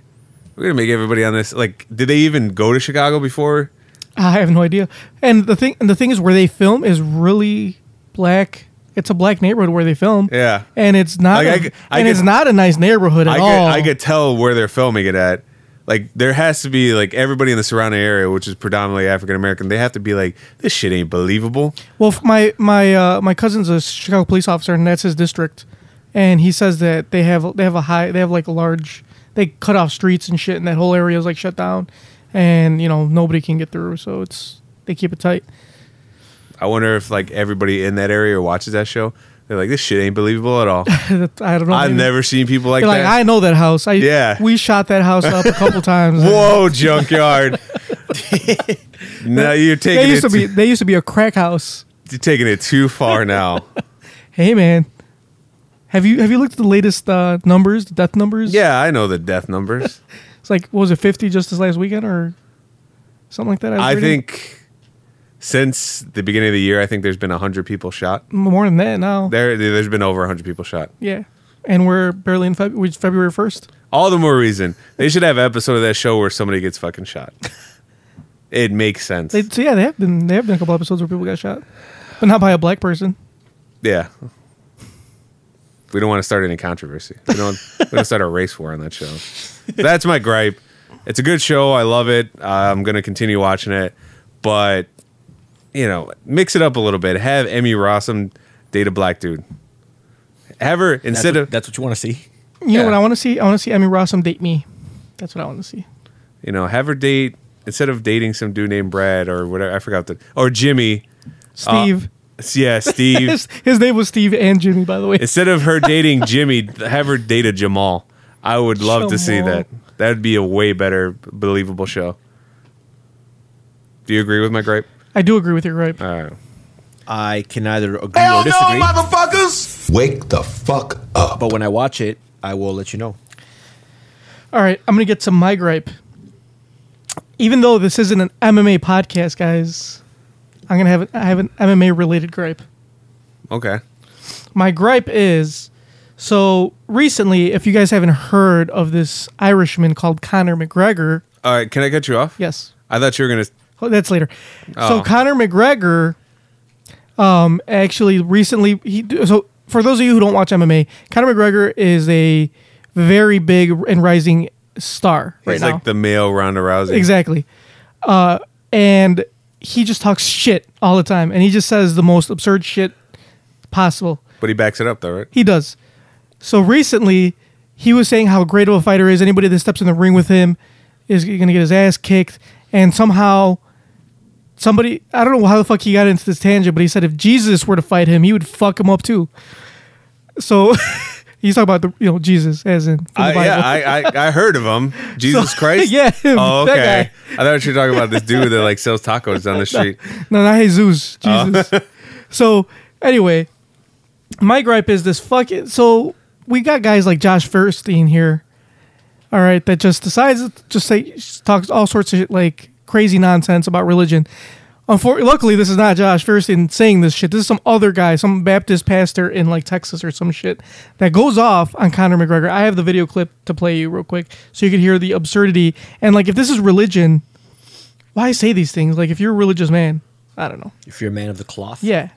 [SPEAKER 3] we're going to make everybody on this." Like, did they even go to Chicago before?
[SPEAKER 2] I have no idea. And the thing and the thing is where they film is really black. It's a black neighborhood where they film.
[SPEAKER 3] Yeah.
[SPEAKER 2] And it's not
[SPEAKER 3] Like, I
[SPEAKER 2] a-
[SPEAKER 3] could- I
[SPEAKER 2] and it's
[SPEAKER 3] could-
[SPEAKER 2] not a nice neighborhood at
[SPEAKER 3] I
[SPEAKER 2] all.
[SPEAKER 3] could I could tell where they're filming it at. Like there has to be like everybody in the surrounding area, which is predominantly African American, they have to be like, this shit ain't believable.
[SPEAKER 2] Well, f- my my uh, my cousin's a Chicago police officer, and that's his district. And he says that they have they have a high they have like a large they cut off streets and shit, and that whole area is like shut down, and you know nobody can get through. So it's they keep it tight.
[SPEAKER 3] I wonder if like everybody in that area watches that show. They're like, this shit ain't believable at all.
[SPEAKER 2] I don't know.
[SPEAKER 3] I've
[SPEAKER 2] maybe-
[SPEAKER 3] never seen people like
[SPEAKER 2] They're like
[SPEAKER 3] that.
[SPEAKER 2] I know that house. I
[SPEAKER 3] Yeah.
[SPEAKER 2] We shot that house up a couple times.
[SPEAKER 3] Whoa, junkyard! now you're
[SPEAKER 2] They
[SPEAKER 3] taking it.
[SPEAKER 2] used to be
[SPEAKER 3] Too,
[SPEAKER 2] they used to be a crack house.
[SPEAKER 3] you're taking it too far now.
[SPEAKER 2] Hey man, have you have you looked at the latest uh, numbers, the death numbers?
[SPEAKER 3] yeah, I know the death numbers.
[SPEAKER 2] It's like what was it fifty just this last weekend or something like that? was
[SPEAKER 3] I
[SPEAKER 2] reading?
[SPEAKER 3] think since the beginning of the year, I think there's been hundred people shot.
[SPEAKER 2] more than that now.
[SPEAKER 3] There, there's been over hundred people shot.
[SPEAKER 2] Yeah. And we're barely in February. February 1st.
[SPEAKER 3] All the more reason they should have an episode of that show where somebody gets fucking shot. It makes sense.
[SPEAKER 2] They, so yeah, they have been they have been a couple episodes where people got shot, but not by a black person.
[SPEAKER 3] Yeah. We don't want to start any controversy. We don't, we don't start a race war on that show. That's my gripe. It's a good show. I love it. Uh, I'm going to continue watching it. But, you know, mix it up a little bit. Have Emmy Rossum date a black dude. Have her,
[SPEAKER 4] That's
[SPEAKER 3] instead
[SPEAKER 4] what-
[SPEAKER 3] of,
[SPEAKER 4] that's what you want to see.
[SPEAKER 2] You
[SPEAKER 3] Yeah.
[SPEAKER 2] know what I want to see? I want to see Emmy Rossum date me. That's what I want to see.
[SPEAKER 3] you know, have her date, instead of dating some dude named Brad or whatever, I forgot the, or Jimmy.
[SPEAKER 2] Steve.
[SPEAKER 3] Yeah, Steve.
[SPEAKER 2] his, his name was Steve and Jimmy, by the way.
[SPEAKER 3] instead of her dating Jimmy, have her date a Jamal. I would love to see
[SPEAKER 2] Jamal.
[SPEAKER 3] that. That'd be a way better, believable show. Do you agree with my gripe?
[SPEAKER 2] I do agree with your gripe.
[SPEAKER 3] All right.
[SPEAKER 4] I can neither agree or disagree.
[SPEAKER 6] motherfuckers! Wake the fuck up.
[SPEAKER 4] but when I watch it, I will let you know.
[SPEAKER 2] All right, I'm gonna get to my gripe. Even though this isn't an MMA podcast, guys, I'm gonna have I have an MMA related gripe.
[SPEAKER 3] Okay.
[SPEAKER 2] My gripe is so recently, if you guys haven't heard of this Irishman called Conor McGregor,
[SPEAKER 3] All right. Can I cut you off?
[SPEAKER 2] yes,
[SPEAKER 3] I thought you were gonna.
[SPEAKER 2] oh, that's later.
[SPEAKER 3] Oh.
[SPEAKER 2] So Conor McGregor, um, actually recently he so for those of you who don't watch MMA, Conor McGregor is a very big and rising star right
[SPEAKER 3] He's
[SPEAKER 2] now.
[SPEAKER 3] like the male Ronda Rousey.
[SPEAKER 2] Exactly. Uh, and he just talks shit all the time, and he just says the most absurd shit possible.
[SPEAKER 3] But he backs it up though, right?
[SPEAKER 2] He does. So recently, he was saying how great of a fighter he is. Anybody that steps in the ring with him is going to get his ass kicked. And somehow, somebody, I don't know how the fuck he got into this tangent, but he said if Jesus were to fight him, he would fuck him up too. So he's talking about the, you know, Jesus as in. from the
[SPEAKER 3] I, yeah,
[SPEAKER 2] Bible.
[SPEAKER 3] I, I I heard of him. Jesus Christ.
[SPEAKER 2] yeah, him,
[SPEAKER 3] Oh,
[SPEAKER 2] that
[SPEAKER 3] okay.
[SPEAKER 2] guy.
[SPEAKER 3] I thought you were talking about this dude that like sells tacos down the street.
[SPEAKER 2] No, not Jesus. Jesus. so anyway, my gripe is this fucking. So we got guys like Josh Furstein here, all right, that just decides to just say just talks all sorts of like crazy nonsense about religion. Unfor- luckily, this is not Josh Fierstein saying this shit. This is some other guy, some Baptist pastor in like Texas or some shit that goes off on Conor McGregor. I have the video clip to play you real quick so you can hear the absurdity. And like, if this is religion, why say these things? Like, if you're a religious man, I don't know.
[SPEAKER 4] If you're a man of the cloth,
[SPEAKER 2] Yeah.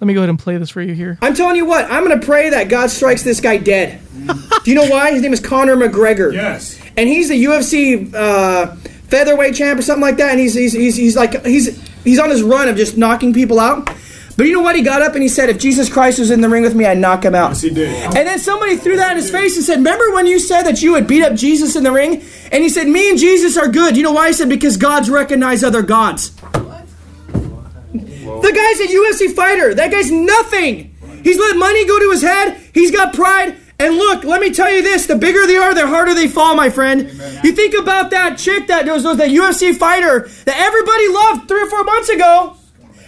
[SPEAKER 2] Let me go ahead and play this for you here.
[SPEAKER 7] I'm telling you what, I'm gonna pray that God strikes this guy dead. Do you know why? His name is Conor McGregor. Mm. Yes. And he's the UFC uh, featherweight champ or something like that. And he's, he's, he's, he's like he's he's on his run of just knocking people out. But you know what? He got up and he said, "If Jesus Christ was in the ring with me, I'd knock him out." Yes, he did. And then somebody threw that in his face and said, "Remember when you said that you would beat up Jesus in the ring?" And he said, "Me and Jesus are good." You know why? He said, "Because gods recognize other gods." The guy's a UFC fighter. That guy's nothing. He's let money go to his head. He's got pride. And look, let me tell you this: the bigger they are, the harder they fall, my friend. You think about that chick that was that UFC fighter that everybody loved three or four months ago.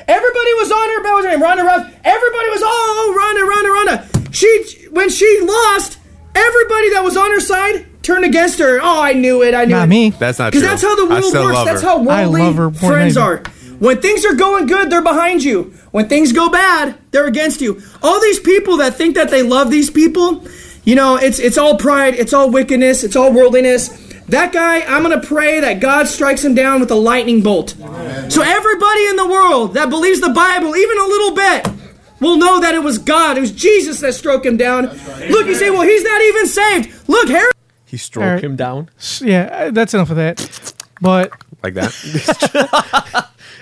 [SPEAKER 7] Everybody was on her. What was her name? Ronda Rousey. Everybody was oh, Ronda, Ronda, Ronda. She when she lost, everybody that was on her side turned against her. Oh, I knew it. I knew
[SPEAKER 2] Not
[SPEAKER 7] it.
[SPEAKER 2] me.
[SPEAKER 3] That's not true.
[SPEAKER 7] Because that's how the
[SPEAKER 3] I
[SPEAKER 7] world
[SPEAKER 3] still
[SPEAKER 7] works.
[SPEAKER 3] love
[SPEAKER 7] That's
[SPEAKER 3] her.
[SPEAKER 7] how
[SPEAKER 2] I
[SPEAKER 7] worldly
[SPEAKER 2] love her more
[SPEAKER 7] friends
[SPEAKER 2] than-
[SPEAKER 7] are. When things are going good, they're behind you. When things go bad, they're against you. All these people that think that they love these people, you know, it's it's all pride, it's all wickedness, it's all worldliness. That guy, I'm gonna pray that God strikes him down with a lightning bolt. So everybody in the world that believes the Bible, even a little bit, will know that it was God, it was Jesus that struck him down. Look, you say, well, he's not even saved. Look, Harry.
[SPEAKER 4] he stroked
[SPEAKER 2] Alright.
[SPEAKER 4] him down.
[SPEAKER 2] Yeah, uh, that's enough of that. But
[SPEAKER 3] like that.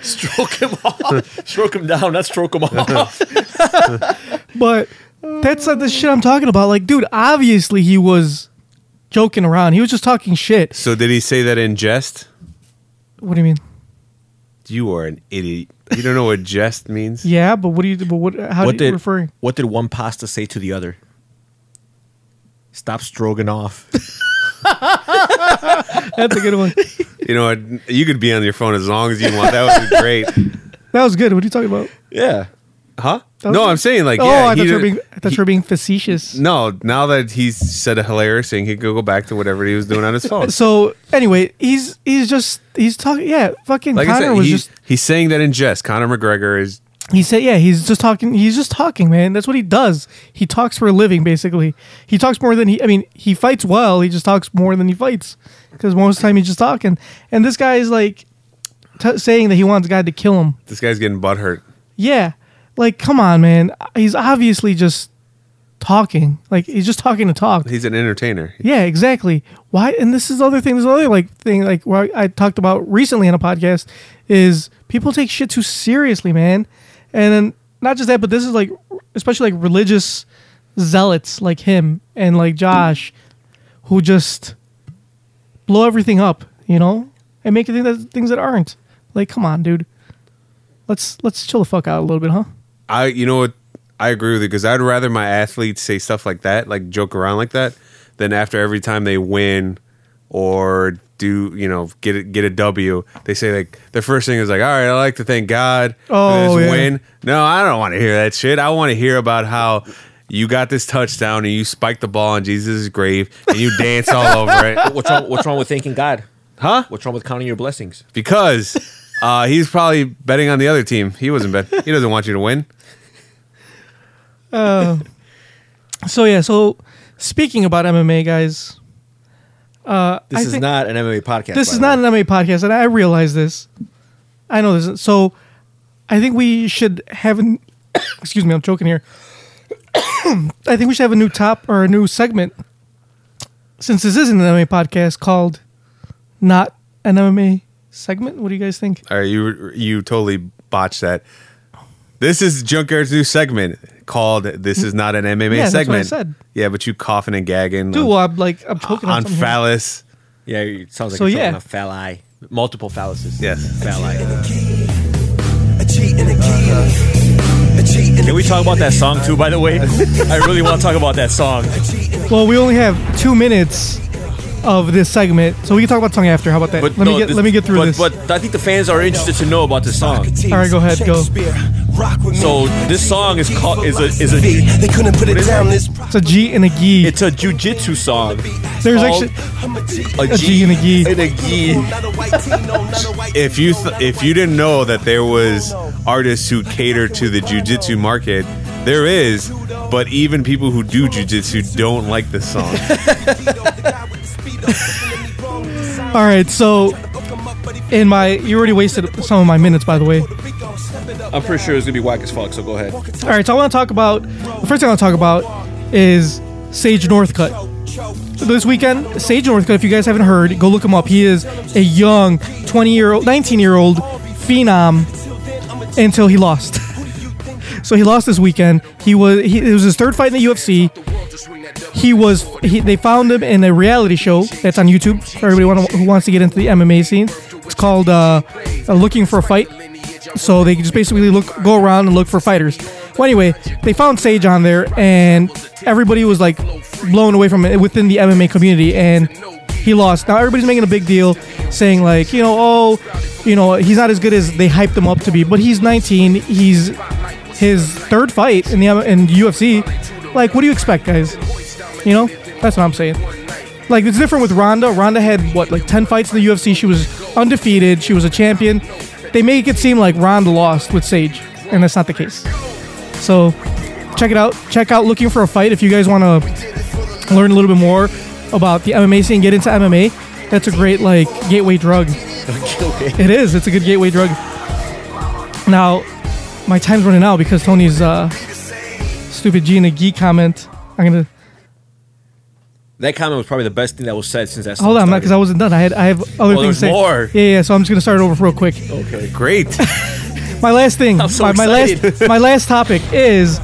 [SPEAKER 4] Stroke him off. stroke him down. Not stroke him off.
[SPEAKER 2] but that's like the shit I'm talking about. Like, dude, obviously he was joking around. He was just talking shit.
[SPEAKER 3] So did he say that in jest?
[SPEAKER 2] What do you mean?
[SPEAKER 3] You are an idiot. You don't know what jest means.
[SPEAKER 2] Yeah, but what do you? But what? How
[SPEAKER 4] what
[SPEAKER 2] do you
[SPEAKER 4] did
[SPEAKER 2] referring?
[SPEAKER 4] what did one pasta say to the other? Stop stroking off.
[SPEAKER 2] That's a good one.
[SPEAKER 3] You know what? You could be on your phone as long as you want. That would be great.
[SPEAKER 2] That was good. What are you talking about?
[SPEAKER 4] yeah.
[SPEAKER 3] Huh?
[SPEAKER 2] was
[SPEAKER 3] No,
[SPEAKER 2] good.
[SPEAKER 3] I'm saying like
[SPEAKER 2] oh,
[SPEAKER 3] yeah.
[SPEAKER 2] I
[SPEAKER 3] he
[SPEAKER 2] thought you were
[SPEAKER 3] did-
[SPEAKER 2] being. I thought you were being facetious.
[SPEAKER 3] No, now that he's said a hilarious thing, he could go back to whatever he was doing on his phone.
[SPEAKER 2] So anyway, he's he's just he's talking. Yeah, fucking
[SPEAKER 3] like
[SPEAKER 2] Connor
[SPEAKER 3] I said,
[SPEAKER 2] was
[SPEAKER 3] he,
[SPEAKER 2] just.
[SPEAKER 3] he's saying that in jest. Conor McGregor is
[SPEAKER 2] He said, yeah, he's just talking. He's just talking, man. That's what he does. He talks for a living, basically. He talks more than he. I mean, he fights well. He just talks more than he fights because most of the time he's just talking. And this guy is like t- saying that he wants God to kill him.
[SPEAKER 3] this guy's getting butt hurt.
[SPEAKER 2] Yeah. Like, come on, man. He's obviously just talking. Like, he's just talking to talk.
[SPEAKER 3] He's an entertainer.
[SPEAKER 2] Yeah, exactly. Why? And this is the other thing. This is another like thing like where I talked about recently on a podcast is people take shit too seriously, man. And then not just that, but this is like especially like religious zealots like him and like Josh, who just blow everything up, you know, and make you think that things that aren't. Like, come on, dude. Let's let's chill the fuck out a little bit, huh?
[SPEAKER 3] I you know what I agree with you because I'd rather my athletes say stuff like that, like joke around like that, than after every time they win or do you know get a, get a W, they say like the first thing is like, all right, I like to thank God
[SPEAKER 2] Oh,
[SPEAKER 3] for this
[SPEAKER 2] yeah.
[SPEAKER 3] win. No, I don't want to hear that shit. I want to hear about how. You got this touchdown and you spiked the ball in Jesus' grave and you dance all over it.
[SPEAKER 4] What's wrong? What's wrong with thanking God?
[SPEAKER 3] Huh?
[SPEAKER 4] What's wrong with counting your blessings?
[SPEAKER 3] because uh, he's probably betting on the other team. He wasn't bet. He doesn't want you to win.
[SPEAKER 2] So yeah, so speaking about MMA, guys,
[SPEAKER 4] This
[SPEAKER 2] I
[SPEAKER 4] is
[SPEAKER 2] think-
[SPEAKER 4] not an MMA podcast.
[SPEAKER 2] this is
[SPEAKER 4] by the
[SPEAKER 2] not
[SPEAKER 4] way.
[SPEAKER 2] an MMA podcast, and I realize this. I know this. So I think we should have an excuse me, I'm choking here. I think we should have a new top or a new segment since this isn't an MMA podcast called Not an MMA segment. What do you guys think?
[SPEAKER 3] All right, you you totally botched that. This is Junkyard's new segment called "This is not an MMA
[SPEAKER 2] Yeah, that's what I
[SPEAKER 3] segment."
[SPEAKER 2] said.
[SPEAKER 3] Yeah, but you coughing and gagging
[SPEAKER 2] Dude,
[SPEAKER 3] on,
[SPEAKER 2] well, I'm like I'm choking on,
[SPEAKER 3] on
[SPEAKER 2] something.
[SPEAKER 3] phallus.
[SPEAKER 4] Yeah, it sounds like
[SPEAKER 2] So,
[SPEAKER 4] so, yeah.
[SPEAKER 2] yeah.
[SPEAKER 4] a phalli. Multiple phalluses.
[SPEAKER 3] Yes.
[SPEAKER 4] Phalli.
[SPEAKER 1] A cheat and a key. A cheat and
[SPEAKER 8] Can we talk about that song too, by the way? I really want to talk about that song.
[SPEAKER 2] Well, we only have two minutes of this segment, so we can talk about the song after. How about that? let
[SPEAKER 4] no,
[SPEAKER 2] me get
[SPEAKER 4] this-
[SPEAKER 2] let me get through
[SPEAKER 4] but,
[SPEAKER 2] this.
[SPEAKER 4] But I think the fans are interested to know about this song.
[SPEAKER 2] All right, go ahead, go.
[SPEAKER 4] So this song is called- is a- is a-
[SPEAKER 1] They couldn't put it
[SPEAKER 4] is it?
[SPEAKER 1] down this.
[SPEAKER 2] it's a G and a G.
[SPEAKER 4] It's a jujitsu song.
[SPEAKER 2] There's
[SPEAKER 4] called
[SPEAKER 2] actually a G and a G.
[SPEAKER 4] and a gi.
[SPEAKER 3] If you th- if you didn't know that there was artists who cater to the jujitsu market, there is. But even people who do jujitsu don't like this song.
[SPEAKER 2] All right, so in my you already wasted some of my minutes, by the way.
[SPEAKER 4] I'm pretty sure it's gonna be whack as fuck. So go ahead.
[SPEAKER 2] All right, so I want to talk about the first thing I want to talk about is Sage Northcutt. This weekend, Sage Northcutt. If you guys haven't heard, go look him up. He is a young 20 year old, 19 year old phenom until he lost. so he lost this weekend. He was he, it was his third fight in the UFC. He was he, they found him in a reality show that's on YouTube for everybody want who wants to get into the MMA scene. It's called uh, uh, "Looking for a Fight." So they just basically look go around and look for fighters. Well, anyway, they found Sage on there, and everybody was like blown away from it within the MMA community, and he lost. Now everybody's making a big deal, saying like, you know, oh, you know, he's not as good as they hyped him up to be, but he's 19. He's his third fight in the in UFC. Like, what do you expect, guys? You know, that's what I'm saying. Like it's different with Ronda. Ronda had what like ten fights in the UFC. She was undefeated. She was a champion. They make it seem like Ronda lost with Sage, and that's not the case. So check it out. Check out looking for a fight if you guys want to learn a little bit more about the MMA scene, get into MMA. That's a great like gateway drug. It is. It's a good gateway drug. Now, my time's running out because Tony's uh, stupid G and a G comment. I'm gonna
[SPEAKER 4] That comment was probably the best thing that was said since that. Song
[SPEAKER 2] hold on, because I
[SPEAKER 4] started.
[SPEAKER 2] wasn't done. I had I have other things.
[SPEAKER 4] Oh, there's
[SPEAKER 2] to say.
[SPEAKER 4] more.
[SPEAKER 2] Yeah, yeah. So I'm just gonna start it over real quick.
[SPEAKER 4] okay.
[SPEAKER 3] Great.
[SPEAKER 2] My last thing.
[SPEAKER 4] I'm so
[SPEAKER 2] my, my last
[SPEAKER 4] excited.
[SPEAKER 2] my last topic is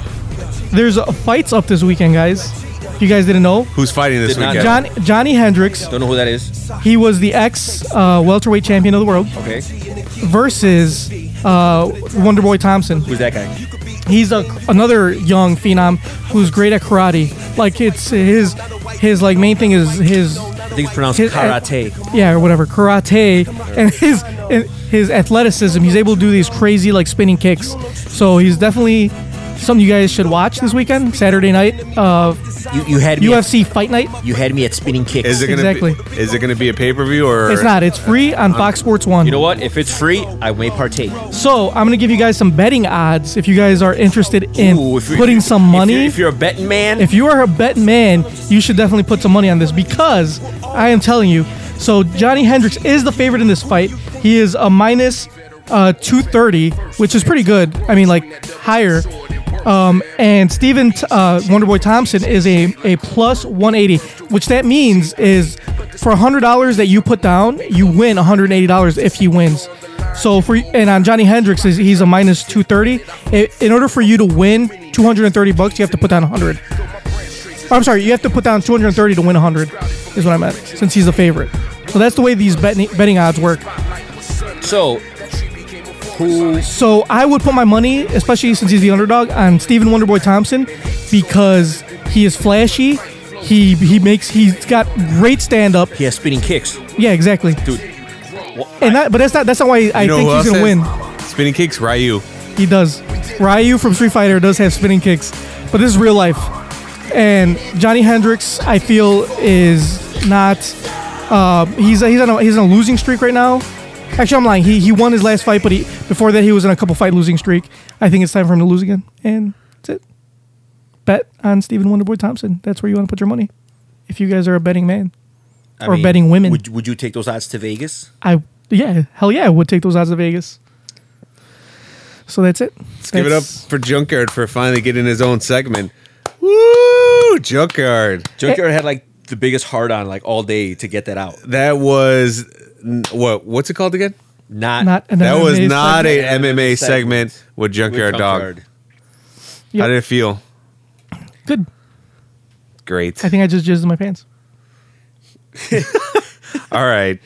[SPEAKER 2] there's uh, fights up this weekend, guys. If you guys didn't know,
[SPEAKER 3] Who's fighting this
[SPEAKER 4] Did not-
[SPEAKER 3] weekend?
[SPEAKER 2] John Johnny Hendricks,
[SPEAKER 4] Don't know who that is.
[SPEAKER 2] he was the ex uh, welterweight champion of the world
[SPEAKER 4] Okay.
[SPEAKER 2] versus uh, Wonderboy Thompson.
[SPEAKER 4] Who's that guy?
[SPEAKER 2] He's a, another young phenom who's great at karate. Like it's his his like main thing is his
[SPEAKER 4] I think it's pronounced
[SPEAKER 2] His- uh,
[SPEAKER 4] karate.
[SPEAKER 2] yeah, or whatever, karate, and his and his athleticism. He's able to do these crazy like spinning kicks. So he's definitely something you guys should watch this weekend, Saturday night, uh,
[SPEAKER 4] You, you had me
[SPEAKER 2] UFC Fight Night.
[SPEAKER 4] At, you had me at spinning kicks.
[SPEAKER 3] Is it gonna
[SPEAKER 2] Exactly.
[SPEAKER 3] be? Is it gonna be a pay per view or?
[SPEAKER 2] It's not. It's free on Fox Sports One.
[SPEAKER 4] you know what? If it's free, I may partake.
[SPEAKER 2] So I'm gonna give you guys some betting odds if you guys are interested in
[SPEAKER 4] Ooh, if you-
[SPEAKER 2] putting some
[SPEAKER 4] if
[SPEAKER 2] money.
[SPEAKER 4] you're- If you're, a betting man,
[SPEAKER 2] if you are a betting man, you should definitely put some money on this because I am telling you. So Johnny Hendricks is the favorite in this fight. He is a minus uh, 230, which is pretty good. I mean, like higher. Um, and Steven uh, Wonderboy Thompson is a, a plus 180, which that means is for $100 that you put down, you win $180 if he wins. So for and on Johnny Hendricks is he's a minus 230. I- In order for you to win 230 bucks, you have to put down 100. Oh, I'm sorry, you have to put down 230 to win 100, is what I meant, since he's a favorite. So that's the way these betting, betting odds work.
[SPEAKER 4] so who?
[SPEAKER 2] So I would put my money, especially since he's the underdog, on Stephen Wonderboy Thompson because he is flashy. He he makes he's got great stand up.
[SPEAKER 4] He has spinning kicks.
[SPEAKER 2] Yeah, exactly.
[SPEAKER 4] Dude.
[SPEAKER 2] And that, but that's not that's not why I
[SPEAKER 3] You know
[SPEAKER 2] think
[SPEAKER 3] who
[SPEAKER 2] he's
[SPEAKER 3] else
[SPEAKER 2] gonna
[SPEAKER 3] has-
[SPEAKER 2] win.
[SPEAKER 3] Spinning kicks, Ryu.
[SPEAKER 2] He does. Ryu from Street Fighter does have spinning kicks, but this is real life. And Johnny Hendricks, I feel, is not. Uh, he's he's on a, he's on a losing streak right now. Actually, I'm lying. He he won his last fight, but he before that he was in a couple fight losing streak. I think it's time for him to lose again, and that's it. Bet on Stephen Wonderboy Thompson. That's where you want to put your money. If you guys are a betting man
[SPEAKER 4] I
[SPEAKER 2] or betting women,
[SPEAKER 4] Would, would you take those odds to Vegas?
[SPEAKER 2] I yeah hell yeah I would take those odds of Vegas. So that's it.
[SPEAKER 3] Let's give it up
[SPEAKER 2] That's-
[SPEAKER 3] for Junkyard for finally getting his own segment. Woo,
[SPEAKER 2] Eh.
[SPEAKER 3] Junkyard.
[SPEAKER 4] Junkyard had like the biggest hard on like all day to get that out.
[SPEAKER 3] That was n- what? What's it called again?
[SPEAKER 4] Not,
[SPEAKER 2] Not an
[SPEAKER 3] That was
[SPEAKER 2] MMA
[SPEAKER 3] not
[SPEAKER 2] segment.
[SPEAKER 3] a MMA
[SPEAKER 4] Segment.
[SPEAKER 3] segment with
[SPEAKER 4] with
[SPEAKER 3] Junkyard Dog.
[SPEAKER 4] Junkyard.
[SPEAKER 2] Yep.
[SPEAKER 3] How did it feel?
[SPEAKER 2] Good.
[SPEAKER 3] Great.
[SPEAKER 2] I think I just jizzed in my pants.
[SPEAKER 3] All right.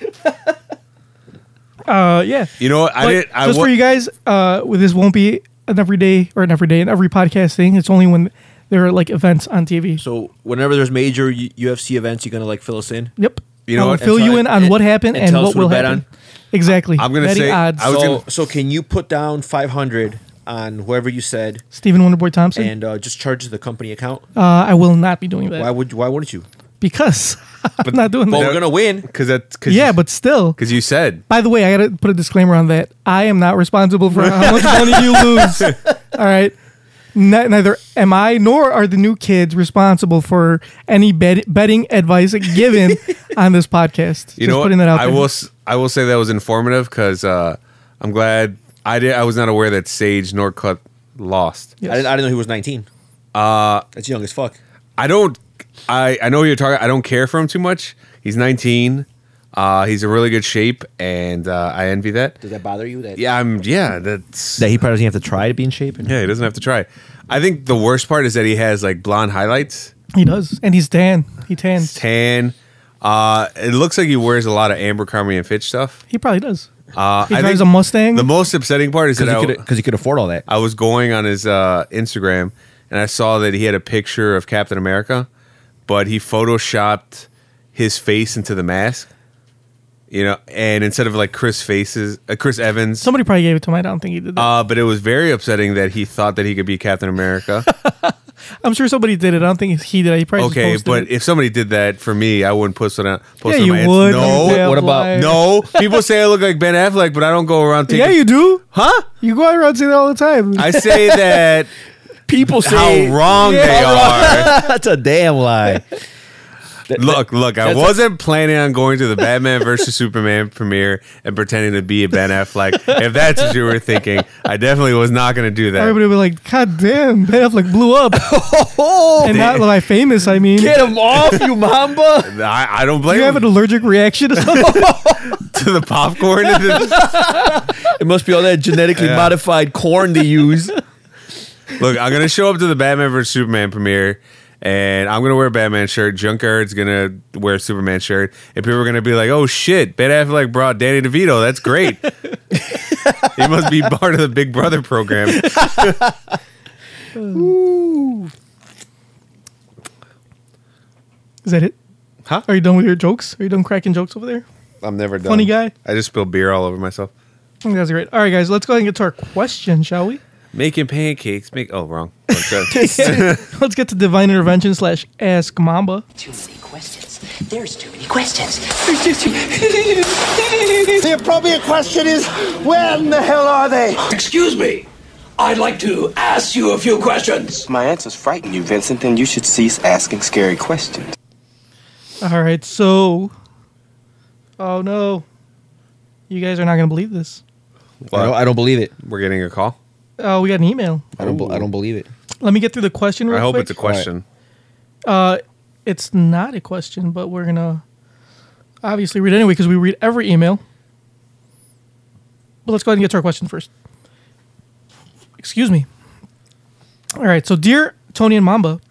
[SPEAKER 2] Uh, yeah.
[SPEAKER 3] You know what? I
[SPEAKER 2] But
[SPEAKER 3] did. I
[SPEAKER 2] just
[SPEAKER 3] wa-
[SPEAKER 2] for you guys, uh, this won't be an everyday or an everyday and every podcast thing. It's only when there are like events on TV.
[SPEAKER 4] So whenever there's major U- UFC events, you're gonna like fill us in.
[SPEAKER 2] yep.
[SPEAKER 3] You know
[SPEAKER 2] I will
[SPEAKER 3] what?
[SPEAKER 2] fill you
[SPEAKER 4] tell-
[SPEAKER 2] in on
[SPEAKER 4] and-
[SPEAKER 2] what happened
[SPEAKER 4] and
[SPEAKER 2] and,
[SPEAKER 4] tell us
[SPEAKER 2] what
[SPEAKER 4] who to
[SPEAKER 2] will
[SPEAKER 4] bet
[SPEAKER 2] happen.
[SPEAKER 4] on.
[SPEAKER 2] Exactly.
[SPEAKER 3] I'm gonna
[SPEAKER 2] Betting
[SPEAKER 3] say-
[SPEAKER 2] odds.
[SPEAKER 3] I was
[SPEAKER 4] So,
[SPEAKER 3] gonna-
[SPEAKER 4] so can you put down 500 on whoever you said
[SPEAKER 2] Stephen Wonderboy Thompson.
[SPEAKER 4] and uh, just charge the company account?
[SPEAKER 2] uh, I will not be doing that
[SPEAKER 4] Why would why wouldn't you?
[SPEAKER 2] because I'm not doing
[SPEAKER 4] But
[SPEAKER 2] that.
[SPEAKER 4] we're gonna win.
[SPEAKER 3] Because that's cause
[SPEAKER 2] Yeah, but still.
[SPEAKER 3] because you said
[SPEAKER 2] By the way, I gotta put a disclaimer on that. I am not responsible for how much money you lose. All right. Ne- neither am I nor are the new kids responsible for any bet- betting advice given on this podcast.
[SPEAKER 3] you
[SPEAKER 2] Just
[SPEAKER 3] know
[SPEAKER 2] putting
[SPEAKER 3] what?
[SPEAKER 2] that out
[SPEAKER 3] I
[SPEAKER 2] there.
[SPEAKER 3] will s- I will say that was informative because uh, I'm glad I did I was not aware that Sage Norcutt lost.
[SPEAKER 2] Yes.
[SPEAKER 4] I, didn't, I didn't know he was 19. Uh, that's young as fuck.
[SPEAKER 3] I don't I I know you're talking. I don't care for him too much. He's 19. Uh, he's in really good shape, and uh, I envy that.
[SPEAKER 4] Does that bother you? That
[SPEAKER 3] Yeah, I'm. Yeah, that's.
[SPEAKER 4] he probably doesn't have to try to be in shape.
[SPEAKER 3] Yeah, he doesn't have to try. I think the worst part is that he has like blonde highlights,
[SPEAKER 2] He does. And he's tan. He tans.
[SPEAKER 3] tan. Uh, it looks like he wears a lot of Amber Comrie and Fitch stuff.
[SPEAKER 2] He probably does.
[SPEAKER 3] Uh,
[SPEAKER 2] He
[SPEAKER 3] I
[SPEAKER 2] drives
[SPEAKER 3] think
[SPEAKER 2] a Mustang.
[SPEAKER 3] The most upsetting part is that I,
[SPEAKER 4] because he could afford all that.
[SPEAKER 3] I was going on his uh, Instagram and I saw that he had a picture of Captain America, but he photoshopped his face into the mask. You know, and instead of like Chris faces, uh, Chris Evans,
[SPEAKER 2] Somebody probably gave it to him. I don't think he did that.
[SPEAKER 3] uh, but it was very upsetting that he thought that he could be Captain America.
[SPEAKER 2] I'm sure somebody did it. I don't think he did it. He probably
[SPEAKER 3] Uh, Okay,
[SPEAKER 2] just posted
[SPEAKER 3] but
[SPEAKER 2] it.
[SPEAKER 3] if somebody did that for me, I wouldn't post it on. Post
[SPEAKER 2] yeah,
[SPEAKER 3] it
[SPEAKER 2] you
[SPEAKER 3] on my
[SPEAKER 2] would.
[SPEAKER 3] Insta-
[SPEAKER 2] you
[SPEAKER 3] No,
[SPEAKER 2] damn
[SPEAKER 4] what about-
[SPEAKER 2] liar.
[SPEAKER 3] no. People say I look like Ben Affleck, but I don't go around. Taking,
[SPEAKER 2] Yeah, you do.
[SPEAKER 3] huh?
[SPEAKER 2] You go around saying that all the time.
[SPEAKER 3] I say that
[SPEAKER 4] People
[SPEAKER 3] how wrong they are.
[SPEAKER 4] that's a damn lie.
[SPEAKER 3] Look, look, I
[SPEAKER 4] That's a-
[SPEAKER 3] wasn't planning on going to the Batman versus Superman premiere and pretending to be a Ben Affleck. if that's what you were thinking, I definitely was not going to do that.
[SPEAKER 2] Everybody would be like, God damn, Ben Affleck blew up.
[SPEAKER 4] Oh,
[SPEAKER 2] and not like famous, I mean.
[SPEAKER 4] get him off, you mamba.
[SPEAKER 3] I, I don't blame
[SPEAKER 2] you have
[SPEAKER 3] him
[SPEAKER 2] an allergic reaction to something?
[SPEAKER 3] to the popcorn. and the-
[SPEAKER 4] It must be all that genetically
[SPEAKER 3] Yeah.
[SPEAKER 4] modified corn they use.
[SPEAKER 3] look, I'm going to show up to the Batman versus Superman premiere. And I'm gonna wear a Batman shirt. Junkard's gonna wear a Superman shirt, and people are gonna be like, "Oh shit, Ben Affleck brought Danny DeVito. That's great. he must be part of the Big Brother program."
[SPEAKER 2] Is that it?
[SPEAKER 3] Huh?
[SPEAKER 2] Are you done with your jokes? Are you done cracking jokes over there?
[SPEAKER 3] I'm never done.
[SPEAKER 2] Funny guy.
[SPEAKER 3] I just spilled beer all over myself.
[SPEAKER 2] I think Mm, that's great. All right, guys, let's go ahead and get to our question, shall we?
[SPEAKER 3] Making pancakes. Make oh wrong.
[SPEAKER 2] Let's get to divine intervention slash ask Mamba.
[SPEAKER 8] Too many questions. There's too many questions.
[SPEAKER 1] The appropriate question is when the hell are they?
[SPEAKER 9] Excuse me. I'd like to ask you a few questions.
[SPEAKER 10] my answers frighten you, Vincent, then you should cease asking scary questions.
[SPEAKER 2] All right, so. Oh no. You guys are not going to believe this.
[SPEAKER 4] I, don't, I don't believe it.
[SPEAKER 3] We're getting a call.
[SPEAKER 2] Oh, we got an email.
[SPEAKER 4] I don't. be- I don't believe it.
[SPEAKER 2] Let me get through the question real
[SPEAKER 3] I hope
[SPEAKER 2] quick.
[SPEAKER 3] it's a question.
[SPEAKER 2] Uh, It's not a question, but we're gonna obviously read it anyway because we read every email. But let's go ahead and get to our question first. Excuse me. All right, so dear Tony and Mamba,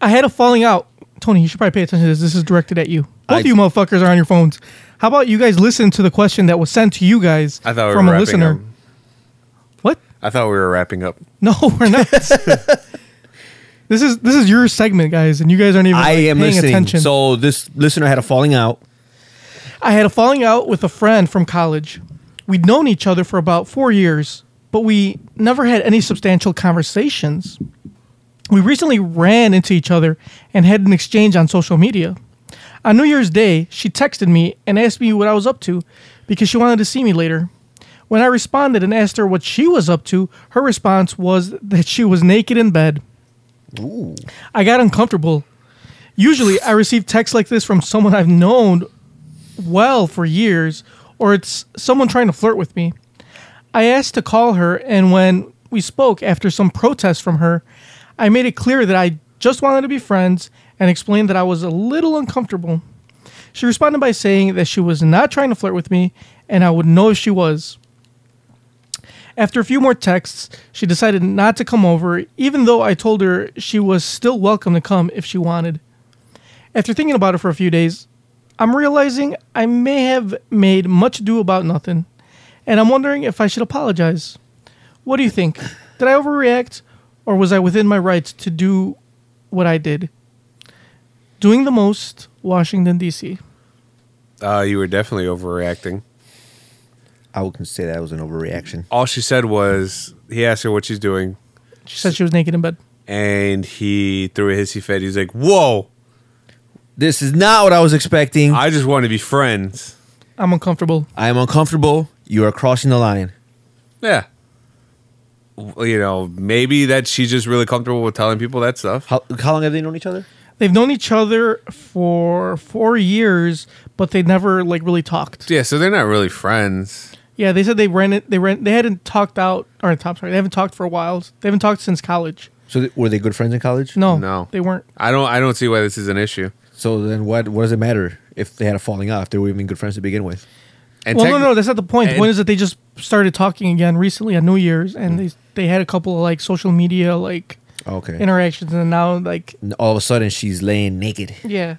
[SPEAKER 2] I had a falling out. Tony, you should probably pay attention to this. This is directed at you. Both
[SPEAKER 4] I-
[SPEAKER 2] of you motherfuckers are on your phones. How about you guys listen to the question that was sent to you guys
[SPEAKER 3] I thought we
[SPEAKER 2] from
[SPEAKER 3] were
[SPEAKER 2] a
[SPEAKER 3] wrapping
[SPEAKER 2] listener?
[SPEAKER 3] up.
[SPEAKER 2] What?
[SPEAKER 3] I thought we were wrapping up.
[SPEAKER 2] No, we're not. this is this is your segment, guys, and you guys aren't even
[SPEAKER 4] I
[SPEAKER 2] like,
[SPEAKER 4] am
[SPEAKER 2] paying
[SPEAKER 4] listening.
[SPEAKER 2] attention.
[SPEAKER 4] So this listener had a falling out.
[SPEAKER 2] I had a falling out with a friend from college. We'd known each other for about four years, but we never had any substantial conversations. We recently ran into each other and had an exchange on social media. On New Year's Day, she texted me and asked me what I was up to because she wanted to see me later. When I responded and asked her what she was up to, her response was that she was naked in bed. I got uncomfortable. Usually, I receive texts like this from someone I've known well for years, or it's someone trying to flirt with me. I asked to call her, and when we spoke after some protest from her, I made it clear that I just wanted to be friends and explained that I was a little uncomfortable. She responded by saying that she was not trying to flirt with me, and I would know if she was. After a few more texts, she decided not to come over, even though I told her she was still welcome to come if she wanted. After thinking about it for a few days, I'm realizing I may have made much ado about nothing, and I'm wondering if I should apologize. What do you think? Did I overreact, or was I within my rights to do what I did? Doing the most, Washington D.C.
[SPEAKER 3] Uh, you were definitely overreacting.
[SPEAKER 4] I would say that was an overreaction.
[SPEAKER 3] All she said was, he asked her what she's doing,
[SPEAKER 2] She said she was naked in bed.
[SPEAKER 3] and he threw a hissy fit. He's like, "Whoa,
[SPEAKER 4] this is not what I was expecting."
[SPEAKER 3] I just want to be friends."
[SPEAKER 2] I'm uncomfortable.
[SPEAKER 4] I am uncomfortable. You are crossing the line.
[SPEAKER 3] Yeah, Well, you know, maybe that she's just really comfortable with telling people that stuff.
[SPEAKER 4] How, how long have they known each other?
[SPEAKER 2] They've known each other for four years, but they never like really talked.
[SPEAKER 3] Yeah, so they're not really friends.
[SPEAKER 2] Yeah, they said they ran it. They ran. They hadn't talked out. Or I'm sorry, they haven't talked for a while. They haven't talked since college.
[SPEAKER 4] So th- were they good friends in college?
[SPEAKER 2] No,
[SPEAKER 3] No,
[SPEAKER 2] they weren't.
[SPEAKER 3] I don't. I don't see why this is an issue.
[SPEAKER 4] So then what? What does it matter if they had a falling off? They were even good friends to begin with.
[SPEAKER 3] And
[SPEAKER 2] well, no,
[SPEAKER 3] techni-
[SPEAKER 2] no, that's not the point. The
[SPEAKER 3] and-
[SPEAKER 2] point is that they just started talking again recently on New Year's, and they they had a couple of like social media like
[SPEAKER 4] Okay.
[SPEAKER 2] interactions, and now like
[SPEAKER 4] And all of a sudden she's laying naked,
[SPEAKER 2] yeah,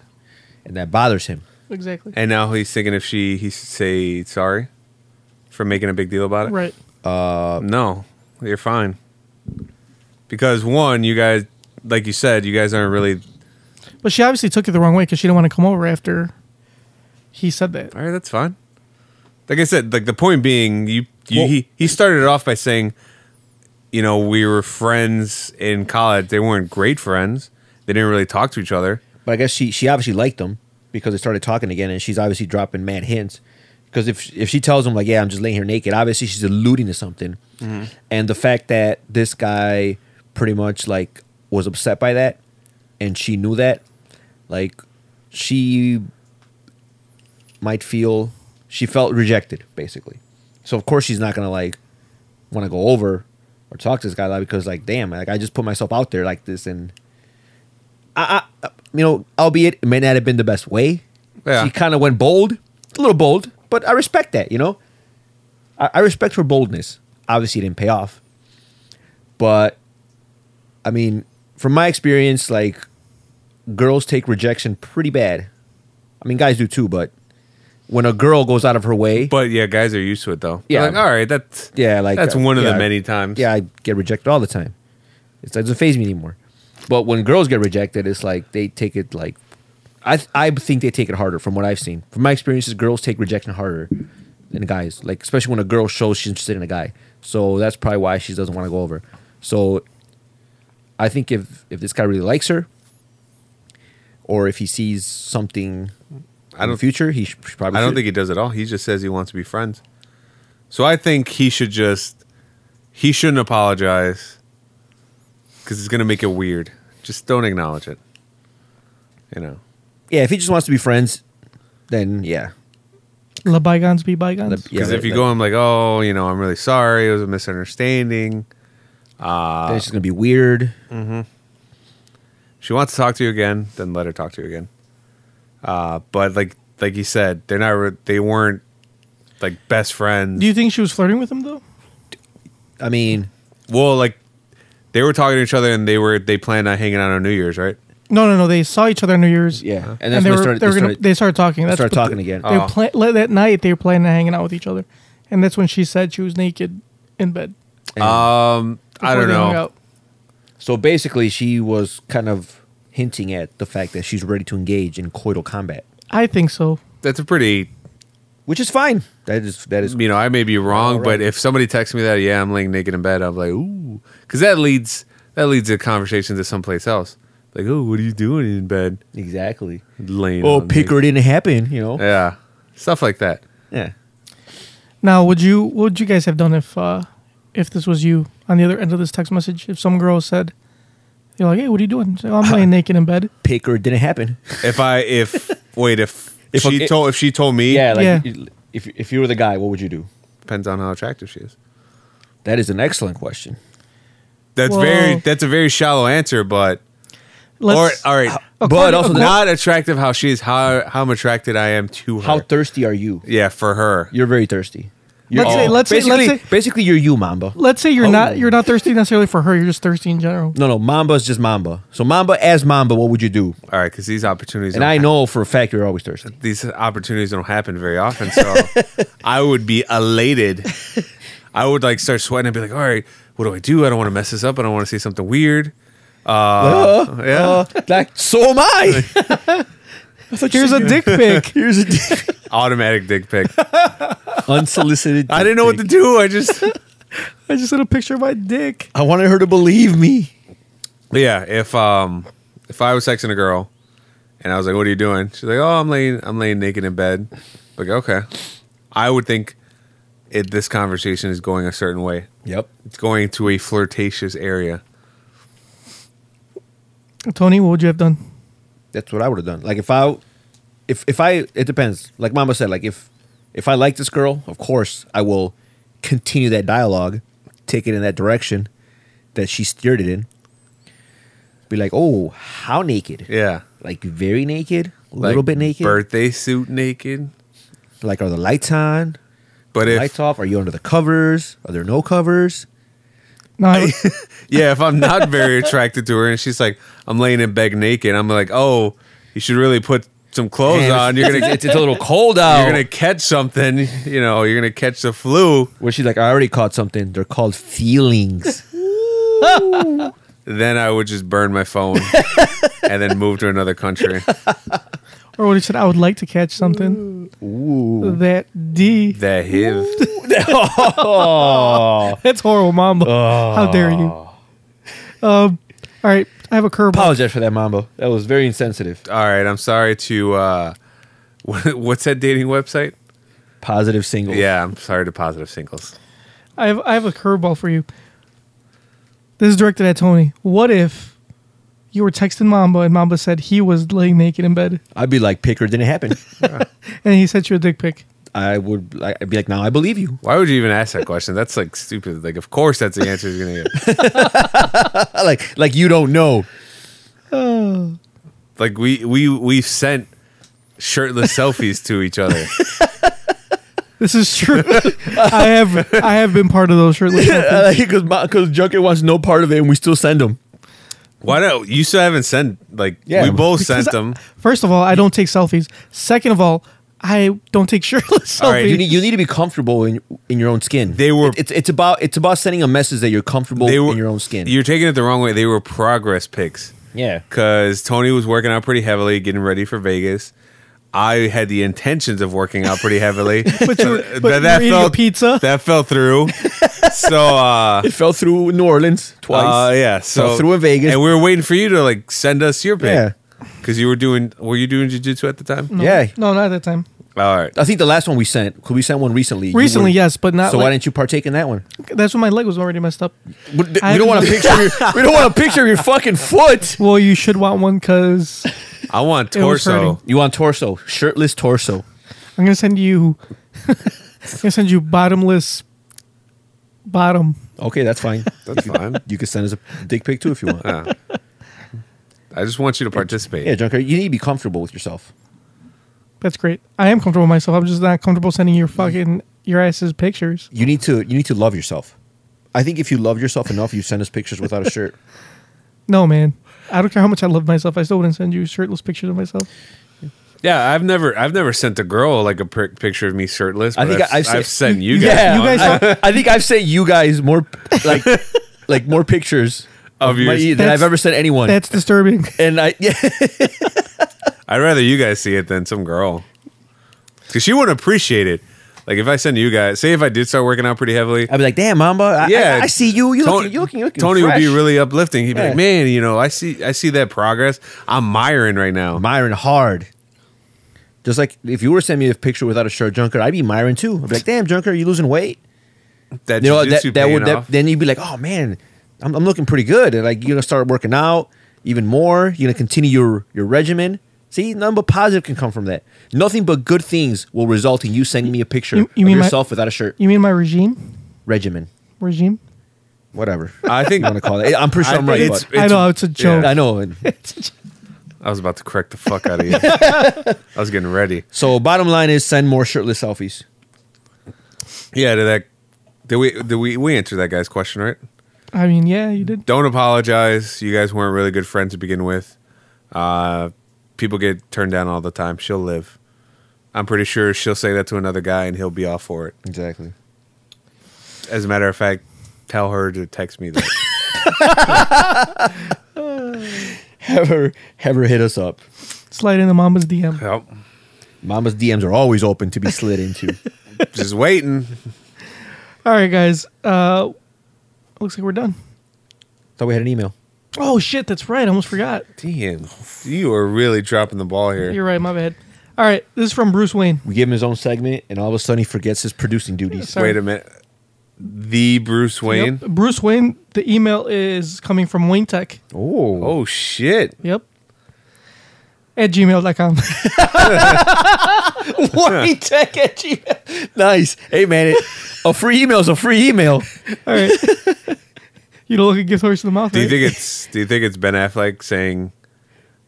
[SPEAKER 4] and that bothers him.
[SPEAKER 2] exactly,
[SPEAKER 3] And now he's thinking if she he should say sorry for making a big deal about it.
[SPEAKER 2] right.
[SPEAKER 3] Uh, no, you're fine. Because one, you guys, like you said, you guys aren't really.
[SPEAKER 2] But she obviously took it the wrong way because she didn't want to come over after he said that.
[SPEAKER 3] All right, that's fine. Like I said, like the point being, you, you
[SPEAKER 4] Well-
[SPEAKER 3] he he started it off by saying, you know, we were friends in college. They weren't great friends. They didn't really talk to each other.
[SPEAKER 4] But I guess she she obviously liked him because they started talking again, and she's obviously dropping mad hints. Because if if she tells him like, "Yeah, I'm just laying here naked," obviously she's alluding to something. And the fact that this guy pretty much like was upset by that, and she knew that, like she might feel she felt rejected basically. So of course she's not gonna like want to go over or talk to this guy like, because like, damn, like I just put myself out there like this and you know, albeit it may not have been the best way.
[SPEAKER 3] Yeah.
[SPEAKER 4] She kind of went bold, a little bold, but I respect that, you know? I, I respect her boldness. Obviously, it didn't pay off. But, I mean, from my experience, like, girls take rejection pretty bad. I mean, guys do too, but when a girl goes out of her way,
[SPEAKER 3] But yeah, guys are used to it though. They're
[SPEAKER 4] Yeah.
[SPEAKER 3] like, all right, that's
[SPEAKER 4] yeah, like uh,
[SPEAKER 3] that's one of
[SPEAKER 4] yeah,
[SPEAKER 3] the many times.
[SPEAKER 4] Yeah, I get rejected all the time. It's, it doesn't phase me anymore. But when girls get rejected, it's like they take it like I th- I think they take it harder from what I've seen. From my experiences, girls take rejection harder than guys. Like especially when a girl shows she's interested in a guy. So that's probably why she doesn't want to go over. So I think if if this guy really likes her, or if he sees something
[SPEAKER 3] I
[SPEAKER 4] in the
[SPEAKER 3] don't-
[SPEAKER 4] future, he sh- probably
[SPEAKER 3] I don't
[SPEAKER 4] should.
[SPEAKER 3] think he does at all. He just says he wants to be friends. So I think he should just he shouldn't apologize because it's gonna make it weird. Just don't acknowledge it. You know.
[SPEAKER 4] yeah. If he just wants to be friends, then yeah.
[SPEAKER 2] Let bygones be bygones.
[SPEAKER 4] Let- yeah,
[SPEAKER 3] Because if
[SPEAKER 4] let-
[SPEAKER 3] you
[SPEAKER 4] let-
[SPEAKER 3] go, I'm like, oh, you know, I'm really sorry. It was a misunderstanding.
[SPEAKER 4] then Uh, it's just gonna be weird.
[SPEAKER 3] She wants to talk to you again, then let her talk to you again. Uh, but like, like you said, they're not. Re- they weren't like best friends.
[SPEAKER 2] Do you think she was flirting with him though?
[SPEAKER 4] I mean,
[SPEAKER 3] well, like they were talking to each other, and they were they planned on hanging out on New Year's, right?
[SPEAKER 2] No, no, no. They saw each other on New Year's.
[SPEAKER 4] yeah,
[SPEAKER 2] And, they, were, they, were gonna, they started talking. That's
[SPEAKER 4] started
[SPEAKER 2] what
[SPEAKER 4] talking again.
[SPEAKER 2] They were
[SPEAKER 3] Oh.
[SPEAKER 2] pla- le- that night they were planning on hanging out with each other, and that's when she said she was naked in bed.
[SPEAKER 3] Um, I
[SPEAKER 2] before
[SPEAKER 3] don't
[SPEAKER 2] they hung
[SPEAKER 3] know.
[SPEAKER 2] out.
[SPEAKER 4] so basically, she was kind of hinting at the fact that she's ready to engage in coital combat,
[SPEAKER 2] I think so.
[SPEAKER 3] That's a pretty.
[SPEAKER 4] which is fine. That is that is
[SPEAKER 3] You know, I may be wrong, but if somebody texts me that, yeah, I'm laying naked in bed, I'm like, ooh, because that leads that leads a conversation to someplace else. Like, oh, what are you doing in bed,
[SPEAKER 4] exactly.
[SPEAKER 3] laying?
[SPEAKER 4] Oh,
[SPEAKER 3] on
[SPEAKER 4] pick
[SPEAKER 3] naked?"
[SPEAKER 4] her didn't happen. You know.
[SPEAKER 3] Yeah, stuff like that.
[SPEAKER 4] Yeah.
[SPEAKER 2] Now, would you what would you guys have done if uh if this was you on the other end of this text message? If some girl said, "You're like, hey, what are you doing?" Say, "Oh, I'm laying naked in bed.
[SPEAKER 4] Pick her didn't happen.
[SPEAKER 3] If I if wait if,
[SPEAKER 4] If
[SPEAKER 3] she
[SPEAKER 4] it-
[SPEAKER 3] told if she told me
[SPEAKER 4] Yeah. Like
[SPEAKER 2] Yeah.
[SPEAKER 4] you- if if you were the guy, what would you do?
[SPEAKER 3] depends on how attractive she is.
[SPEAKER 4] That is an excellent question.
[SPEAKER 3] That's
[SPEAKER 2] Whoa.
[SPEAKER 3] very that's a very shallow answer, but
[SPEAKER 2] Let's
[SPEAKER 3] or all right,
[SPEAKER 4] But also, the-
[SPEAKER 3] not attractive how she is how how I'm attracted I am to her.
[SPEAKER 4] how thirsty are you?
[SPEAKER 3] yeah, for her.
[SPEAKER 4] You're very thirsty.
[SPEAKER 2] Let's say- let's say- let's
[SPEAKER 4] basically,
[SPEAKER 2] say-
[SPEAKER 4] basically, you're you, Mamba.
[SPEAKER 2] let's say you're
[SPEAKER 4] Oh.
[SPEAKER 2] not you're not thirsty necessarily for her. You're just thirsty in general.
[SPEAKER 4] No, no, Mamba's just Mamba. So Mamba as Mamba, what would you do?
[SPEAKER 3] All right, because these opportunities
[SPEAKER 4] And
[SPEAKER 3] don't
[SPEAKER 4] I
[SPEAKER 3] ha-
[SPEAKER 4] know for a fact you're always thirsty.
[SPEAKER 3] these opportunities don't happen very often, so I would be elated. I would like start sweating and be like, all right, what do I do? I don't want to mess this up. I don't want to say something weird. Uh,
[SPEAKER 4] Uh,
[SPEAKER 3] yeah.
[SPEAKER 4] uh, like, so am I. I thought you
[SPEAKER 2] Here's
[SPEAKER 4] said
[SPEAKER 2] a
[SPEAKER 4] you-
[SPEAKER 2] dick pic.
[SPEAKER 4] Here's a dick.
[SPEAKER 3] Automatic dick pic.
[SPEAKER 4] Unsolicited.
[SPEAKER 3] I didn't know what to do. I just
[SPEAKER 2] I just did a picture of my dick.
[SPEAKER 4] I wanted her to believe me.
[SPEAKER 3] yeah. If um if I was sexing a girl and I was like, "What are you doing?" She's like, "Oh, I'm laying I'm laying naked in bed." Like, okay. I would think it, this conversation is going a certain way.
[SPEAKER 4] Yep.
[SPEAKER 3] It's going to a flirtatious area.
[SPEAKER 2] Tony, what would you have done?
[SPEAKER 4] That's what I would have done. Like if I, if if I, it depends. Like Mama said, like if if I like this girl, of course I will continue that dialogue, take it in that direction that she steered it in. Be like, oh, how naked?
[SPEAKER 3] Yeah.
[SPEAKER 4] Like very naked, a little
[SPEAKER 3] Like,
[SPEAKER 4] bit naked.
[SPEAKER 3] Birthday suit naked.
[SPEAKER 4] Like are the lights on?
[SPEAKER 3] But if
[SPEAKER 4] lights off? Are you under the covers? Are there no covers?
[SPEAKER 2] No, I would-
[SPEAKER 3] Yeah, if I'm not very attracted to her and she's like, I'm laying in bed naked, I'm like, oh, you should really put some clothes
[SPEAKER 4] Man,
[SPEAKER 3] on. You're gonna
[SPEAKER 4] it's, it's a little cold out.
[SPEAKER 3] you're gonna catch something. You know, you're gonna catch the flu.
[SPEAKER 4] Where she's like, I already caught something. They're called feelings.
[SPEAKER 3] Then I would just burn my phone and then move to another country.
[SPEAKER 2] or would have said I would like to catch something. That D.
[SPEAKER 3] That hiv.
[SPEAKER 2] That's horrible, Mamba. How dare you? Um. All right, I have a curveball.
[SPEAKER 4] Apologize for that, Mambo. That was very insensitive.
[SPEAKER 3] All right, I'm sorry to. uh what, What's that dating website?
[SPEAKER 4] Positive singles.
[SPEAKER 3] Yeah, I'm sorry to positive singles.
[SPEAKER 2] I have I have a curveball for you. This is directed at Tony. What if you were texting Mamba and Mamba said he was laying naked in bed
[SPEAKER 4] I'd be like, picker didn't happen.
[SPEAKER 2] and he sent you a dick pic?
[SPEAKER 4] I would like, I'd be like, now I believe you.
[SPEAKER 3] Why would you even ask that question? That's like stupid. Like, of course, that's the answer you're gonna get.
[SPEAKER 4] I like, like you don't know.
[SPEAKER 3] Like, we we we've sent shirtless selfies to each other.
[SPEAKER 2] This is true. I have I have been part of those shirtless. selfies.
[SPEAKER 4] Because because Junket wants no part of it, and we still send them.
[SPEAKER 3] Why don't you still haven't sent like
[SPEAKER 4] Yeah.
[SPEAKER 3] we both
[SPEAKER 2] Because
[SPEAKER 3] sent them.
[SPEAKER 2] First of all, I don't take selfies. Second of all, I don't take shirtless selfies.
[SPEAKER 3] All right,
[SPEAKER 4] You need you need to be comfortable in in your own skin.
[SPEAKER 3] They were-
[SPEAKER 4] It- it's it's about it's about sending a message that you're comfortable Oh, in your own skin.
[SPEAKER 3] You're taking it the wrong way. They were progress pics.
[SPEAKER 4] yeah.
[SPEAKER 3] Cause Tony was working out pretty heavily, getting ready for Vegas. I had the intentions of working out pretty heavily. but
[SPEAKER 2] you were- but you were eating a pizza.
[SPEAKER 3] That fell through. so uh
[SPEAKER 4] It fell through New Orleans
[SPEAKER 3] uh,
[SPEAKER 4] twice.
[SPEAKER 3] yeah. So
[SPEAKER 4] Fell through in Vegas.
[SPEAKER 3] And we were waiting for you to like send us your pic.
[SPEAKER 4] Yeah.
[SPEAKER 3] Cause you were doing were you doing jujitsu at the time?
[SPEAKER 4] yeah.
[SPEAKER 2] No, not at that time.
[SPEAKER 3] All right.
[SPEAKER 4] I think the last one we sent, because we sent one recently. you
[SPEAKER 2] Recently,
[SPEAKER 4] weren't-
[SPEAKER 2] yes, but not
[SPEAKER 4] So why
[SPEAKER 2] like-
[SPEAKER 4] didn't you partake in that one?
[SPEAKER 2] That's when my leg was already messed up.
[SPEAKER 4] We we
[SPEAKER 2] I
[SPEAKER 4] don't want a
[SPEAKER 2] haven't-
[SPEAKER 4] picture. Of your, we don't want a picture of your fucking foot.
[SPEAKER 2] Well, you should want one because
[SPEAKER 3] I want
[SPEAKER 2] It was
[SPEAKER 3] torso.
[SPEAKER 4] You want torso, shirtless torso.
[SPEAKER 2] I'm gonna send you. I'm gonna send you bottomless. Bottom.
[SPEAKER 4] Okay, that's fine.
[SPEAKER 3] That's fine.
[SPEAKER 4] you can send us a dick pic too if you want.
[SPEAKER 3] Yeah. I just want you to participate.
[SPEAKER 4] Yeah, Junker, you need to be comfortable with yourself.
[SPEAKER 2] That's great. I am comfortable with myself. I'm just not comfortable sending
[SPEAKER 3] Mm-hmm.
[SPEAKER 2] your fucking your ass's pictures.
[SPEAKER 4] You need to you need to love yourself. I think if you love yourself enough, you send us pictures without a shirt.
[SPEAKER 2] No, man. I don't care how much I love myself. I still wouldn't send you shirtless pictures of myself.
[SPEAKER 3] Yeah, I've never, I've never sent a girl like a pri- picture of me shirtless.
[SPEAKER 4] I
[SPEAKER 3] But
[SPEAKER 4] think
[SPEAKER 3] I've,
[SPEAKER 4] I- I've
[SPEAKER 3] I've,
[SPEAKER 4] sent-
[SPEAKER 3] sent you guys
[SPEAKER 4] Yeah,
[SPEAKER 2] You guys
[SPEAKER 4] I, I think I've sent you guys more like like more pictures
[SPEAKER 3] of
[SPEAKER 4] my-
[SPEAKER 3] yours.
[SPEAKER 4] than
[SPEAKER 2] That's-
[SPEAKER 4] I've ever sent anyone.
[SPEAKER 2] That's disturbing.
[SPEAKER 4] and I yeah,
[SPEAKER 3] I'd rather you guys see it than some girl, because she wouldn't appreciate it. Like if I send you guys, say if I did start working out pretty heavily,
[SPEAKER 4] I'd be like, damn, Mamba, I, yeah, I, I see you. You
[SPEAKER 3] Ton-
[SPEAKER 4] looking, you looking, you looking.
[SPEAKER 3] Tony would be
[SPEAKER 4] fresh.
[SPEAKER 3] really uplifting. He'd be
[SPEAKER 4] Yeah.
[SPEAKER 3] like, man, you know, I see, I see that progress. I'm miring right now.
[SPEAKER 4] Myron hard. Just like if you were to send me a picture without a shirt, Junker, I'd be Myron too. I'd be like, damn, Junker, you losing weight?
[SPEAKER 3] that
[SPEAKER 4] You know, that,
[SPEAKER 3] jujitsu
[SPEAKER 4] that would
[SPEAKER 3] paying
[SPEAKER 4] that,
[SPEAKER 3] off.
[SPEAKER 4] then you'd be like, oh man, I'm, I'm looking pretty good. And like you're gonna start working out even more. You're gonna continue your your regimen. See, nothing but positive can come from that. Nothing but good things will result in you sending me a picture
[SPEAKER 2] You- you
[SPEAKER 4] of
[SPEAKER 2] mean my-
[SPEAKER 4] yourself without a shirt
[SPEAKER 2] You mean my regime?
[SPEAKER 4] regimen,
[SPEAKER 2] Regime?
[SPEAKER 4] whatever
[SPEAKER 3] I think
[SPEAKER 4] you want to call it. I'm pretty sure
[SPEAKER 3] I
[SPEAKER 4] I'm right.
[SPEAKER 3] think
[SPEAKER 4] But
[SPEAKER 2] I know it's a joke.
[SPEAKER 4] I know.
[SPEAKER 3] I was about to correct the fuck out of you. I was getting ready.
[SPEAKER 4] So bottom line is send more shirtless selfies.
[SPEAKER 3] Yeah, to that. Did we? Did we? We answered that guy's question, right?
[SPEAKER 2] I mean, yeah, you did.
[SPEAKER 3] don't apologize. You guys weren't really good friends to begin with. Uh, people get turned down all the time. She'll live. I'm pretty sure she'll say that to another guy and he'll be all for it.
[SPEAKER 4] Exactly.
[SPEAKER 3] As a matter of fact, tell her to text me that.
[SPEAKER 4] have her have her hit us up.
[SPEAKER 2] Slide into Mama's DM.
[SPEAKER 4] Yep. Mama's DMs are always open to be slid into.
[SPEAKER 3] Just waiting.
[SPEAKER 2] All right, guys. Uh, looks like we're done.
[SPEAKER 4] Thought we had an email.
[SPEAKER 2] Oh shit, that's right. I almost forgot.
[SPEAKER 3] Damn, you are really dropping the ball here.
[SPEAKER 2] You're right. My bad. All right, this is from Bruce Wayne.
[SPEAKER 4] We give him his own segment, and all of a sudden he forgets his producing duties.
[SPEAKER 3] Wait a minute. The Bruce Wayne.
[SPEAKER 2] Yep, Bruce Wayne. The email is coming from Wayne Tech.
[SPEAKER 4] Oh.
[SPEAKER 3] Oh shit.
[SPEAKER 2] Yep. At gmail.com.
[SPEAKER 4] Wayne Tech at Gmail. Nice. Hey man, it, a free email's a free email.
[SPEAKER 2] All right. You don't look a gift horse in the mouth.
[SPEAKER 3] Do you
[SPEAKER 2] right?
[SPEAKER 3] think it's Do you think it's Ben Affleck saying,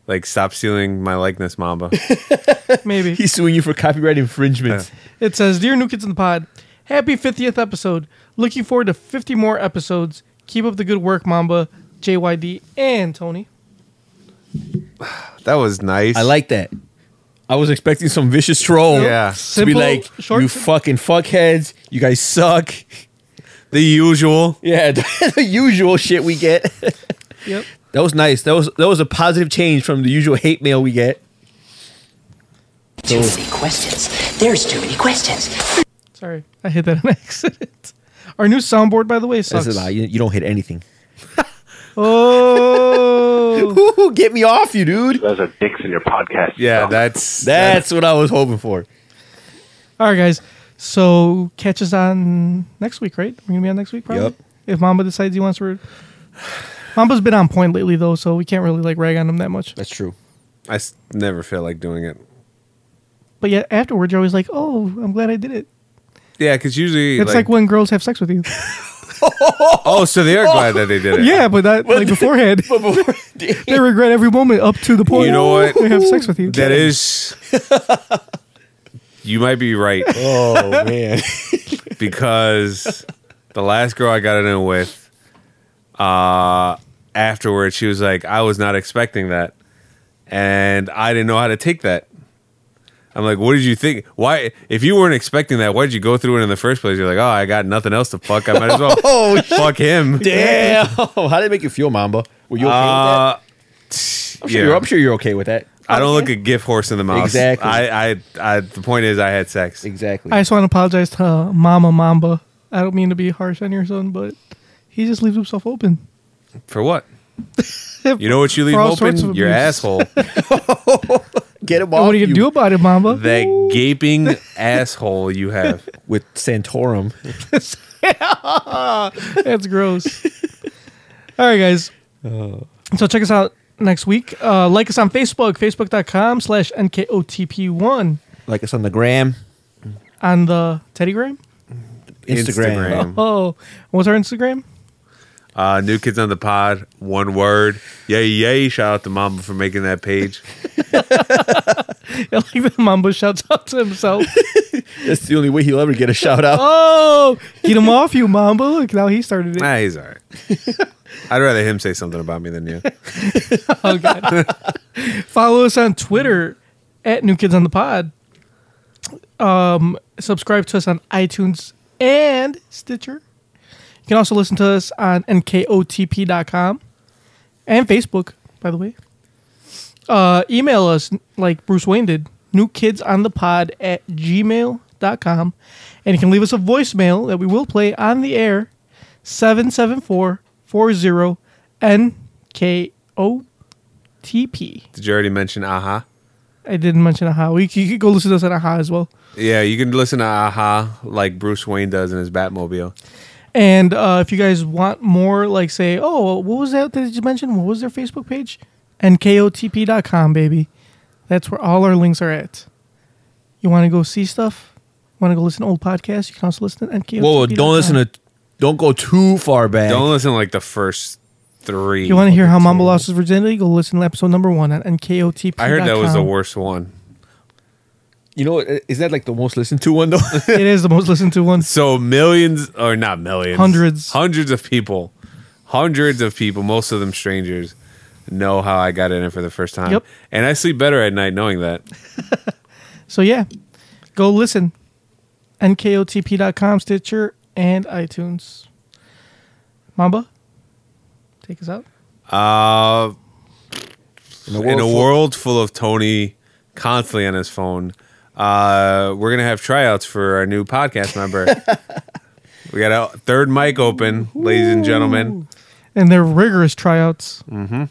[SPEAKER 3] like, stop stealing my likeness, Mamba?
[SPEAKER 2] Maybe.
[SPEAKER 4] He's suing you for copyright infringement.
[SPEAKER 2] It says, Dear New Kids in the Pod, happy 50th episode. Looking forward to 50 more episodes. Keep up the good work, Mamba, JYD, and Tony.
[SPEAKER 3] That was nice.
[SPEAKER 4] I like that. I was expecting some vicious troll.
[SPEAKER 3] Yeah.
[SPEAKER 4] To be
[SPEAKER 2] Simple,
[SPEAKER 4] like,
[SPEAKER 2] short-
[SPEAKER 4] you fucking fuckheads. You guys suck.
[SPEAKER 3] the usual.
[SPEAKER 4] Yeah, the, usual shit we get.
[SPEAKER 2] Yep.
[SPEAKER 4] That was nice. That was that was a positive change from the usual hate mail we get.
[SPEAKER 8] Too many questions. There's too many questions.
[SPEAKER 2] Sorry, I hit that on accident. Our new soundboard, by the way,
[SPEAKER 4] This
[SPEAKER 2] sucks.
[SPEAKER 4] is, uh, you, you don't hit anything.
[SPEAKER 2] Oh.
[SPEAKER 4] Ooh, get me off you, dude.
[SPEAKER 11] Those are dicks in your podcast.
[SPEAKER 3] Yeah, that's
[SPEAKER 4] That's what I was hoping for.
[SPEAKER 2] All right, guys. So catch us on next week, right? We're gonna be on next week, probably.
[SPEAKER 4] Yep.
[SPEAKER 2] If Mamba decides he wants to. Mamba's been on point lately, though, so we can't really like rag on him that much.
[SPEAKER 4] That's true.
[SPEAKER 3] I s- never feel like doing it.
[SPEAKER 2] But yet afterwards, you're always like, "Oh, I'm glad I did it."
[SPEAKER 3] Yeah, because usually
[SPEAKER 2] It's like, when girls have sex with you.
[SPEAKER 3] oh, so they are glad that they did it.
[SPEAKER 2] yeah, but that like beforehand, they regret every moment up to the point.
[SPEAKER 3] You know what?
[SPEAKER 2] They have sex with you.
[SPEAKER 3] That is. you might be right
[SPEAKER 4] Oh man.
[SPEAKER 3] because the last girl I got it in with, uh, afterwards she was like, "I was not expecting that," and I didn't know how to take that. I'm like, "What did you think? Why? If you weren't expecting that, why did you go through it in the first place?" You're like, "Oh, I got nothing else to fuck. I might as well
[SPEAKER 4] Oh,
[SPEAKER 3] fuck him."
[SPEAKER 4] Damn. How did it make you feel, Mamba? Were you okay with that?
[SPEAKER 3] Uh,
[SPEAKER 4] I'm sure,
[SPEAKER 3] yeah.
[SPEAKER 4] you're, I'm sure you're okay with that.
[SPEAKER 3] I don't look a gift horse in the mouth.
[SPEAKER 4] Exactly.
[SPEAKER 3] I, I, I, the point is, I had sex.
[SPEAKER 4] Exactly.
[SPEAKER 2] I just want to apologize to uh, Mama Mamba. I don't mean to be harsh on your son, but he just leaves himself open.
[SPEAKER 3] For what? You know what you leave
[SPEAKER 2] For all sorts
[SPEAKER 3] open?
[SPEAKER 2] of
[SPEAKER 3] Your
[SPEAKER 2] abuse.
[SPEAKER 3] asshole.
[SPEAKER 4] Get him off.
[SPEAKER 2] And what are you gonna do about it, Mamba?
[SPEAKER 3] that gaping asshole you have.
[SPEAKER 4] with Santorum?
[SPEAKER 2] That's gross. All right, guys.
[SPEAKER 3] Oh.
[SPEAKER 2] So check us out next week. Uh, like us on Facebook, facebook.com slash NKOTP1
[SPEAKER 4] Like us on the gram,
[SPEAKER 2] on the Teddygram.
[SPEAKER 4] Instagram.
[SPEAKER 3] Instagram.
[SPEAKER 2] Oh, what's our Instagram?
[SPEAKER 3] Uh, new kids on the pod. One word. Yay, yay. Shout out to Mamba for making that page.
[SPEAKER 2] I like that Mamba shouts out to himself.
[SPEAKER 4] That's the only way he'll ever get a shout out.
[SPEAKER 2] oh, get him off you, Mamba. Look, now he started it.
[SPEAKER 3] Nah, he's all right. I'd rather him say something about me than you.
[SPEAKER 2] Oh, God. Follow us on Twitter at New Kids on the Pod. Um, subscribe to us on iTunes and Stitcher. You can also listen to us on nkotp.com and Facebook, by the way. Uh, email us like Bruce Wayne did, newkidsonthepod at gmail.com. And you can leave us a voicemail that we will play on the air 774 40 NKOTP.
[SPEAKER 3] Did you already mention aha?
[SPEAKER 2] I didn't mention aha. We, you could go listen to us at aha as well.
[SPEAKER 3] Yeah, you can listen to aha like Bruce Wayne does in his Batmobile.
[SPEAKER 2] And uh, if you guys want more, like say, oh, what was that that you mentioned? What was their Facebook page? NKOTP.com, baby. That's where all our links are at. You want to go see stuff? Want to go listen to old podcasts? You can also listen to NKOTP.
[SPEAKER 4] Whoa, don't listen to. Don't go too far back.
[SPEAKER 3] Don't listen to like the first three.
[SPEAKER 2] You want to hear how Mamba lost his virginity? Go listen to episode number one on NKOTP.
[SPEAKER 3] I heard that was the worst one.
[SPEAKER 4] You know, what? is that like the most listened to one though?
[SPEAKER 2] it is the most listened to one.
[SPEAKER 3] So millions, or not millions,
[SPEAKER 2] Hundreds.
[SPEAKER 3] hundreds of people, hundreds of people, most of them strangers, know how I got in it for the first time.
[SPEAKER 2] Yep.
[SPEAKER 3] And I sleep better at night knowing that.
[SPEAKER 2] So yeah, go listen. NKOTP.com, Stitcher, and iTunes. Mamba, take us out.
[SPEAKER 3] Uh, In a world, full of Tony constantly on his phone, uh, we're gonna have tryouts for our new podcast member. we got a third mic open, ladies and gentlemen.
[SPEAKER 2] and they're rigorous tryouts.
[SPEAKER 4] Mm-hmm.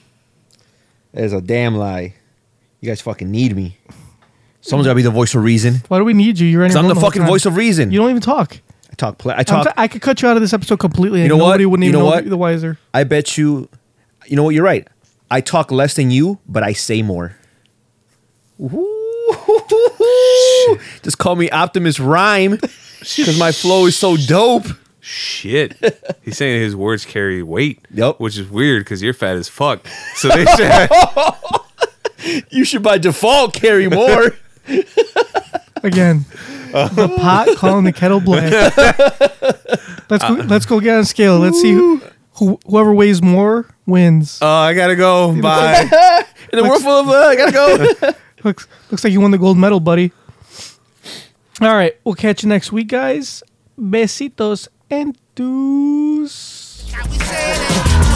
[SPEAKER 4] That is a damn lie. You guys fucking need me. Someone's gotta be the voice of reason.
[SPEAKER 2] Why do we need you? You're in
[SPEAKER 4] 'Cause
[SPEAKER 2] your
[SPEAKER 4] I'm
[SPEAKER 2] room
[SPEAKER 4] the
[SPEAKER 2] whole
[SPEAKER 4] fucking
[SPEAKER 2] time.
[SPEAKER 4] voice of reason.
[SPEAKER 2] You don't even talk.
[SPEAKER 4] I talk. Play, I
[SPEAKER 2] I'm
[SPEAKER 4] talk.
[SPEAKER 2] t- I could cut you out of this episode completely.
[SPEAKER 4] you
[SPEAKER 2] and
[SPEAKER 4] know what?
[SPEAKER 2] Nobody wouldn't
[SPEAKER 4] you
[SPEAKER 2] even
[SPEAKER 4] know
[SPEAKER 2] know
[SPEAKER 4] what?
[SPEAKER 2] the wiser.
[SPEAKER 4] I bet you. You know what? You're right. I talk less than you, but I say more. Ooh. Just call me Optimus Rhyme, because my flow is so dope.
[SPEAKER 3] Shit, he's saying his words carry weight. Yep, which is weird because you're fat as fuck. So they should. Have,
[SPEAKER 4] you should by default carry more.
[SPEAKER 2] Again, the pot calling the kettle black. let's go,
[SPEAKER 3] Uh.
[SPEAKER 2] let's go get on a scale. Let's see who, who whoever weighs more wins.
[SPEAKER 3] oh, I gotta go. Bye.
[SPEAKER 4] In a world full of, uh, I gotta go.
[SPEAKER 2] looks looks like you won the gold medal, buddy. All right, we'll catch you next week, guys. Besitos and deuce.